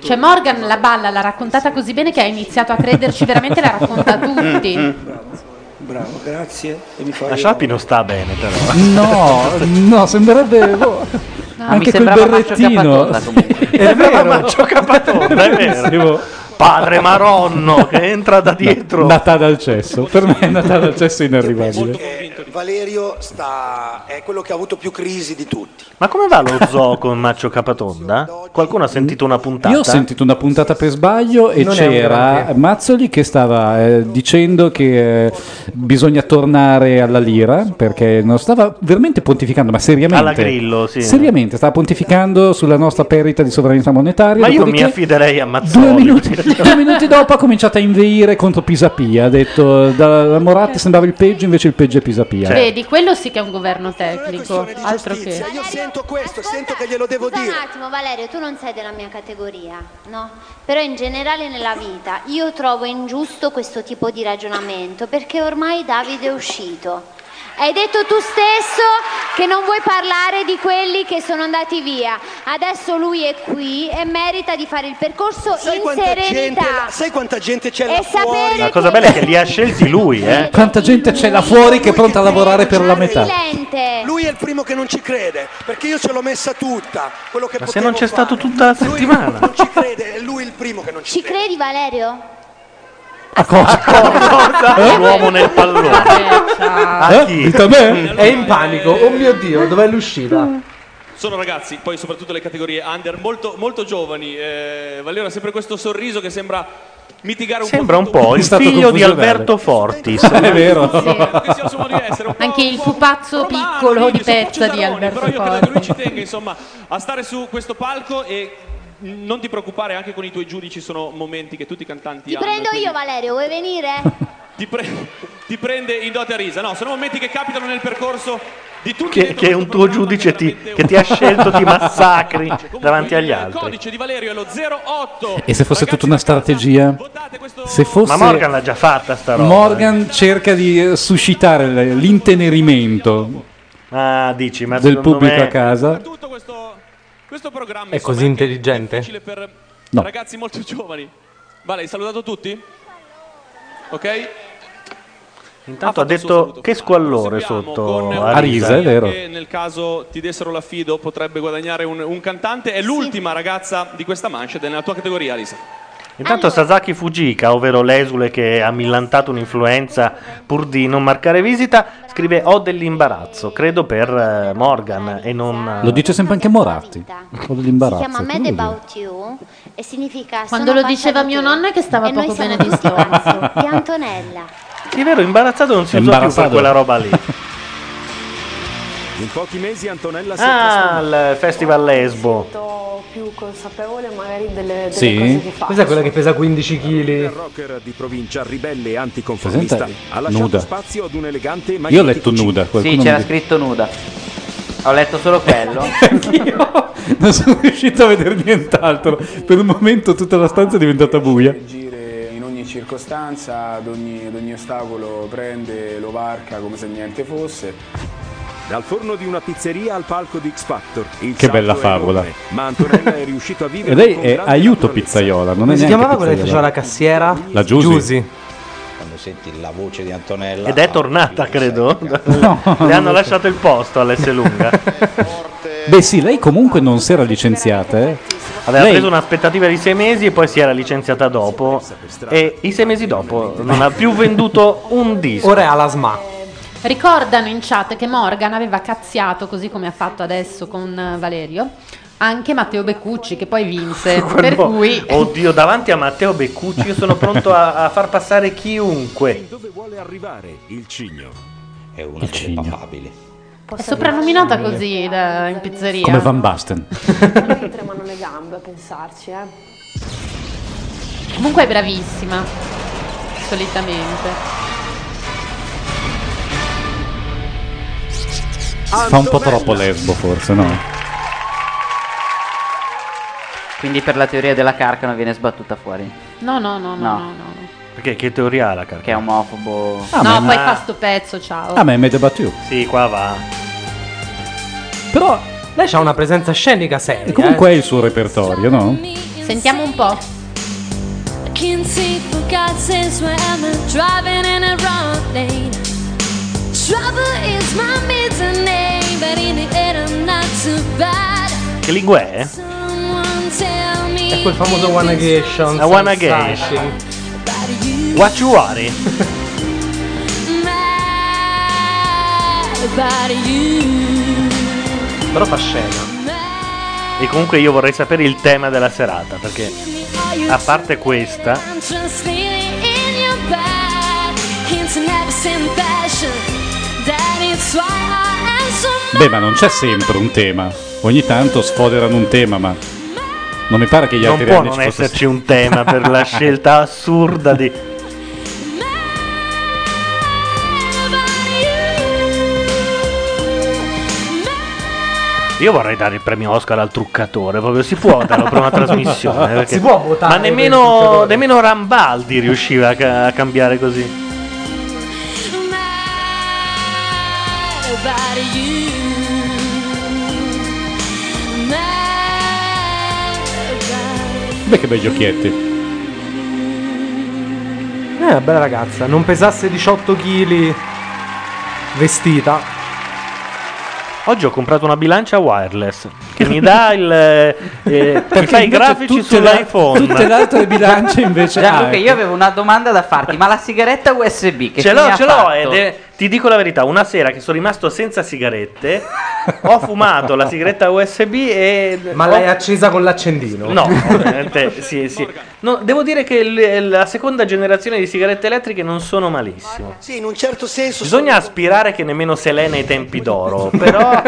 S2: Cioè Morgan la balla, l'ha raccontata così bene che ha iniziato a crederci veramente, la racconta a
S1: Mm,
S2: tutti.
S13: Bravo, grazie. E mi fa
S1: La Scialpi non sta bene, però.
S5: No, no, sembrerebbe. boh, anche quel
S1: sembrava Macio
S5: berrettino.
S1: Capatonda, Macio Capatonda, è vero. Padre Maronno che entra da dietro.
S5: Natale al cesso. Per me è Natale al cesso
S8: Eh,
S5: inarrivabile.
S13: Valerio sta, è quello che ha avuto più crisi di tutti.
S1: Ma come va lo zoo con Macio Capatonda? Qualcuno ha sentito una puntata?
S5: Io ho sentito una puntata per sbaglio e
S1: Non è un
S5: c'era
S1: grande.
S5: Mazzoli che stava eh, dicendo che eh, bisogna tornare alla lira perché non stava veramente pontificando, ma seriamente.
S1: Alla Grillo, sì.
S5: Seriamente, stava pontificando sulla nostra perdita di sovranità monetaria.
S1: Ma io mi
S5: dopodiché-
S1: affiderei a Mazzoli. Due minuti.
S5: Due minuti dopo ha cominciato a inveire contro Pisapia. Ha detto da, da Moratti sembrava il peggio, invece il peggio è Pisapia.
S1: Cioè,
S2: Vedi, quello sì che è un governo tecnico, altro che...
S13: Io sento questo, sento che glielo devo
S10: Scusa
S13: dire.
S10: un attimo Valerio, tu non sei della mia categoria, no? Però in generale nella vita io trovo ingiusto questo tipo di ragionamento perché ormai Davide è uscito. Hai detto tu stesso che non vuoi parlare di quelli che sono andati via. Adesso lui è qui e merita di fare il percorso
S13: Sai
S10: in
S13: quanta, gente,
S10: serenità.
S13: sai quanta gente c'è là
S10: E
S13: fuori?
S1: La cosa bella è che li ha scelti lui, eh.
S5: Quanta gente c'è là fuori che è pronta a lavorare per la metà.
S13: Lui è il primo che non ci crede, perché io ce l'ho messa tutta. Quello che
S1: Ma se
S13: potevo
S1: non c'è
S13: fare.
S1: stato tutta la settimana.
S13: Non ci crede, è lui il primo che non ci,
S10: Ci credi Valerio?
S1: L'uomo nel pallone.
S8: Ah, chi?
S1: Mm.
S8: È in panico. Oh mio dio, dov'è l'uscita?
S6: Sono ragazzi, poi soprattutto le categorie under, molto, molto giovani. Eh, Valerio ha sempre questo sorriso che sembra mitigare un
S1: Sembra un po'
S5: È
S1: il
S5: stato
S1: figlio di
S5: confusionale.
S1: Alberto Fortis.
S5: È vero.
S2: Anche il pupazzo piccolo di pezza di Alberto Forti.
S6: ci tenga insomma a stare su questo palco e non ti preoccupare anche con i tuoi giudici sono momenti che tutti i cantanti
S10: Ti
S6: hanno
S10: prendo
S6: quindi
S10: io Valerio, vuoi venire?
S6: ti, pre- ti prende in dote a risa no sono momenti che capitano nel percorso di tutti
S1: Che, che un tuo giudice ti- che ti ha scelto ti massacri davanti agli altri.
S5: E se fosse tutta una strategia? Se fosse
S1: Ma Morgan l'ha già fatta sta roba.
S5: Morgan cerca di eh, suscitare l- l'intenerimento
S1: Ah, dici, ma
S5: del
S1: secondo
S5: pubblico
S1: me-
S5: a casa.
S8: È
S6: eh,
S8: così intelligente?
S5: No.
S6: ragazzi molto giovani vale hai salutato tutti? ok? Ah,
S1: Intanto ha detto che squallore sotto
S5: A risa,
S1: Arisa.
S5: è vero.
S6: che nel caso ti dessero l'affido potrebbe guadagnare un, un cantante è l'ultima ragazza di questa manche ed è nella tua categoria Arisa
S1: Intanto Sasaki Fujika, ovvero l'esule che ha millantato un'influenza pur di non marcare visita, scrive ho dell'imbarazzo, credo per eh, Morgan e non... eh,
S5: Lo dice sempre anche Moratti. Ho
S10: Si
S5: dell'imbarazzo.
S10: chiama
S5: come
S10: Mad
S5: lo dice?
S10: About You e significa
S2: Quando
S10: sono
S2: lo diceva
S10: passata
S2: mio
S10: tu
S2: nonno è che stava
S10: e noi
S2: poco
S10: siamo
S2: bene di
S10: distanza.
S2: stomaco.
S10: Di Antonella.
S1: Sì, è vero, imbarazzato non si
S5: È
S1: usa più per
S5: imbarazzato.
S1: quella roba lì.
S11: In pochi mesi Antonella si è
S1: ah,
S11: trasformata.
S1: il festival lesbo.
S22: più consapevole magari delle, delle
S1: Sì.
S22: cose che fa.
S8: Questa è quella che pesa 15 kg.
S11: rocker di provincia ribelle e anticonformista
S5: Presenta-
S11: ha lasciato
S5: nuda.
S11: spazio ad un elegante
S5: Io ho letto nuda.
S7: Sì,
S5: qualcuno
S7: c'era
S5: mi-
S7: scritto nuda. Ho letto solo quello.
S5: Non sono riuscito a vedere nient'altro. Per un momento tutta la stanza è diventata buia.
S20: Agire in ogni circostanza, ad ogni, ad ogni ostacolo prende, lo varca come se niente fosse.
S11: Dal forno di una pizzeria al palco di X Factor. Il
S5: Che bella
S11: salto è
S5: favola.
S11: enorme, ma Antonella è riuscito a
S5: E
S11: vivere
S5: lei
S11: con
S5: è
S11: grande
S5: aiuto pizzaiola, non è
S8: Come si
S5: neanche
S8: chiamava quella che faceva
S5: pizzaiola.
S8: la cassiera?
S5: La Giusy.
S23: Quando senti la voce di Antonella.
S1: Ed è tornata, credo. Le hanno lasciato il posto all'S lunga.
S5: Beh, sì, lei comunque non si era licenziata, eh.
S1: Aveva
S5: Lei-
S1: preso un'aspettativa di sei mesi e poi si era licenziata dopo. E i sei mesi dopo non ha più venduto un disco.
S8: Ora è alla SMA.
S2: Ricordano in chat che Morgan aveva cazziato, così come ha fatto adesso con eh, Valerio, anche Matteo Beccucci, che poi vinse. per cui
S1: Oddio, davanti a Matteo Beccucci io sono pronto a, a far passare chiunque.
S11: Dove vuole arrivare il cigno?
S23: È una delle papabili.
S2: è soprannominata così da- in pizzeria.
S5: Come Van Basten.
S22: Che tremano le gambe a pensarci, eh.
S2: Comunque è bravissima, solitamente.
S5: Fa un po' troppo lesbo, forse, no?
S7: Quindi per la teoria della carca non viene sbattuta fuori.
S2: No, no, no, no,
S7: No.
S2: no. no, no.
S1: Perché che teoria ha la carta? Che è
S7: omofobo.
S5: Ah,
S2: No,
S5: ma-
S2: poi fa sto pezzo, ciao.
S5: Ah, ma è Mad About You.
S1: Sì, qua va.
S8: Però lei ha una presenza scenica seria. eh?
S5: Comunque è il suo repertorio, no?
S2: Sentiamo un po'.
S9: I can't see for God since where I'm driving in a wrong lane. Trouble is my middle name, but in the end I'm not too bad.
S1: Che lingua è?
S9: Someone tell me.
S8: È quel famoso One Nation.
S1: La One Again. What you are?
S8: Ah.
S9: About you.
S8: Però fa scena.
S1: E comunque io vorrei sapere il tema della serata, perché a parte questa,
S9: I'm just feeling in your back. Hints and abs and passion. That is why I am so
S5: Beh, ma non c'è sempre un tema. Ogni tanto sfoderano un tema, ma non mi pare che gli
S1: non
S5: altri
S1: può
S5: anni
S1: non
S5: ci fosse-
S1: esserci un tema per la scelta assurda di... Io vorrei dare il premio Oscar al truccatore, proprio si può darlo per una trasmissione. perché-
S8: Si può votare
S1: Ma
S8: per il
S1: nemmeno,
S8: truccatore.
S1: nemmeno Rambaldi riusciva a, ca- a cambiare così.
S9: mad about you. Mad about
S5: Beh, che begli occhietti.
S8: Eh, bella ragazza. Non pesasse 18 kg vestita.
S1: Oggi ho comprato una bilancia wireless che mi dà il. eh, mi fa i grafici sull'iPhone.
S5: bilance invece.
S7: Gianluca, io avevo una domanda da farti, ma la sigaretta USB che
S1: Ce
S7: fine
S1: l'ho,
S7: ha
S1: ce l'ho,
S7: fatto?
S1: ed è- ti dico la verità, una sera che sono rimasto senza sigarette, ho fumato la sigaretta USB e...
S8: Ma
S1: ho-
S8: l'hai accesa con l'accendino?
S1: No, ovviamente, sì, sì. No, devo dire che il- la seconda generazione di sigarette elettriche non sono malissimo.
S13: Sì, in un certo senso
S1: Bisogna aspirare che nemmeno Selene ai tempi d'oro, però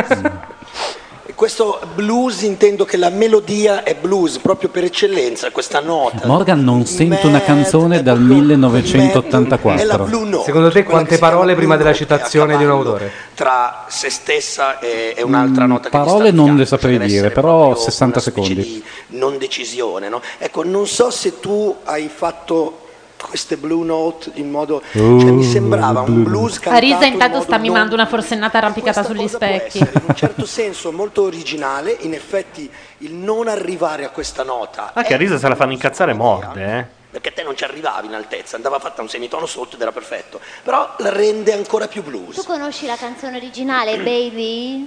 S13: questo blues intendo che la melodia è blues proprio per eccellenza, questa nota.
S5: Morgan non sente una canzone dal
S13: È la
S5: 1984.
S13: Blue Note,
S8: Secondo te
S13: quella
S8: quante
S13: che si chiama
S8: parole
S13: Blue
S8: prima della
S13: Note,
S8: citazione di un
S13: cavallo
S8: autore?
S13: Tra se stessa e, e un'altra nota che
S5: Mm, Parole non le saprei dire, però 60 secondi.
S13: non decisione. no? Ecco, non so se tu hai fatto queste Blue Note in modo... cioè, mi sembrava un blues cantato
S2: Arisa intanto
S13: in
S2: sta
S13: modo non
S2: mimando una forsennata arrampicata sugli specchi.
S13: in un certo senso molto originale, in effetti il non arrivare a questa nota
S1: anche a
S13: è-
S1: Risa se la fanno incazzare morde, eh.
S13: perché te non ci arrivavi in altezza, andava fatta un semitono sotto ed era perfetto, però la rende ancora più blues.
S10: Tu conosci la canzone originale, Baby?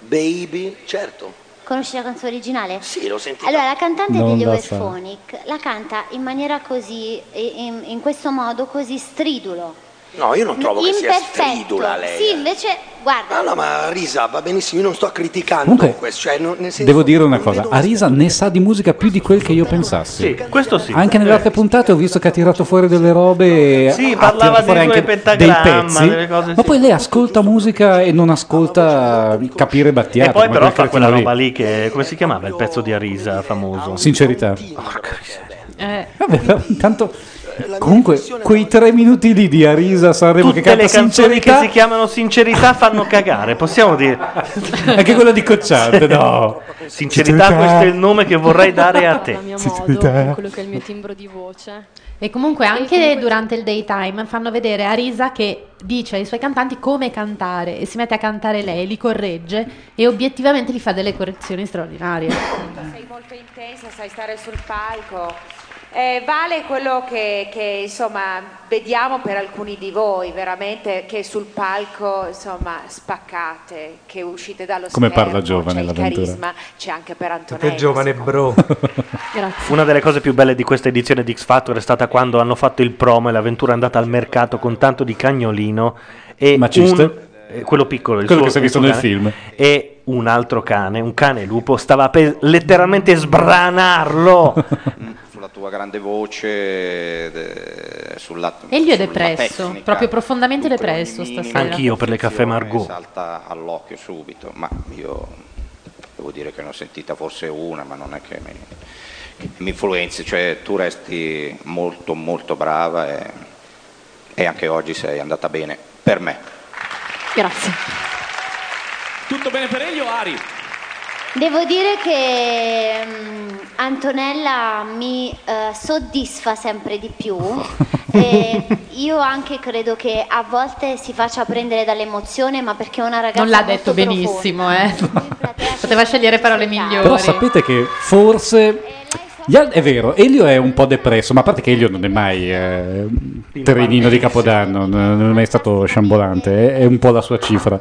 S13: Baby, certo.
S10: Conosci la canzone originale?
S13: Sì, l'ho sentita.
S10: Allora, la cantante
S13: Non
S10: degli
S13: la so.
S10: Overphonic la canta in maniera così, in, in questo modo così stridulo.
S13: No, io non trovo che sia
S10: Imperfetto.
S13: stridula lei. eh.
S10: Sì, invece, guarda.
S13: No, no, ma Risa va benissimo, io non sto criticando
S5: Comunque,
S13: questo, cioè, non- nel senso-
S5: Devo dire una cosa, Arisa ne sa di musica più di quel che io pensassi.
S1: Sì, questo sì. Eh.
S5: Anche nelle altre puntate ho visto che ha tirato fuori delle robe,
S1: Sì,
S5: ha
S1: parlava
S5: tirato fuori
S1: addirittura
S5: anche
S1: di pentagramma,
S5: dei pezzi,
S1: delle cose Ah,
S5: ma poi lei ascolta musica e non ascolta capire Battiato.
S1: E poi
S5: ma
S1: però
S5: quel
S1: fa
S5: cazzo
S1: quella
S5: lì.
S1: roba lì che come si chiamava il pezzo di Arisa famoso?
S5: Sincerità.
S2: Eh.
S5: Vabbè, però intanto comunque quei tre minuti lì di Arisa a Sanremo
S1: Tutte
S5: che canta
S1: le canzoni che
S5: sincerità
S1: si chiamano sincerità fanno cagare, possiamo dire.
S5: anche quella di Cocciante, no.
S1: Sincerità, questo è il nome che vorrei dare a te.
S17: Il mio
S5: Sincerità.
S17: modo, quello che è il mio timbro di voce.
S2: E comunque anche durante il daytime fanno vedere Arisa che dice ai suoi cantanti come cantare e si mette a cantare lei, li corregge e obiettivamente gli fa delle correzioni straordinarie.
S14: sei molto intensa, sai stare sul palco. Eh, vale quello che, che, insomma vediamo per alcuni di voi, veramente che sul palco insomma spaccate, che uscite dallo
S5: Come
S14: schermo,
S5: parla giovane
S14: c'è il
S5: l'avventura.
S14: carisma, c'è anche per Antonella.
S1: Per giovane bro.
S14: Grazie.
S1: Una delle cose più belle di questa edizione di X Factor è stata quando hanno fatto il promo e l'avventura è andata al mercato con tanto di cagnolino e
S5: Maciste?
S1: un- eh, quello piccolo, il
S5: Quello
S1: suo-
S5: che si è
S1: il
S5: visto
S1: suo
S5: nel
S1: cane.
S5: film.
S1: E un altro cane, un cane lupo, stava per letteralmente sbranarlo.
S12: Sulla tua grande voce, de- sulla,
S2: Egli è
S12: sulla
S2: depresso,
S12: tecnica.
S2: proprio profondamente depresso stasera.
S1: Anch'io per le caffè Margot.
S12: Salta all'occhio subito, ma io devo dire che ne ho sentita forse una, ma non è che mi, che mi influenzi, cioè tu resti molto molto brava e, e anche oggi sei andata bene per me.
S17: Grazie.
S6: Tutto bene per Elio, Ari?
S10: Devo dire che mm, Antonella mi eh, soddisfa sempre di più. e io anche credo che a volte si faccia prendere dall'emozione, ma perché è una ragazza
S2: Non l'ha
S10: molto
S2: detto
S10: profonda.
S2: benissimo, eh. Poteva scegliere parole
S5: Però
S2: migliori.
S5: sapete che forse gli al- è vero, Elio è un po' depresso, ma a parte che Elio non è mai eh, terrenino di Capodanno, n- non è mai stato sciambolante, è, è un po' la sua cifra.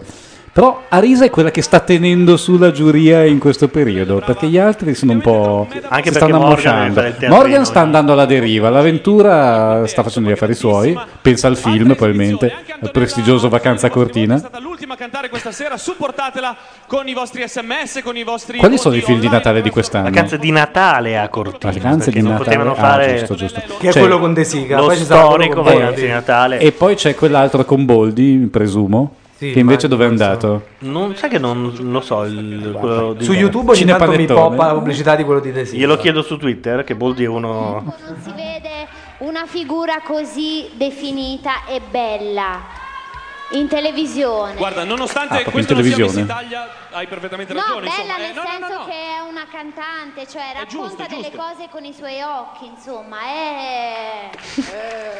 S5: Però Arisa è quella che sta tenendo su la giuria in questo periodo, perché gli altri sono un po'...
S1: Anche
S5: si
S1: perché
S5: stanno
S1: Morgan
S5: ammosciando.
S1: deve fare il teatrino,
S5: Morgan sta andando alla deriva, l'avventura sta facendo gli affari suoi, pensa al film probabilmente, al prestigioso Vacanza a Cortina.
S6: L'ultima a cantare questa sera, supportatela con i vostri sms, con i vostri...
S5: Quali sono i film di Natale di quest'anno?
S1: Vacanze di Natale a Cortina.
S5: Vacanze
S1: perché
S5: di
S1: non
S5: Natale,
S1: potevano
S5: ah,
S1: fare
S5: giusto, giusto.
S8: Che è
S5: Cioè,
S8: quello con De Sica.
S1: lo
S8: Poi ci sarà quello
S1: storico
S8: con Eh,
S1: Vacanze di
S8: Boldi.
S1: Natale.
S5: E poi c'è quell'altro con Boldi, presumo,
S8: Sì,
S5: che invece
S8: immagino,
S5: dove è andato?
S1: Non sai che non lo so. il- quello di-
S8: Su YouTube ogni tanto mi
S5: Cinepanettone.
S8: poppa la pubblicità di quello di De Sica.
S1: Glielo chiedo su Twitter che Boldi è uno...
S10: Una figura così definita e bella in televisione.
S6: Guarda,
S5: Ah,
S6: nonostante
S5: proprio
S6: questo
S5: in
S6: non sia Miss
S5: televisione.
S6: Italia, hai perfettamente
S10: No,
S6: ragione.
S10: bella
S6: insomma. Eh,
S10: nel senso che è una cantante, cioè racconta delle cose con i suoi occhi, insomma, eh.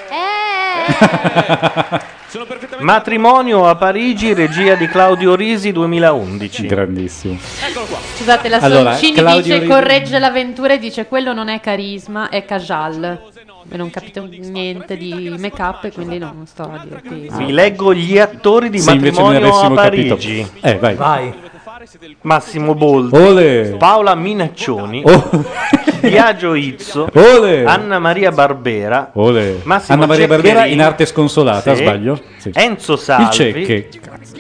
S10: è...
S6: Eh.
S1: Matrimonio a Parigi, regia di Claudio Risi 2011.
S5: Grandissimo.
S2: Scusate, la
S1: Allora,
S2: Soncini
S1: Claudio
S2: dice
S1: Rizzo.
S2: corregge l'avventura e dice quello non è carisma, è cajal. E non capito niente di make up e quindi non sto a dirti.
S1: Vi leggo gli attori di
S5: Se invece noi
S1: Matrimonio a
S5: avessimo capito.
S1: Parigi.
S5: Eh, vai.
S1: Massimo Boldi,
S5: Ole. Oh!
S1: Paola Minaccioni, Biagio Izzo,
S5: Ole.
S1: Anna Maria Barbera,
S5: Ole.
S1: Massimo
S5: Anna Maria Barbera
S1: Ceccherini.
S5: in arte sconsolata,
S1: Sì.
S5: sbaglio? Sì.
S1: Enzo
S5: Il
S1: Salvi
S5: Cecche.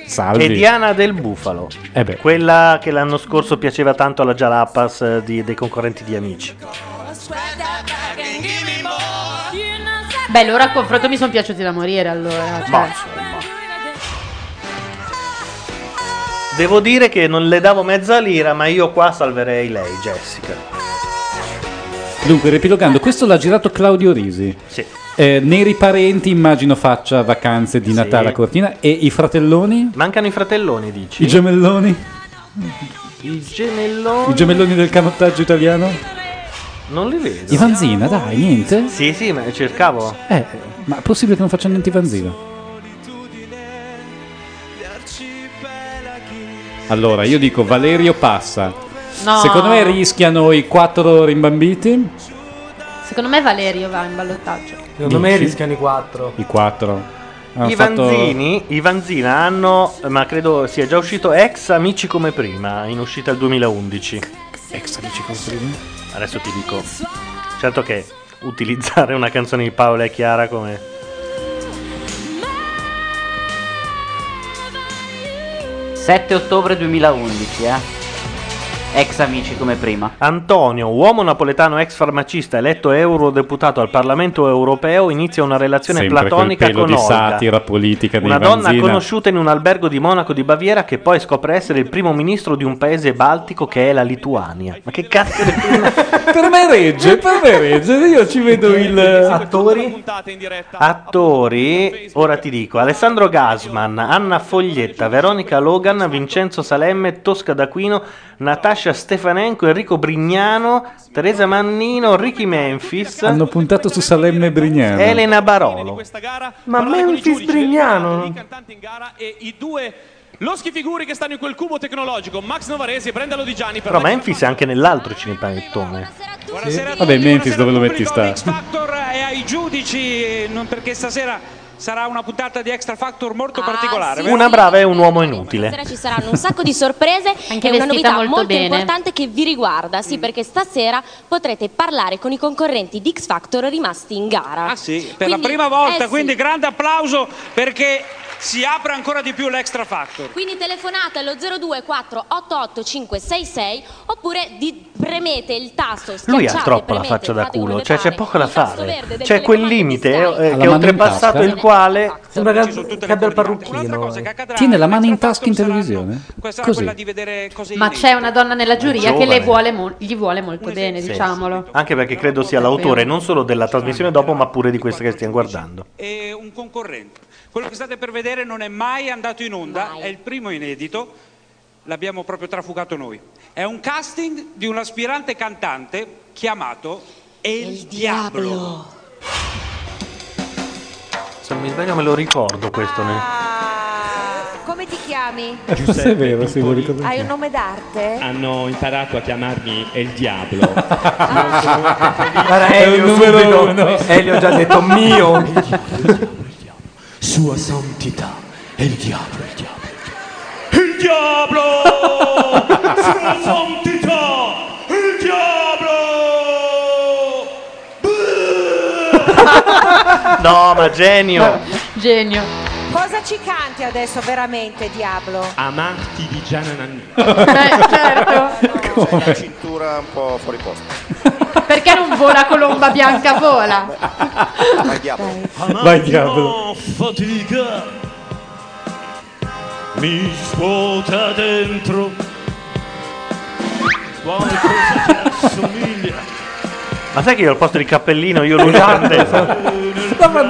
S5: Salvi.
S1: e Diana del Bufalo,
S5: Eh beh.
S1: quella che l'anno scorso piaceva tanto alla Jalapas eh, di- dei concorrenti di Amici.
S2: Beh, loro a confronto mi sono piaciuti da morire allora. cioè.
S1: Ma Devo dire che non le davo mezza lira, ma io qua salverei lei, Jessica.
S5: Dunque, riepilogando, questo l'ha girato Claudio Risi.
S1: Sì.
S5: Eh, Neri Parenti, immagino faccia vacanze di Natale a Cortina. E i fratelloni?
S1: Mancano i fratelloni, dici?
S5: I gemelloni?
S1: I gemelloni.
S5: I gemelloni del canottaggio italiano?
S1: Non li vedo.
S5: Ivanzina, dai, niente?
S1: Sì, sì, ma cercavo.
S5: Eh, ma è possibile che non faccia niente Ivanzina? Allora, io dico Valerio passa.
S2: No.
S5: Secondo me rischiano i quattro rimbambiti.
S2: Secondo me Valerio va in ballottaggio.
S8: Secondo me
S5: Dici?
S8: rischiano i quattro.
S5: I quattro. Hanno
S1: I Vanzini, i Vanzina hanno, ma credo sia già uscito ex Amici come prima, in uscita al 2011. Ex Amici come prima? Adesso ti dico. Certo che utilizzare una canzone di Paola e Chiara come
S7: eh. 7 ottobre 2011, eh. Ex amici come prima.
S1: Antonio, uomo napoletano ex farmacista eletto eurodeputato al Parlamento europeo, inizia una relazione
S5: Sempre quel
S1: platonica
S5: pelo
S1: con
S5: di
S1: Olga.
S5: satira politica dei
S1: Una donna
S5: Vanzina.
S1: conosciuta in un albergo di Monaco di Baviera che poi scopre essere il primo ministro di un paese baltico che è la Lituania. Ma che cazzo di
S5: Per me regge, per me regge. Io ci vedo il...
S1: Attori? Attori, ora ti dico, Alessandro Gasman, Anna Foglietta, Veronica Logan, Vincenzo Salemme, Tosca D'Aquino, Natascia Stefanenko, Enrico Brignano, Teresa Mannino, Ricky Memphis,
S5: Hanno puntato su Salemme e Brignano.
S1: Elena Barolo.
S8: Ma Memphis
S5: Ah,
S8: Brignano.
S6: Loschi figuri che stanno in quel cubo tecnologico, Max Novaresi e Brenda Lodigiani per
S1: Però Memphis è anche nell'altro cinepanettone.
S5: Vabbè, Memphis dove lo metti sta?
S15: e ai giudici, non perché stasera sarà una puntata di Extra Factor
S16: Ah,
S15: molto particolare. vero?
S1: Una brava e un uomo inutile.
S16: Stasera ci saranno un sacco di sorprese
S2: Anche
S16: e una
S2: vestita
S16: novità
S2: molto
S16: molto,
S2: bene. Mm.
S16: importante che vi riguarda, sì, perché stasera potrete parlare con i concorrenti di X Factor rimasti in gara.
S15: Ah sì, per
S16: Quindi-
S15: la prima volta,
S16: eh sì.
S15: quindi grande applauso perché si apre ancora di più l'Extra Factor.
S16: Quindi telefonate allo 024 88566 oppure di- premete il tasto schiacciate,
S1: Lui ha troppo la
S16: premete,
S1: faccia da
S16: fate come
S1: culo,
S16: vi
S1: cioè
S16: pare.
S1: c'è poco da
S16: verde
S1: fare.
S16: del
S1: C'è quel limite eh, che è oltrepassato il quale
S8: Sembra che che abbia il parrucchino. eh.
S5: Tiene la mano in tasca in televisione? Così.
S2: Ma c'è una donna nella giuria che
S1: Giovane.
S2: le vuole mo- gli vuole molto bene,
S1: Sì.
S2: diciamolo.
S1: Anche perché credo sia l'autore non solo della trasmissione dopo, ma pure di questa che stiamo guardando.
S15: È un concorrente. Quello che state per vedere non è mai andato in onda, è il primo inedito, l'abbiamo proprio trafugato noi. È un casting di un aspirante cantante chiamato El, Diablo.
S1: Se non mi sbaglio me lo ricordo questo. nel-
S14: Come ti chiami?
S5: Forse è vero, sì, lo ricordo.
S14: Hai un nome d'arte?
S18: Hanno imparato a chiamarmi El Diablo.
S8: Era Elio subito. Elio ha già detto mio.
S18: Sua santità, El Diablo, El Diablo.
S3: Il diavolo! Sua santità! Il diavolo!
S1: No, ma genio!
S2: Genio.
S14: Cosa ci canti adesso veramente, Diablo?
S18: Amarti di Gianananni.
S2: Eh, certo.
S12: C'hai la cintura un po' fuori posto.
S2: Perché non vola colomba bianca vola?
S12: Vai diavolo.
S5: Vai diavolo.
S3: fatica mi svuota dentro qualcosa che assomiglia
S1: Ma sai che io al posto di cappellino io lo usate?
S5: L'ha fatto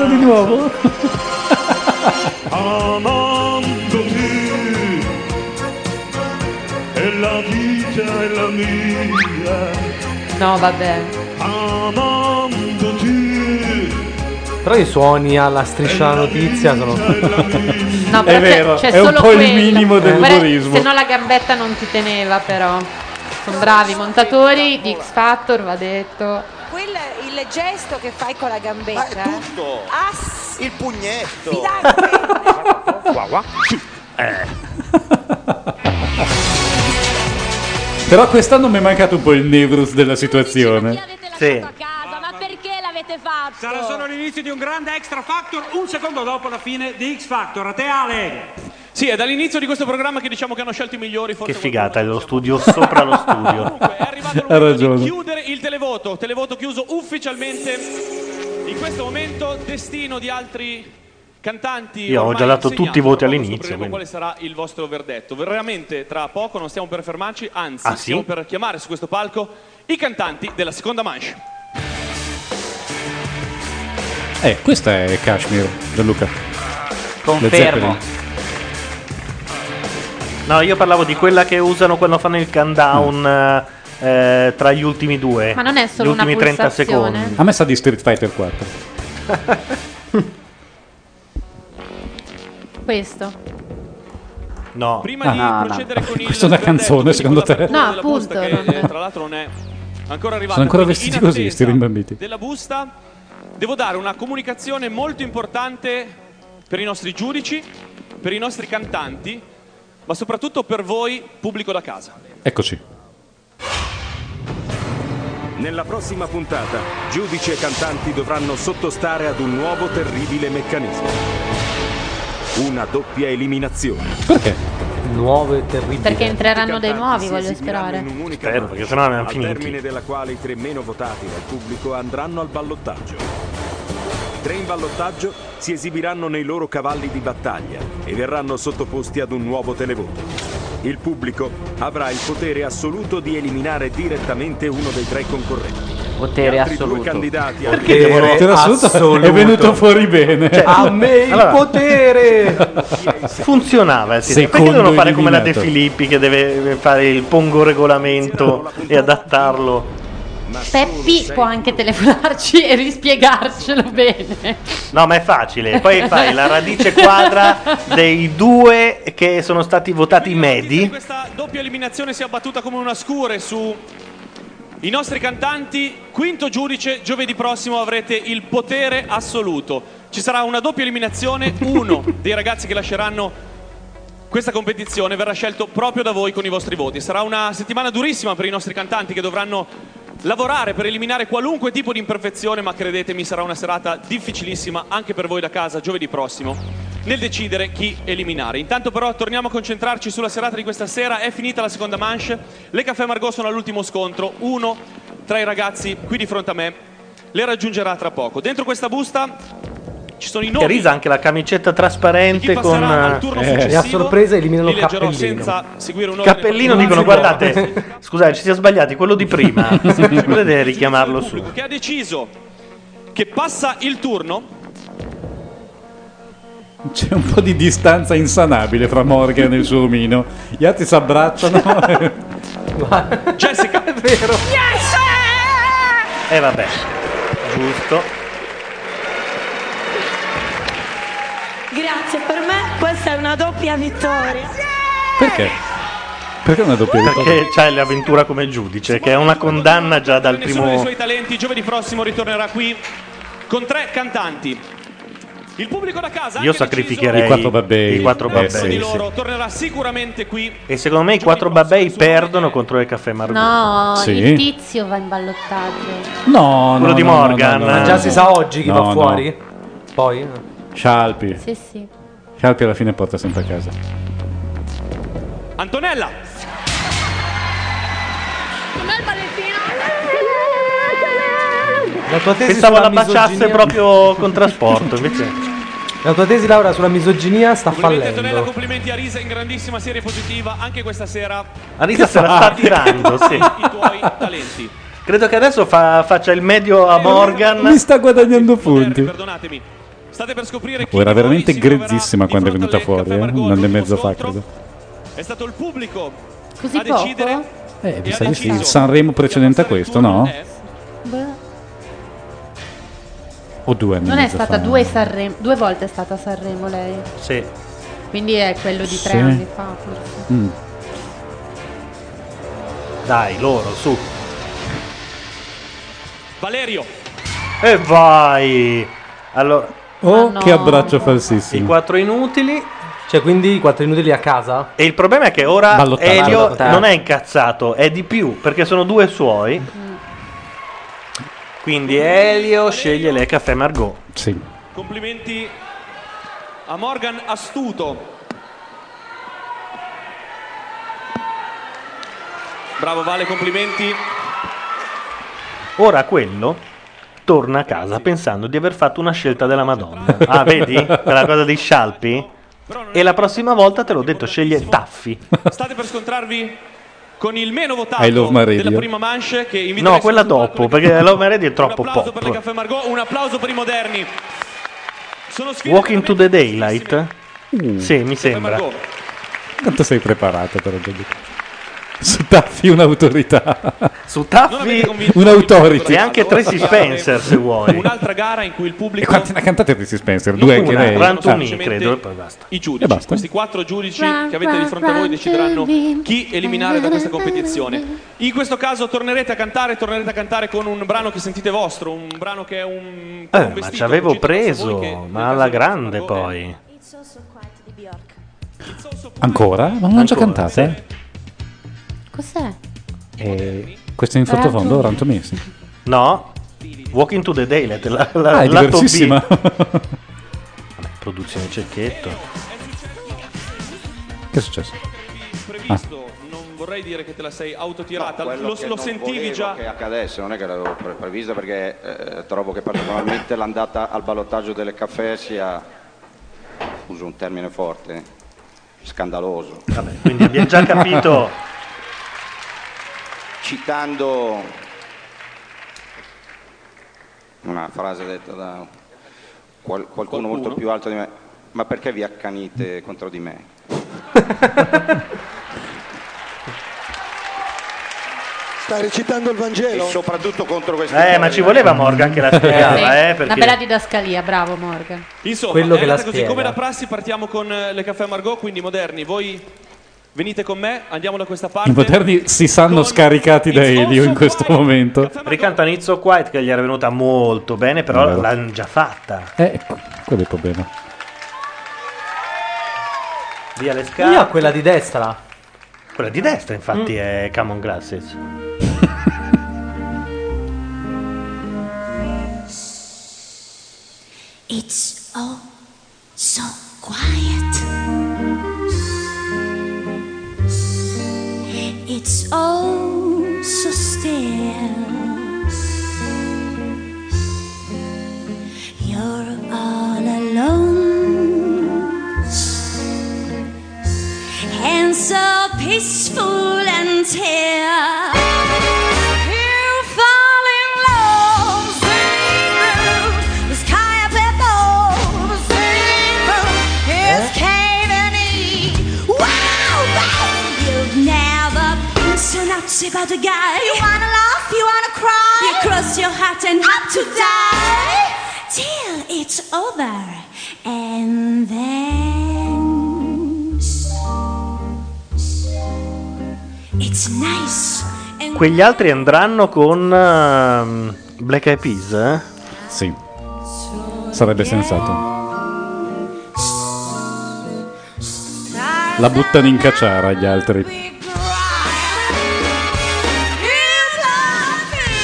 S5: di nuovo.
S3: amandoti e la vita è la mia
S2: No, vabbè.
S3: amandoti
S8: Però i suoni alla striscia alla notizia sono.
S2: No, però c'è- c'è solo quello. Guarda, Se no
S8: turismo
S2: la gambetta non ti teneva, però. Sono bravi montatori di X Factor, va detto.
S14: Quel, il gesto che fai con la gambetta. Ma è tutto!
S12: Il pugnetto!
S5: Però quest'anno mi è mancato un po' il nevrus della situazione.
S1: Sì.
S15: Sarà solo l'inizio di un grande Extra Factor, un secondo dopo la fine di X Factor. A te Ale!
S6: Sì, è dall'inizio di questo programma che diciamo che hanno scelto i migliori,
S1: Che
S6: forse
S1: figata, è lo studio sopra lo studio.
S5: Ha ragione.
S6: chiudere il televoto, televoto chiuso ufficialmente. In questo momento destino di altri cantanti.
S1: Io avevo
S6: ormai
S1: già dato
S6: insegnato.
S1: tutti i voti
S6: Dopo
S1: all'inizio,
S6: scopriremo
S1: quindi.
S6: Quale sarà il vostro verdetto? Veramente tra poco non stiamo per fermarci, anzi
S1: Ah, sì?
S6: stiamo per chiamare su questo palco i cantanti della seconda manche.
S5: Eh, questa è Kashmir, Gianluca. Le Zeppelin.
S1: No, io parlavo di quella che usano quando fanno il
S6: Mm.
S1: countdown eh, tra gli ultimi due.
S2: Ma non è solo
S1: Gli
S2: una
S1: ultimi 30
S2: pulsazione?
S1: secondi.
S5: A me sa di Street Fighter 4.
S2: Questo.
S1: No.
S6: Prima
S5: Ah,
S6: di
S5: no, no.
S6: procedere con il
S5: Questa è una
S6: verdetto,
S5: canzone,
S6: quindi
S5: secondo
S6: con la
S5: te?
S6: apertura
S2: Eh. No,
S6: della busta,
S2: appunto,
S6: che, eh,
S2: non-
S6: tra l'altro non è ancora arrivata.
S5: Sono ancora
S6: quindi
S5: vestiti
S6: in
S5: così,
S6: attesa
S5: sti rimbambiti.
S6: della busta devo dare una comunicazione molto importante per i nostri giudici, per i nostri cantanti, ma soprattutto per voi, pubblico da casa.
S5: Eccoci.
S11: Nella prossima puntata, giudici e cantanti dovranno sottostare ad un nuovo terribile meccanismo. Una doppia eliminazione.
S5: Perché?
S11: Nuove terribili.
S2: Perché entreranno dei nuovi, voglio sperare.
S1: Spero, perché sennò abbiamo
S11: al
S1: finito.
S11: termine della quale i tre meno votati dal pubblico andranno al ballottaggio. Tre in ballottaggio si esibiranno nei loro cavalli di battaglia e verranno sottoposti ad un nuovo televoto. Il pubblico avrà il potere assoluto di eliminare direttamente uno dei tre concorrenti.
S7: Potere
S11: Gli altri due
S7: assoluto.
S11: candidati al-
S5: Perché devono- Potere Potere assoluto assoluto. è venuto fuori bene. Cioè,
S11: a me il
S1: potere! Funzionava il sistema. Perché
S5: Secondo
S1: devono fare come la De
S5: eliminato.
S1: Filippi che deve eh, fare il pongo regolamento e adattarlo?
S2: Peppi può anche telefonarci e rispiegarcelo bene.
S1: No, ma è facile. Poi fai la radice quadra dei due che sono stati votati medi.
S6: Questa doppia eliminazione si è abbattuta come una scure su i nostri cantanti. Quinto giudice, giovedì prossimo avrete il potere assoluto. Ci sarà una doppia eliminazione. Uno dei ragazzi che lasceranno questa competizione verrà scelto proprio da voi con i vostri voti. Sarà una settimana durissima per i nostri cantanti che dovranno lavorare per eliminare qualunque tipo di imperfezione, ma credetemi sarà una serata difficilissima anche per voi da casa giovedì prossimo nel decidere chi eliminare. Intanto però torniamo a concentrarci sulla serata di questa sera, è finita la seconda manche, le Caffè Margot sono all'ultimo scontro, uno tra i ragazzi qui di fronte a me le raggiungerà tra poco. Dentro questa busta ci sono i
S1: Che
S6: nomi
S1: risa anche la camicetta trasparente
S6: Chi passerà
S1: con eh,
S6: al turno successivo
S8: E a sorpresa eliminano
S6: li leggerò
S8: Cappellino.
S6: senza seguire un ordine
S1: Cappellino dicono guardate, scusate, ci siamo sbagliati, quello di prima. Potete richiamarlo su.
S6: che ha deciso che passa il turno
S5: C'è un po' di distanza insanabile fra Morgan e il suo omino. Gli altri si abbracciano.
S6: Jessica
S8: è vero
S1: E vabbè. Giusto.
S4: Grazie, per me questa è una doppia vittoria.
S5: Perché? Perché una doppia
S1: Perché c'è l'avventura come giudice, che è una condanna già dal
S6: nessuno dei
S1: primo.
S6: suoi talenti giovedì prossimo ritornerà qui con tre cantanti il pubblico da casa
S1: Io
S6: anche
S1: sacrificherei
S5: I quattro babbei.
S1: i quattro
S5: Eh,
S1: babbei,
S5: sì,
S1: sì.
S6: di loro tornerà sicuramente qui
S1: E secondo me i quattro babbei perdono contro il caffè Margot.
S2: No,
S1: Sì.
S2: il tizio va in ballottaggio.
S5: No,
S1: Quello
S5: no,
S1: di
S5: no, no,
S1: Morgan.
S5: no, no, no.
S1: Ma
S8: già si sa oggi chi
S5: No,
S8: va
S5: no.
S8: fuori? Poi?
S5: Scialpi.
S2: Sì, sì.
S5: Scialpi alla fine porta sempre a casa.
S6: Antonella
S8: La tua tesi
S1: Pensavo
S8: sulla
S1: la baciasse
S8: misoginia-
S1: proprio con trasporto, invece.
S8: La tua tesi, Laura, sulla misoginia sta
S6: Antonella
S8: fallendo.
S6: complimenti a Risa in grandissima serie positiva anche questa sera
S1: Arisa se la
S5: Ah.
S1: sta tirando, sì.
S6: i tuoi talenti
S1: Credo che adesso fa- faccia il medio a Morgan.
S5: Eh, Mi sta guadagnando punti.
S6: perdonatemi state per scoprire
S5: Era
S6: chi di voi
S5: veramente
S6: si troverà
S5: grezzissima quando è venuta fuori, eh, un anno e mezzo fa, credo.
S6: È stato il pubblico
S2: Così
S6: a decidere.
S5: Eh, mi sa di sì. Sanremo precedente a questo, no?
S2: Beh,
S5: O due anni
S2: Non
S5: e
S2: è
S5: mezzo
S2: stata
S5: fa.
S2: due Sanremo, due volte è stata a Sanremo lei.
S1: Sì.
S2: Quindi è quello di tre
S5: Sì.
S2: anni fa, forse.
S5: Mm.
S1: Dai, loro, su.
S6: Valerio
S1: E vai. Allora,
S5: Oh, che abbraccio falsissimo.
S1: i quattro inutili.
S8: Cioè, quindi i quattro inutili a casa?
S1: E il problema è che ora
S8: Ballottaggio.
S1: Elio
S8: Ballottaggio.
S1: non è incazzato, è di più, perché sono due suoi. Quindi Elio sceglie lei caffè Margot.
S5: Sì.
S6: complimenti a Morgan astuto bravo Vale complimenti
S1: Ora quello torna a casa pensando di aver fatto una scelta della Madonna. Ah, vedi? Quella cosa dei scialpi? E la prossima volta te l'ho detto, sceglie Taffi.
S6: state per scontrarvi con il meno
S1: I love
S6: votato
S1: my radio.
S6: della prima manche che invita
S1: No, quella dopo, perché Love Ready è troppo
S6: per le
S1: pop.
S6: Caffè Margot un applauso per i moderni sono sfide
S1: Walking to the Daylight?
S5: Uh.
S1: Sì, mi sembra.
S6: Margot
S5: Quanto sei preparato per oggi? Su Taffi un'autorità.
S1: Su
S6: Non avete convinto
S5: Un authority.
S6: il pubblico. Un'altra
S5: Un'altra
S6: gara in cui il
S5: E
S6: pubblico
S5: quante ne ha cantate Tracy Spencer? Due anche
S1: una,
S5: lei?
S1: Rantuni,
S5: Ah.
S1: credo, e poi basta.
S6: I giudici, questi quattro giudici che avete di fronte a voi decideranno chi eliminare da questa competizione. In questo caso tornerete a cantare, tornerete a cantare con un brano che sentite vostro, un brano che è un...
S1: Eh, ma ci avevo preso, ma alla grande poi.
S5: Ancora? Ma non l'hanno già cantate?
S2: Cos'è?
S5: Eh, questo in sottofondo, Rantuni, sì.
S1: No? Walk into the Daylight, la, la,
S5: Ah, è
S1: lato B.
S5: diversissima.
S1: Vabbè, Produzione Cecchetto.
S5: Che è successo? Ah,
S6: Non vorrei dire che te la sei autotirata,
S12: Quello
S6: lo,
S12: che
S6: lo
S12: non
S6: sentivi
S12: volevo
S6: già.
S12: che accadesse, non è che l'avevo pre- prevista perché eh, trovo che particolarmente l'andata al ballottaggio delle caffè sia, uso un termine forte, scandaloso.
S1: Quindi abbiamo già capito.
S12: Citando una frase detta da qual- qualcuno, molto più alto di me, ma perché vi accanite contro di me?
S13: Sta recitando il Vangelo.
S12: E soprattutto contro questi
S1: Eh, ma ci voleva Morgan che la spiegava, eh,
S2: Una
S1: perché...
S2: bella didascalia, bravo Morgan.
S6: Insomma,
S1: Quello che
S6: è
S1: la
S6: andata così
S1: spiega.
S6: come da prassi partiamo con eh, le caffè Margot, quindi moderni, voi venite con me, andiamo da questa parte.
S5: I moderni si sanno scaricati da Elio in questo momento.
S1: Ricantano It's So Quiet che gli era venuta molto bene, però
S5: Vero.
S1: l'hanno già fatta.
S5: Eh, ecco, quello è il problema.
S1: Via le scale.
S8: Io a quella di destra.
S1: Quella di destra, infatti, è Come on Glasses.
S9: It's all so quiet. It's all so still. You're all alone. And so peaceful until you fall in love. Rainbow is pineapple, rainbow is cave and E. Wow, wow. You've never been so nutsy about a guy. You wanna laugh, you wanna cry. You cross your heart and up to die. Till it's over. And then it's nice. And
S1: Quegli altri andranno con ehm, Black Eyed Peas, eh?
S5: Sì. Sarebbe sensato. La buttano in cacciara gli altri.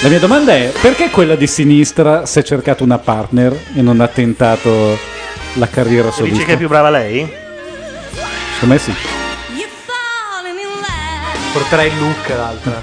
S5: La mia domanda è perché quella di sinistra si è cercata una partner e non ha tentato la carriera
S1: Dice
S5: solista?
S1: che è più brava lei?
S5: Secondo me sì.
S8: Porterà il look l'altra.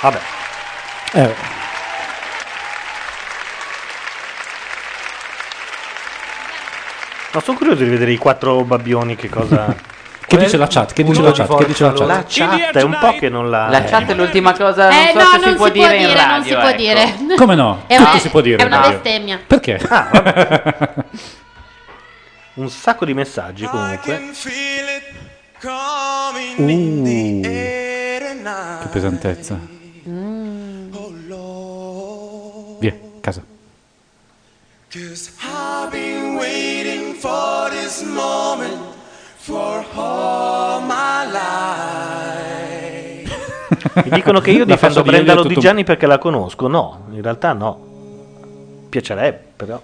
S1: Vabbè.
S5: Eh,
S1: Ma sono curioso di vedere i quattro babbioni che cosa...
S5: Che dice la chat? Che dice la chat? Che dice la chat?
S1: La chat è un po' che non la...
S7: La chat è l'ultima cosa, non
S2: eh
S7: so
S2: no,
S7: se
S2: non
S7: si può dire in radio.
S2: non si può
S7: ecco.
S2: dire.
S5: Come no?
S2: È
S5: Tutto
S2: una-
S5: si può dire.
S2: È una
S5: Mario.
S2: bestemmia.
S5: Perché?
S1: Ah, Un sacco di messaggi comunque.
S5: Uh, che pesantezza. Via, casa.
S3: Cause I've been waiting for this moment for all my life.
S1: Mi dicono che io
S5: La
S1: difendo
S5: faccia di
S1: Brenda
S5: Elio è tutto-
S1: Lodigiani perché la conosco. No, in realtà no. Piacerebbe, però.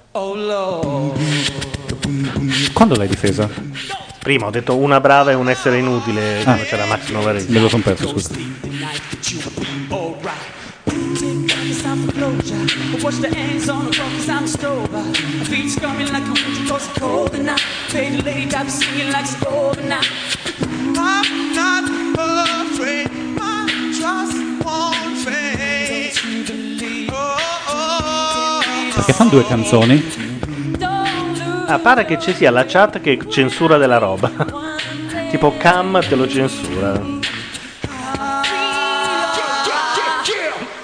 S5: Quando l'hai difesa?
S1: Prima ho detto una brava e un essere inutile.
S5: Ah.
S1: come C'era Massimo Varese.
S5: Me lo son perso, scusa.
S4: Watch the ends on the rock cause I'm stove My feet's coming like a winter cause it's cold and I Fading lady got me singing like it's over now
S3: I'm not afraid, I just won't fade. Oh, oh,
S5: Perché fanno due canzoni?
S3: oh,
S1: Ah, pare che ci sia la chat che censura della roba. tipo Cam te lo censura.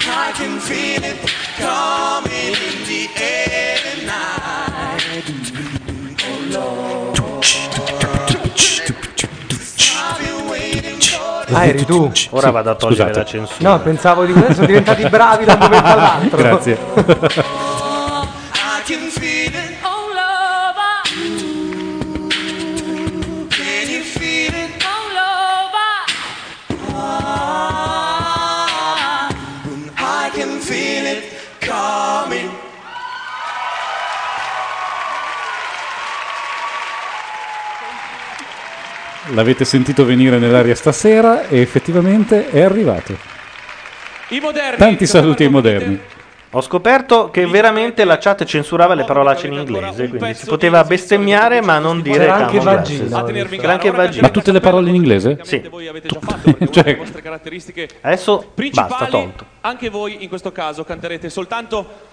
S3: I can feel it coming in the air tonight. Oh Lord.
S8: Ah, eri tu.
S1: Ora vado a togliere la censura.
S8: No, pensavo di sono diventati bravi da un momento all'altro.
S1: Grazie.
S3: I can feel it. Oh Lord. Can you feel it? Oh Lord. I can feel it coming.
S5: L'avete sentito venire nell'aria stasera e effettivamente è arrivato.
S6: I moderni.
S5: Tanti saluti ai moderni.
S1: Ho scoperto che veramente la chat censurava le parolacce in inglese, quindi si poteva bestemmiare ma non dire
S5: C'era anche
S1: Camon Glasses.
S5: vagina. A tenervi in
S1: C'era anche vagina.
S5: Ma tutte le parole in inglese?
S1: Sì.
S5: Cioè,
S1: Adesso basta, tolto.
S6: Anche voi in questo caso canterete soltanto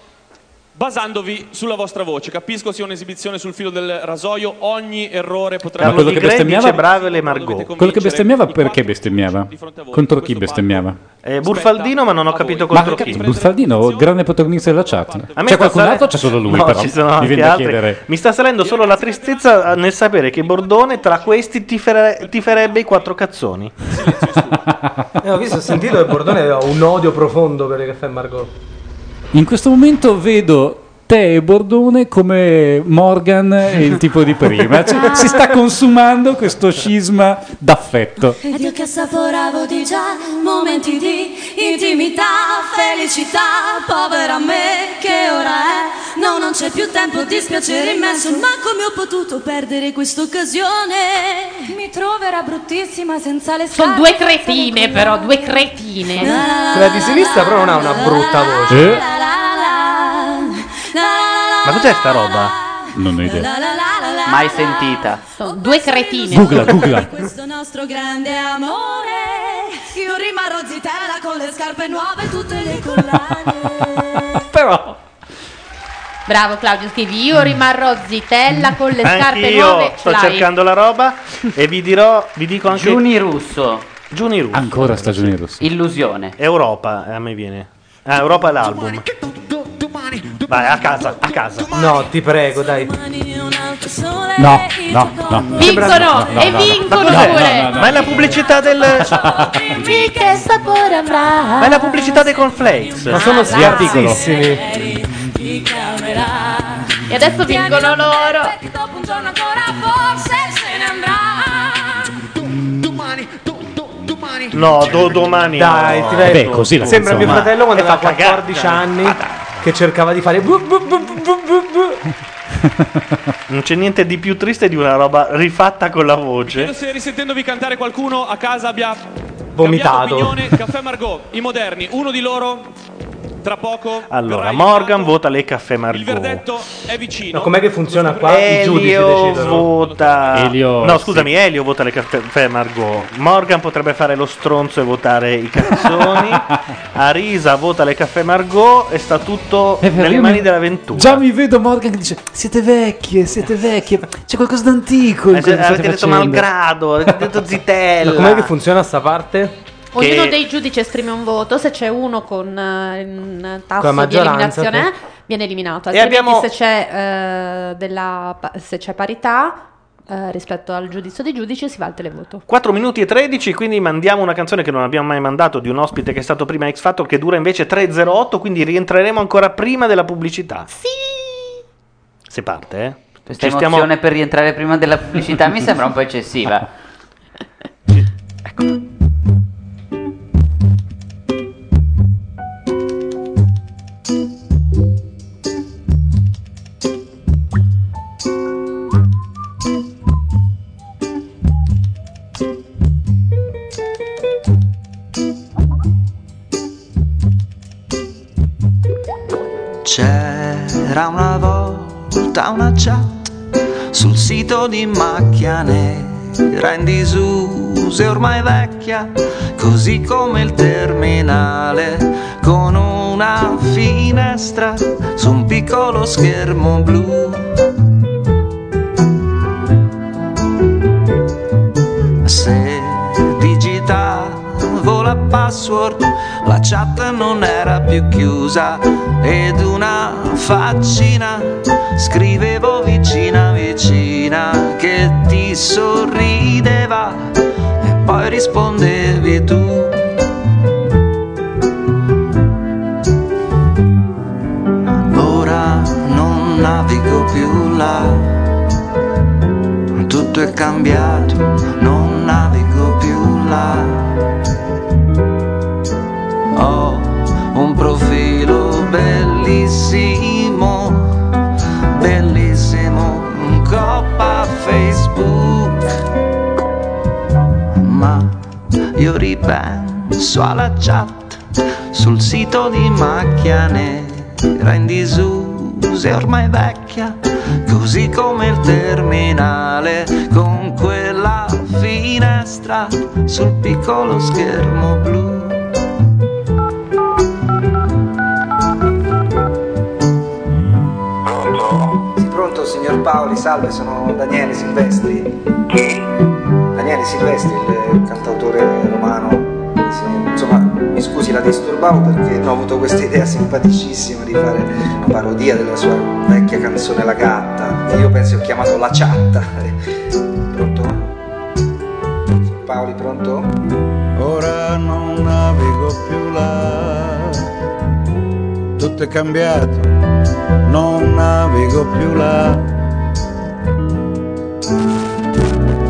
S6: basandovi sulla vostra voce. Capisco sia un'esibizione sul filo del rasoio, ogni errore potrà cioè,
S5: ma quello che bestemmiava
S1: brave eh. le Margot.
S5: Quello che bestemmiava perché bestemmiava? Contro chi bestemmiava?
S1: Eh, Burfaldino, ma non ho capito
S5: Ma
S1: contro chi.
S5: cazzo, Buffaldino, grande protagonista della chat.
S1: A me
S5: C'è
S1: sta
S5: qualcun
S1: sale-
S5: altro o c'è solo lui
S1: No,
S5: però?
S1: ci sono
S5: Mi
S1: anche
S5: viene da
S1: altri.
S5: chiedere.
S1: Mi sta salendo solo la tristezza nel sapere che Bordone tra questi tifere- tiferebbe i quattro cazzoni.
S8: Eh, ho visto, ho sentito che Bordone aveva un odio profondo per il caffè Margot.
S5: In questo momento vedo te e Bordone come Morgan e il tipo di prima. Cioè, si sta consumando questo scisma d'affetto.
S9: Ed io che assaporavo di già momenti di intimità, felicità, povera me che ora è. No, non c'è più tempo, dispiacere immenso, ma come ho potuto perdere quest'occasione? Mi troverà bruttissima senza le
S2: Sono
S9: scarpe,
S2: due
S9: senza le
S2: cretine, però, due cretine.
S8: Quella di sinistra però non ha una brutta voce.
S5: Eh?
S1: Ma cos'è sta roba?
S5: Non ho idea.
S7: eh. Mai sentita.
S2: Sono due cretine.
S7: Googla, googla.
S9: questo nostro grande amore. Io rimarrò zitella con le scarpe nuove e tutte le collane.
S1: Però.
S2: Bravo Claudio, scrivi io rimarrò zitella con le scarpe nuove.
S1: Anch'io sto
S2: live".
S1: cercando la roba e vi dirò, vi dico anche.
S7: Giuni Russo.
S1: Giuni Russo.
S5: Ancora stagione russa.
S7: Illusione.
S1: Europa, eh, a me viene. Ah, Europa è l'album. Vai, a casa, a casa.
S8: No, ti prego, dai.
S5: No, no, no.
S2: Vincono, e vincono pure.
S1: Ma è la pubblicità del.
S2: Dimmi che sapore avrà.
S1: Ma è la pubblicità dei Conflakes.
S5: Ma sono sviatissimi.
S2: E adesso vincono loro.
S9: Dopo un giorno ancora forse se ne andrà.
S1: No, do- domani.
S8: Dai,
S1: no.
S8: ti vedo.
S5: Beh, così la
S8: Sembra mio
S5: canzone.
S8: fratello quando
S1: E fa
S8: aveva 14
S5: cioè,
S8: anni che cercava di fare bu- bu- bu- bu- bu- bu- bu.
S1: Non c'è niente di più triste di una roba rifatta con la
S6: Chiedo
S1: voce.
S6: se risentendovi cantare qualcuno a casa abbia
S1: Vomitato.
S6: cambiato opinione. Caffè Margot, i moderni, uno di loro tra poco
S1: Allora, Morgan vota lei Caffè Margot.
S6: detto è vicino.
S8: No, com'è che funziona qua? I giudici
S1: Elio
S8: decidono.
S1: vota.
S5: Elio,
S1: no,
S5: sì.
S1: scusami, Elio vota le caffè Margot. Morgan potrebbe fare lo stronzo e votare i cazzoni. Arisa vota le caffè Margot e sta tutto nelle mani della Ventura.
S5: Già mi vedo Morgan che dice: Siete vecchie, siete vecchie. C'è qualcosa d'antico. in
S1: Eh,
S5: quello che
S1: avete
S5: state
S1: detto
S5: facendo."
S1: malgrado, avete detto zitella.
S8: Ma com'è che funziona sta parte?
S2: Ognuno dei giudici esprime un voto, se c'è uno con eh, un
S8: Con la
S2: tasso di
S8: maggioranza,
S2: eliminazione
S8: sì.
S2: viene eliminato,
S1: E
S2: altrimenti
S1: abbiamo-
S2: se, c'è, eh, della pa- se c'è parità eh, rispetto al giudizio dei giudici si va al televoto.
S1: 4 minuti e 13, quindi mandiamo una canzone che non abbiamo mai mandato di un ospite che è stato prima a X Factor che dura invece 3.08, quindi rientreremo ancora prima della pubblicità. Sì! Se parte, eh.
S7: Questa emozione per rientrare prima della pubblicità mi sembra un po' eccessiva.
S19: C'era una volta una chat sul sito di macchia nera in disuso e ormai vecchia, così come il terminale con una finestra su un piccolo schermo blu. password, la chat non era più chiusa ed una faccina scrivevo vicina vicina che ti sorrideva e poi rispondevi tu. Ora non navigo più là, tutto è cambiato, non navigo più là. Ho un profilo bellissimo, bellissimo, un coppa Facebook, ma io ripenso alla chat sul sito di macchia nera in disuso e ormai vecchia, così come il terminale con quella finestra sul piccolo schermo blu.
S8: Sì, pronto signor Paoli, salve, sono Daniele Silvestri. Daniele Silvestri, il cantautore romano. Sì, insomma, mi scusi, la disturbavo perché ho avuto questa idea simpaticissima di fare una parodia della sua vecchia canzone La gatta, che io penso ho chiamato La Ciatta. Pronto? Signor Paoli, pronto?
S3: ora non navigo più là, tutto è cambiato, non navigo più là.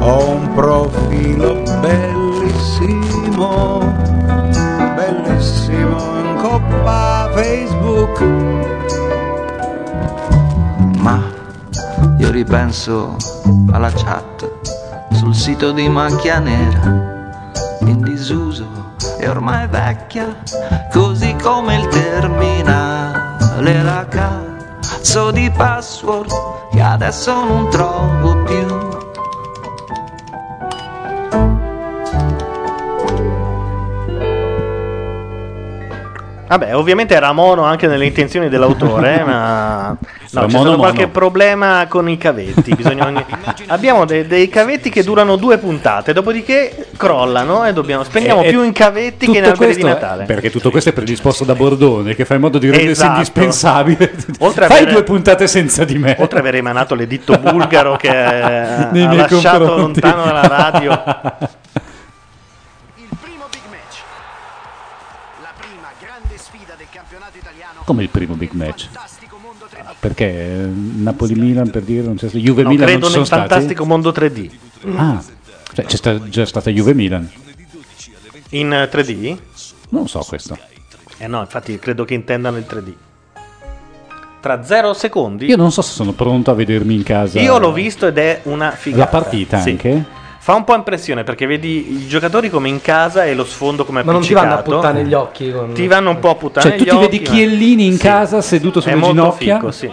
S3: Ho un profilo bellissimo, bellissimo in coppa Facebook.
S19: ma io ripenso alla chat sul sito di macchia nera in disuso e ormai vecchia così come il terminale la cazzo di password che adesso non trovo più
S1: Vabbè, ovviamente era mono anche nelle intenzioni dell'autore, ma no, c'è
S5: mono,
S1: stato qualche
S5: mono.
S1: problema con i cavetti. bisogna ogni- Abbiamo de- dei cavetti che durano due puntate, dopodiché crollano e dobbiamo... spendiamo
S5: E- e
S1: più in cavetti che in
S5: Tutto
S1: alberi di
S5: questo è-
S1: Natale.
S5: perché tutto questo è predisposto da Bordone che fa in modo di rendersi
S1: Esatto.
S5: indispensabile.
S1: Oltre a
S5: Fai
S1: avere-
S5: due puntate senza di me.
S1: Oltre ad aver emanato l'editto bulgaro che eh,
S5: Nei
S1: ha
S5: miei
S1: lasciato
S5: confronti.
S1: lontano dalla radio.
S5: Come il primo big match. Perché eh, Napoli-Milan per dire non c'è stato.
S1: No,
S5: Juve-Milan non
S1: credo
S5: ci sono
S1: nel
S5: stati.
S1: fantastico mondo 3D.
S5: Ah, cioè c'è sta- già stata Juve-Milan.
S1: In eh, 3D?
S5: Non so questo.
S1: Eh no, infatti credo che intendano il 3D. Tra 0 secondi.
S5: Io non so se sono pronto a vedermi in casa.
S1: Io l'ho visto ed è una figata.
S5: Esatto. La partita
S1: Sì.
S5: anche.
S1: Fa un po' impressione perché vedi i giocatori come in casa e lo sfondo come
S8: Ma non ti
S1: appiccicato.
S8: vanno a puttane gli occhi con...
S1: Ti vanno un po' a puttane
S5: Cioè, tu
S1: gli
S5: ti
S1: occhi.
S5: vedi Chiellini in casa seduto
S1: ma È
S5: sulle
S1: molto
S5: ginocchia. Ah,
S1: fico, sì.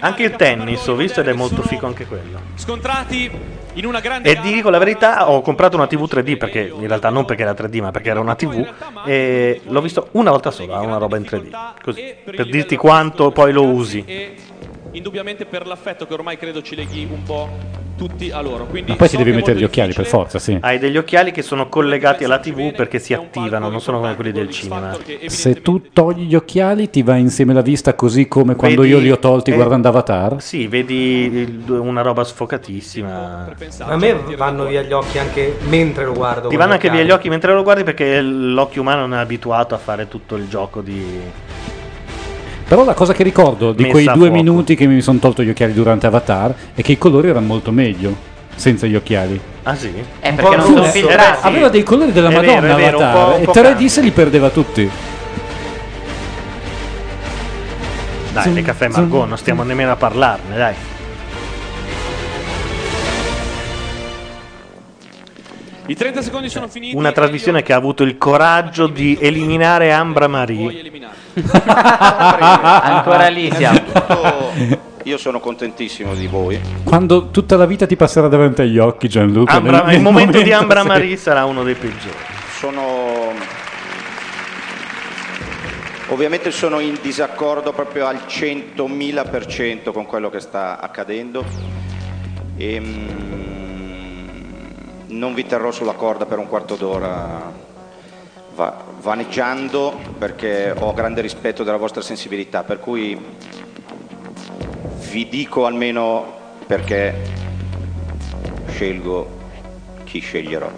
S1: Anche il tennis ho visto ed è molto fico anche quello.
S6: Scontrati in una grande
S1: E ti dico la verità, ho comprato una TV 3D perché in realtà non perché era 3D, ma perché era una TV e l'ho visto una volta sola, una roba in 3D, così, per dirti quanto poi lo usi.
S6: e indubbiamente per l'affetto che ormai credo ci leghi un po' tutti a loro. Quindi
S5: Ma poi si
S6: so
S5: devi
S6: che è
S5: mettere gli
S6: molto
S5: occhiali per forza, sì.
S1: Hai degli occhiali che sono collegati alla TV perché si attivano, non sono come quelli del cinema.
S5: Se tu togli gli occhiali ti va insieme la vista così come quando
S1: Vedi-
S5: io li ho tolti
S1: eh,
S5: guardando Avatar.
S1: Sì, vedi il- una roba sfocatissima.
S8: A me vanno via gli occhi anche mentre lo guardo.
S1: Ti
S8: con
S1: vanno anche via
S8: occhiali.
S1: gli occhi mentre lo guardi perché l'occhio umano non è abituato a fare tutto il gioco di...
S5: Però la cosa che ricordo di
S1: Messa
S5: quei
S1: a
S5: due
S1: fuoco.
S5: minuti che mi sono tolto gli occhiali durante Avatar è che i colori erano molto meglio senza gli occhiali.
S1: Ah sì?
S24: Eh, perché non sono filtrati.
S5: Aveva dei colori della
S24: È vero,
S5: Madonna
S24: è vero, un
S5: Avatar
S24: po'- un po'
S5: e 3D
S24: cambia.
S5: se li perdeva tutti.
S1: Dai,
S5: Zum,
S1: le caffè Margot, non stiamo nemmeno a parlarne, dai.
S6: I 30 secondi sono finiti.
S1: Una trasmissione che ha avuto il coraggio di eliminare Ambra Marie.
S24: Ancora lì siamo.
S12: Io sono contentissimo di voi.
S5: Quando tutta la vita ti passerà davanti agli occhi Gianluca.
S1: Ambra-
S5: nel- nel
S1: Ah, il momento di Ambra
S5: sì.
S1: Marie sarà uno dei peggiori.
S12: Sono. Ovviamente sono in disaccordo proprio al 100.000% con quello che sta accadendo. Ehm, E, non vi terrò sulla corda per un quarto d'ora. va- vaneggiando perché ho grande rispetto della vostra sensibilità, per cui vi dico almeno perché scelgo chi sceglierò.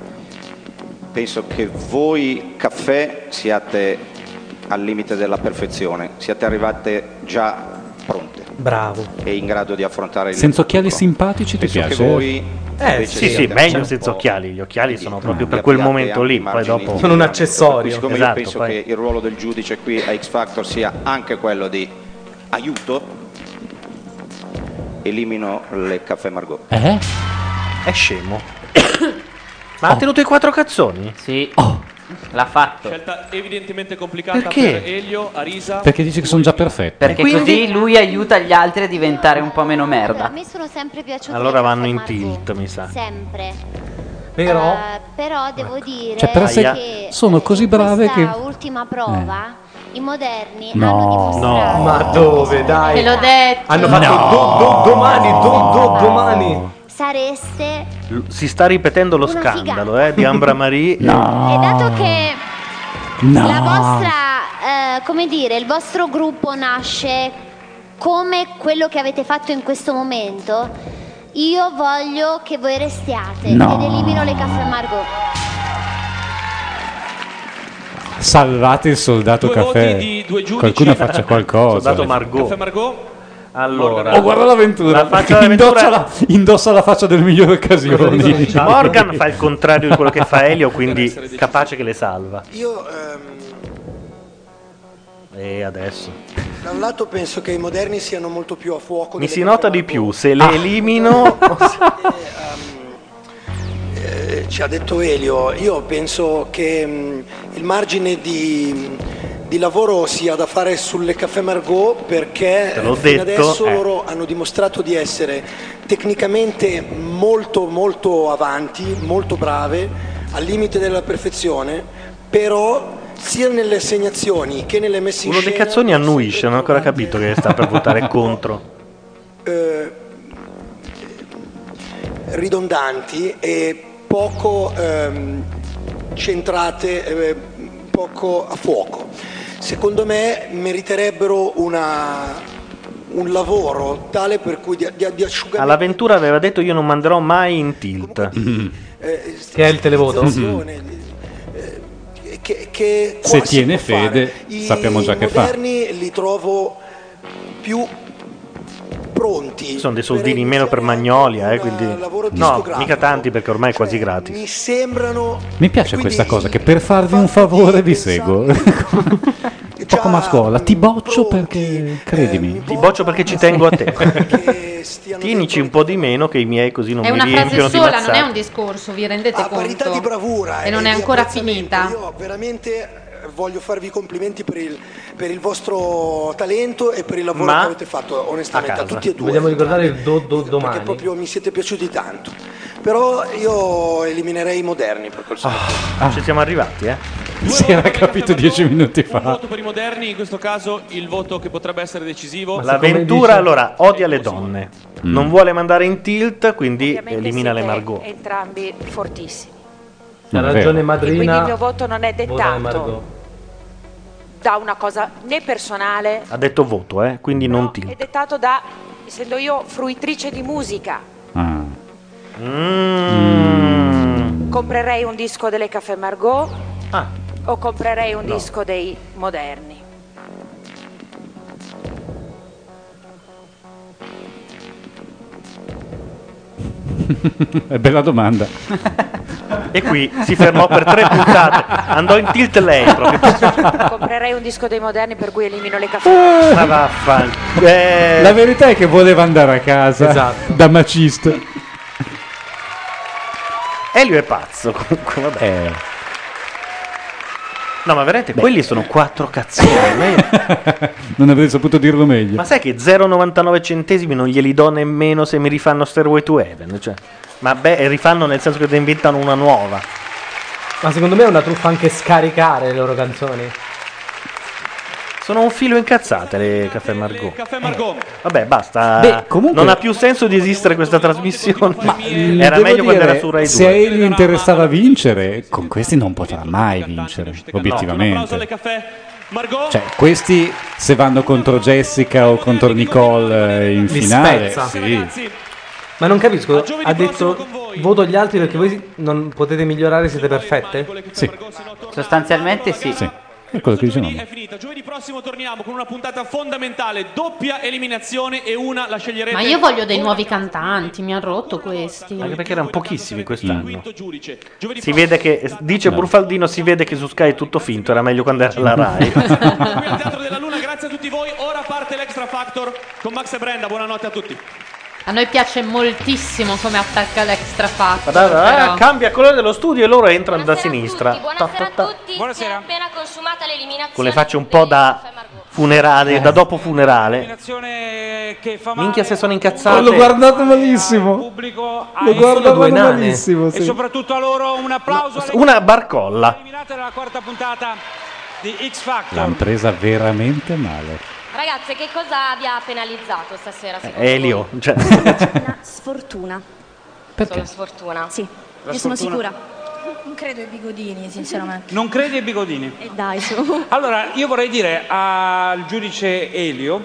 S12: Penso che voi caffè siate al limite della perfezione, siate arrivate già pronte
S17: Bravo.
S12: e in grado di affrontare il
S5: Senza occhiali simpatici ti
S12: Penso che
S5: piace?
S12: voi
S1: Eh,
S12: invece
S1: sì, sì,
S12: siate diciamo un
S1: meglio
S12: po'
S1: senza occhiali. Gli occhiali sono proprio
S12: vi
S1: per quel
S12: abbiate
S1: momento
S12: ampi
S1: lì. Poi
S12: margini
S1: dopo
S12: di
S17: Sono un
S12: miglioramento.
S17: accessorio.
S12: Per cui, Siccome io
S1: Esatto,
S12: penso
S1: poi-
S12: che il ruolo del giudice qui a X Factor sia anche quello di aiuto, elimino le caffè Margot.
S5: Eh?
S1: È scemo. Ma ha tenuto i quattro cazzoni? Oh.
S7: Sì. L'ha fatto.
S6: Scelta evidentemente complicata
S7: Perché?
S6: per Elio, Arisa.
S5: Perché dici che sono già perfetti.
S7: Perché
S6: Quindi-
S7: così lui aiuta gli altri a diventare un po' meno merda.
S10: Mi sono sempre piaciuti
S1: Allora vanno in tilt, mi sa.
S10: sempre,
S1: Però.
S10: Eh, però devo dire
S5: Cioè, per essere-
S10: che
S5: sono così brave che...
S10: questa ultima prova i moderni
S5: No.
S17: No. Ma dove, dai?
S10: Te l'ho detto.
S17: Hanno fatto do- do- domani, do- do- domani.
S10: sareste
S1: L- Si sta ripetendo lo
S10: Una
S1: scandalo eh, di Ambra Marie.
S10: e dato
S1: no.
S10: che la vostra eh, come dire il vostro gruppo nasce come quello che avete fatto in questo momento io voglio che voi restiate
S5: No.
S10: ed elimino le caffè Margot
S5: Salvate il soldato
S6: Due
S5: caffè.
S6: voti di due giudici.
S5: Qualcuno faccia qualcosa.
S1: Soldato Margot.
S6: Caffè Margot.
S1: Allora.
S5: Oh, guarda l'avventura.
S1: La faccia dell'avventura-
S5: indossa, la, indossa la faccia del migliore
S1: Cosa
S5: occasioni.
S1: dice? Morgan fa il contrario di quello che fa Elio, quindi capace che le salva.
S13: Io ehm,
S1: E adesso
S13: da un lato penso che i moderni siano molto più a Ah. fuoco.
S1: mi
S13: delle
S1: si nota di più se le elimino.
S13: Eh, ci ha detto Elio, io penso che mh, il margine di, di lavoro sia da fare sulle caffè Margot perché
S1: Te l'ho
S13: eh, fino
S1: detto,
S13: adesso
S1: eh.
S13: loro hanno dimostrato di essere tecnicamente molto molto avanti, molto brave, al limite della perfezione, però sia nelle assegnazioni che nelle messe in
S1: Uno dei
S13: scena
S1: cazzoni annuisce, non ho ancora capito che sta per votare contro.
S13: eh, ridondanti e poco ehm, centrate, eh, poco a fuoco. Secondo me meriterebbero una- un lavoro tale per cui di, di, di asciugare
S1: All'avventura aveva detto io non manderò mai in tilt.
S13: eh,
S17: Mm. Che è il televoto?
S13: che, che qua
S5: Se
S13: si
S5: tiene
S13: può fare.
S5: fede,
S13: I
S5: sappiamo già che fa.
S13: moderni li trovo più pronti.
S1: Sono dei soldini in meno per Magnolia, eh, quindi... No, mica tanti perché ormai è quasi
S13: Cioè,
S1: gratis.
S13: Mi sembrano
S5: Mi piace questa cosa che per farvi un favore vi seguo. Un po' come a scuola, ti boccio
S1: eh.
S5: perché credimi.
S1: Ti boccio perché ci tengo a te. Tienici un po' di meno che i miei così non
S2: è
S1: mi
S2: una
S1: riempiono
S2: frase
S1: di
S2: sola, non è
S1: mazzate.
S2: un discorso, vi rendete conto?
S13: Ah, di bravura
S2: e non è
S13: di
S2: ancora
S13: apprezzamento.
S2: finita.
S13: Io veramente eh, voglio farvi i complimenti per il, per il vostro talento e per il lavoro
S17: Ma
S13: che avete fatto onestamente a, tutti e due.
S17: Vogliamo ricordare il do, do-
S13: perché
S17: domani.
S13: proprio mi siete piaciuti tanto. Però io eliminerei i moderni per quel motivo.
S5: Ah.
S1: Ci siamo arrivati, eh.
S5: Si era capito dieci minuti fa.
S6: voto per i moderni, in questo caso il voto che potrebbe essere decisivo.
S1: L'avventura, allora, odia le donne.
S5: Mm.
S1: Non vuole mandare in tilt, quindi elimina le Margot.
S14: entrambi fortissimi.
S17: C'ha ragione
S14: Quindi il mio
S17: madrina.
S14: voto non è
S17: Vota
S14: dettato
S17: Margot.
S14: da una cosa né personale,
S1: Ha detto voto, eh, quindi non tilt.
S14: è dettato da, essendo io fruitrice di musica,
S5: Ah.
S1: Mm.
S14: comprerei un disco delle Café Margot
S1: Ah.
S14: o comprerei un
S1: No.
S14: disco dei moderni.
S5: È bella domanda.
S1: E qui si fermò per tre puntate. Andò in tilt lei proprio.
S14: comprerei un disco dei moderni per cui elimino le Café
S1: Ma vaffan- eh,
S5: La verità è che voleva andare a casa
S1: Esatto.
S5: da macista.
S1: Elio è pazzo, comunque, vabbè.
S5: Eh.
S1: No, ma veramente quelli sono quattro cazzoni. lei-
S5: Non avrei saputo dirlo meglio.
S1: ma sai che 0,99 centesimi non glieli do nemmeno se mi rifanno Stairway to Heaven? Cioè, ma beh, rifanno nel senso che te inventano una nuova.
S17: Ma secondo me è una truffa anche scaricare le loro canzoni.
S1: Sono un filo incazzate le Caffè Margot.
S6: Margot.
S1: Vabbè, basta.
S5: Beh, comunque- mm,
S1: Non ha più senso di esistere questa trasmissione. era
S5: Devo
S1: meglio quando
S5: dire,
S1: era su Rai 2.
S5: Se a Elio interessava vincere, con questi non potrà mai vincere, obiettivamente. Cioè, questi se vanno contro Jessica o contro Nicole eh, in
S25: Mi
S5: finale,
S25: spezza.
S5: sì.
S25: Ma non capisco, ha detto voto agli altri perché voi non potete migliorare, siete perfette?
S5: Sì.
S26: Sostanzialmente sì.
S5: È quello che dice mamma.
S6: Fondamentale, doppia eliminazione e una la sceglierete.
S2: Ma io voglio dei nuovi cantanti, mi hanno rotto questi.
S1: Anche perché erano pochissimi quest'anno.
S6: giudice.
S1: Si vede che, dice Burfaldino, si vede che su Sky è tutto finto, era meglio quando
S5: Cioè.
S1: era la Rai.
S6: Grazie a tutti voi, ora parte l'Extra Factor con Max e Brenda, buonanotte a tutti.
S2: A noi piace moltissimo come attacca l'extra fatto.
S1: Guardate,
S2: però.
S1: ah, cambia colore dello studio e loro entrano da sinistra. Ta, ta, ta.
S16: Buonasera. appena consumata l'eliminazione.
S1: Con le facce un po' da funerale,
S5: Eh.
S1: da dopo funerale. Minchia se sono incazzate.
S5: L'ho guardato malissimo. Lo guardavo malissimo.
S8: E soprattutto a loro un applauso alle
S1: Una barcolla.
S8: eliminate della quarta puntata di X
S2: Ecco.
S8: Factor.
S5: L'hanno presa veramente male.
S16: Ragazze, che cosa vi ha penalizzato stasera? secondo
S5: Eh,
S1: Elio. Cioè.
S16: voi? Una sfortuna. Solo sfortuna? Sì.
S8: La Io sono sfortuna.
S16: Non credo ai bigodini, sinceramente.
S8: Non credi ai bigodini?
S16: E dai, su.
S8: Allora, io vorrei dire al giudice Elio,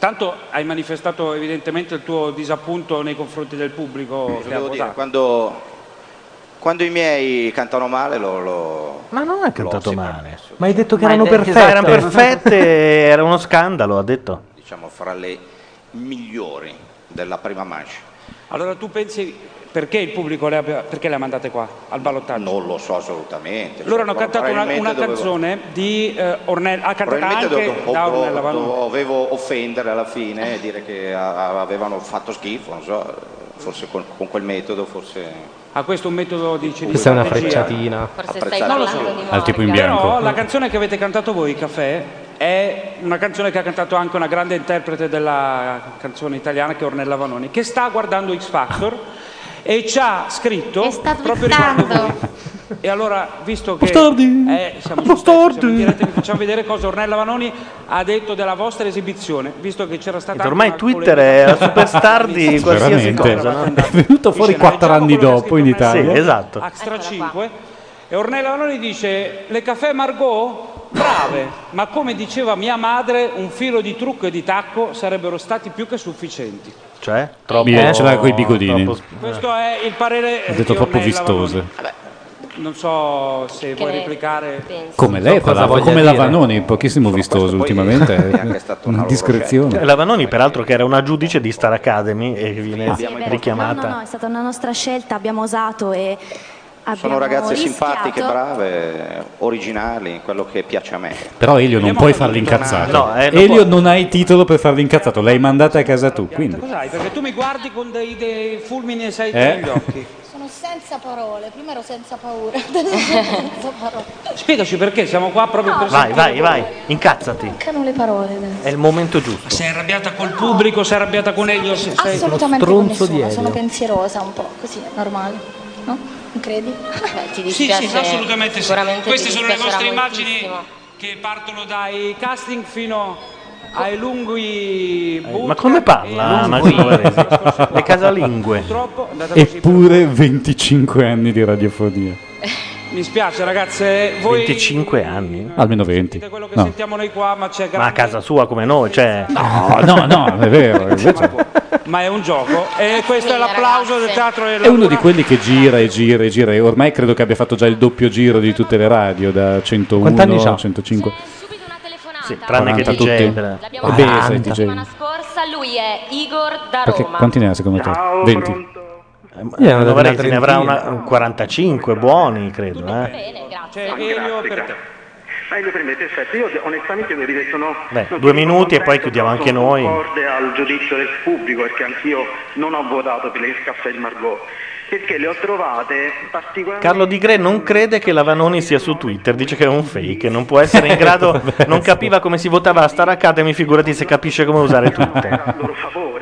S8: tanto hai manifestato evidentemente il tuo disappunto nei confronti del pubblico che ha
S12: Devo dire,
S8: votato.
S12: quando, quando i miei cantano male lo... lo...
S1: Ma non è cantato male.
S25: Ma hai detto che
S12: Ma hai
S25: erano
S12: detto-
S25: perfette.
S12: Esatto.
S1: Erano perfette, era uno scandalo, ha detto.
S12: diciamo fra le migliori della prima manche.
S8: Allora tu pensi perché il pubblico le, abbia, perché le ha mandate qua al ballottaggio?
S12: Non lo so assolutamente.
S8: Loro hanno
S12: Pro-
S8: cantato una,
S12: probabilmente
S8: una
S12: dovevo-
S8: canzone di eh, Ornella, ha cantato
S12: Probabilmente
S8: anche
S12: dovevo,
S8: da
S12: dovevo-
S8: Ornella Vanoni.
S12: dovevo offendere alla fine e dire che a- avevano fatto schifo, non so, forse con, con quel metodo, forse...
S8: Ha questo un metodo di CD.
S25: Questa è una frecciatina.
S12: Apprezzato.
S8: Non lo so.
S5: Al tipo in
S8: Però la
S5: bianco.
S8: canzone che avete cantato voi, Caffè, è una canzone che ha cantato anche una grande interprete della canzone italiana che è Ornella Vanoni, che sta guardando X Factor e ci ha scritto proprio riguardo voi. E allora, visto che
S5: Bastardi!
S8: eh, siamo, su- siamo in diretta, vi facciamo vedere cosa Ornella Vanoni ha detto della vostra esibizione, visto che c'era stata
S1: Ed ormai
S8: anche
S1: Twitter è la superstar di qualsiasi
S5: Veramente.
S1: cosa. no?
S5: È venuto fuori quattro anni dopo in Italia.
S1: Sì, esatto.
S8: Extra 5 e Ornella Vanoni dice le caffè Margot brave ma come diceva mia madre un filo di trucco e di tacco sarebbero stati più che sufficienti
S1: Cioè, troppo...
S5: Mica ce l'ha coi bigodini.
S1: troppo-
S8: questo è il parere eh,
S5: Ha detto
S8: di
S5: troppo
S8: Ornella
S5: vistose.
S8: Vanoni. non so se vuoi replicare
S5: Come lei, tra l'altro, come Eh, la Vanoni, pochissimo vistoso ultimamente. è Una
S1: Eh,
S5: discrezione.
S1: La Vanoni, peraltro, che era una giudice di Star Academy e viene
S27: Sì, è vero.
S1: richiamata.
S27: No, no, no, è stata una nostra scelta, abbiamo osato e abbiamo
S12: Sono ragazze
S27: rischiato.
S12: simpatiche, brave, originali, quello che piace a me.
S5: Però Elio non puoi farli incazzato.
S12: No, eh, non
S5: Elio non hai titolo per farli incazzato, l'hai mandata a casa tu. Quindi.
S8: cos'hai perché tu mi guardi con dei, dei fulmini e sei
S5: Eh?
S8: negli occhi
S9: Sono senza parole, prima ero senza paura, adesso sono senza parole.
S8: spiegaci perché siamo qua proprio per
S1: Vai, vai,
S8: sentire-
S1: vai, incazzati.
S9: Mancano le parole adesso.
S1: È il momento giusto.
S8: sei arrabbiata col pubblico sei arrabbiata con Elio sei- sei-
S9: Assolutamente con nessuno, sono pensierosa un po', così, normale, no? Non credi?
S16: ti
S8: Sì,
S16: dispiace.
S8: sì, assolutamente sì.
S16: Sicuramente
S8: Queste
S16: ti
S8: sono le
S16: dispiacerà
S8: vostre immagini
S16: moltissimo.
S8: che partono dai casting fino ai lunghi boot.
S1: Eh, Ma come parla Massimo Varese? Le casalingue.
S5: Eppure 25 anni di radiofonia.
S8: Mi spiace ragazze, voi
S1: 25 anni?
S5: Almeno 20. No,
S8: sentiamo noi qua, ma c'è
S1: Ma a casa sua come noi, cioè...
S5: No, no, no, è vero. invece-
S8: ma è un gioco e questo è l'applauso del teatro della
S5: È uno di quelli che gira e gira e gira. e Ormai credo che abbia fatto già il doppio giro di tutte le radio, da 101
S25: Quant'anni c'ha?
S5: a 105.
S1: Sì, tranne che
S5: 40
S1: DJ.
S5: tutti.
S1: per-
S5: Eh beh, sei DJ.
S16: Corsa, lui è Igor da
S5: Perché,
S16: Roma.
S5: quanti ne ha secondo te? 20.
S1: Eh, non avrei- ne avrà una- un 45 buoni, credo. Eh.
S16: Bene, grazie.
S3: Ma Elio per me, perfetto, io onestamente devo dire che sono...
S1: Beh,
S3: non
S1: due
S3: sono
S1: minuti e poi
S3: contento,
S1: chiudiamo
S3: ma
S1: anche
S3: sono
S1: noi.
S3: concorde al giudizio del pubblico perché anch'io non ho votato per il caffè di Margot perché le ho trovate particolarmente...
S1: Carlo Di Gre non crede che la Vanoni sia su Twitter, dice che è un fake, non può essere in grado, non capiva come si votava a Star Academy, figurati se capisce come usare Twitter.
S3: a loro favore.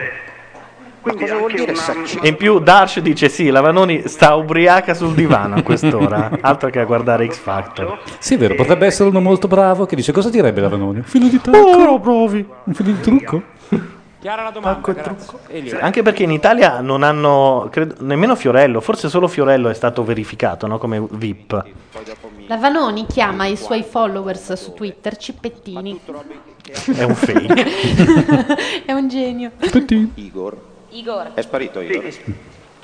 S28: Quindi
S23: cosa vuol
S28: anche
S23: dire
S28: una-
S23: sacchi-
S1: E in più Darsh dice sì, la Vanoni sta ubriaca sul divano a quest'ora, altro che a guardare X Factor.
S5: Sì, è vero, potrebbe essere uno molto bravo che dice cosa direbbe la Vanoni? Un filo di trucco?
S1: Oh, provi.
S5: Un filo di trucco?
S15: Chiara la domanda. Grazie. Elio.
S1: Anche perché in Italia non hanno, credo- nemmeno Fiorello, forse solo Fiorello è stato verificato no, come VIP.
S2: La Vanoni chiama i suoi followers su Twitter cippettini.
S1: È un fake.
S2: È un genio.
S12: Igor.
S14: Igor.
S12: È sparito Igor.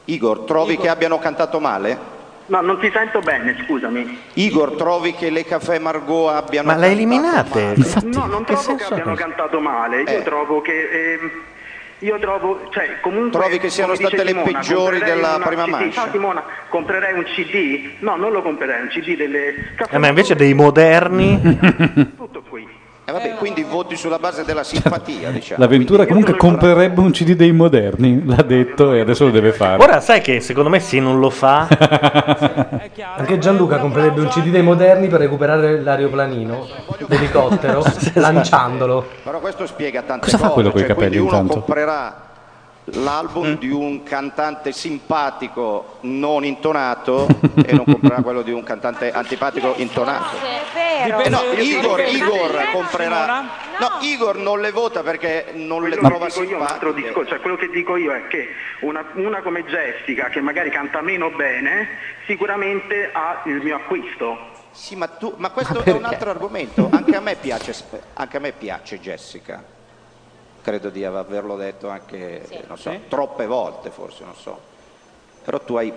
S12: Igor, trovi che abbiano cantato male?
S28: No, non ti sento bene, scusami.
S12: Igor, trovi che le Caffè Margot abbiano
S1: Ma le
S12: cantato
S1: eliminate?
S12: male?
S1: Infatti,
S28: no, non trovo che abbiano cantato male. Io
S12: Eh.
S28: trovo che. ehm, io trovo, cioè, comunque.
S12: Trovi che siano
S28: come dice
S12: state le
S28: Simona,
S12: peggiori
S28: comprerei
S12: della
S28: una
S12: prima
S28: CD.
S12: mancia.
S28: Ciao Simona, comprerei un CD? No, non lo comprerei, un CD delle.
S1: Eh, ma invece dei moderni...
S12: Eh, vabbè, quindi voti sulla base della simpatia, diciamo.
S5: L'avventura comunque comprerebbe un CD dei moderni, l'ha detto e adesso lo deve fare.
S1: Ora sai che secondo me se non lo fa...
S17: Anche Gianluca comprerebbe un CD dei moderni per recuperare l'aeroplanino, l'elicottero,
S1: Esatto.
S17: lanciandolo.
S12: Però questo spiega tante
S17: Cosa fa
S12: cose.
S17: quello coi
S12: cioè,
S17: capelli
S12: quindi
S17: intanto? Mm.
S12: uno comprerà l'album di un cantante simpatico non intonato e non comprerà quello di un cantante antipatico intonato. Eh no, Igor, Igor comprerà. No, Igor non le vota perché non le
S28: Quello che
S12: trova
S28: dico io è un altro
S12: simpatiche.
S28: discorso, cioè, quello che dico io è che una, una come Jessica, che magari canta meno bene, sicuramente ha il mio acquisto.
S12: Sì, ma, tu, ma questo è un altro argomento. Anche a me piace, sp- anche a me piace Jessica. Credo di averlo detto anche, non so, troppe volte forse, non so. Però tu hai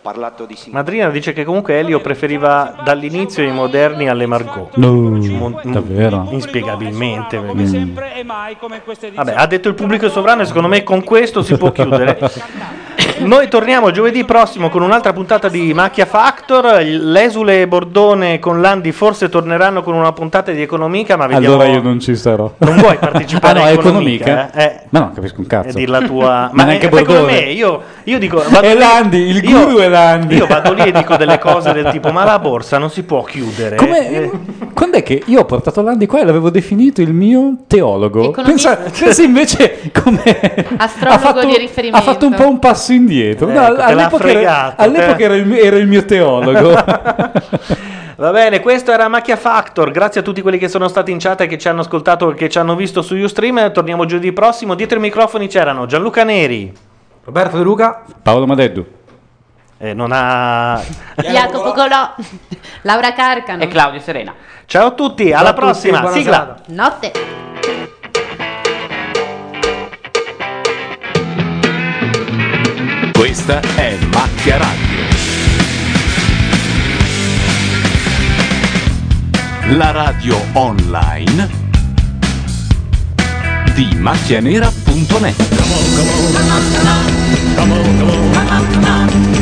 S12: parlato di simpatia.
S1: Madrina dice che comunque Elio preferiva dall'inizio i moderni alle Margot. Mon-
S5: davvero? Mm.
S1: Inspiegabilmente.
S15: E mai come in queste
S1: Vabbè, ha detto il pubblico sovrano e secondo me con questo si può chiudere. Noi torniamo giovedì prossimo con un'altra puntata di Macchia Factor. L'esule e Bordone con Landi forse torneranno con una puntata di Economica, ma vediamo.
S5: Allora io non ci sarò.
S1: Non vuoi partecipare
S5: ah, no,
S1: a
S5: è
S1: Economica?
S5: economica?
S1: Eh,
S5: Ma non capisco un cazzo.
S1: e dir la tua.
S5: Ma neanche
S1: eh, secondo
S5: Bordone.
S1: me, io, io dico.
S5: È
S1: lì-
S5: Landi, il
S1: io-
S5: guru è Landi.
S1: Io vado lì e dico delle cose del tipo: ma la borsa non si può chiudere.
S5: Come-
S1: Eh,
S5: Quando è che io ho portato Landi qua e l'avevo definito il mio teologo?
S2: Economista.
S5: Pensa, pensa invece come
S2: Astrologo
S5: ha fatto,
S2: di riferimento.
S5: ha fatto un po' un passo indietro. No,
S1: Ecco, te l'ha
S5: all'epoca era,
S1: fregato,
S5: all'epoca
S1: te-
S5: era il, mio- era il mio teologo.
S1: Va bene, questo era Macchia Factor. Grazie a tutti quelli che sono stati in chat e che ci hanno ascoltato e che ci hanno visto su Ustream. Torniamo giovedì prossimo. Dietro i microfoni c'erano Gianluca Neri.
S17: Roberto De Luca.
S5: Paolo Madeddu.
S1: Eh, non ha.
S2: Jacopo Colò. Laura Carcano.
S7: E Claudio Serena.
S1: Ciao a tutti, alla prossima. Sigla.
S2: Notte.
S4: Questa è Macchia Radio. La radio online di macchianera.net.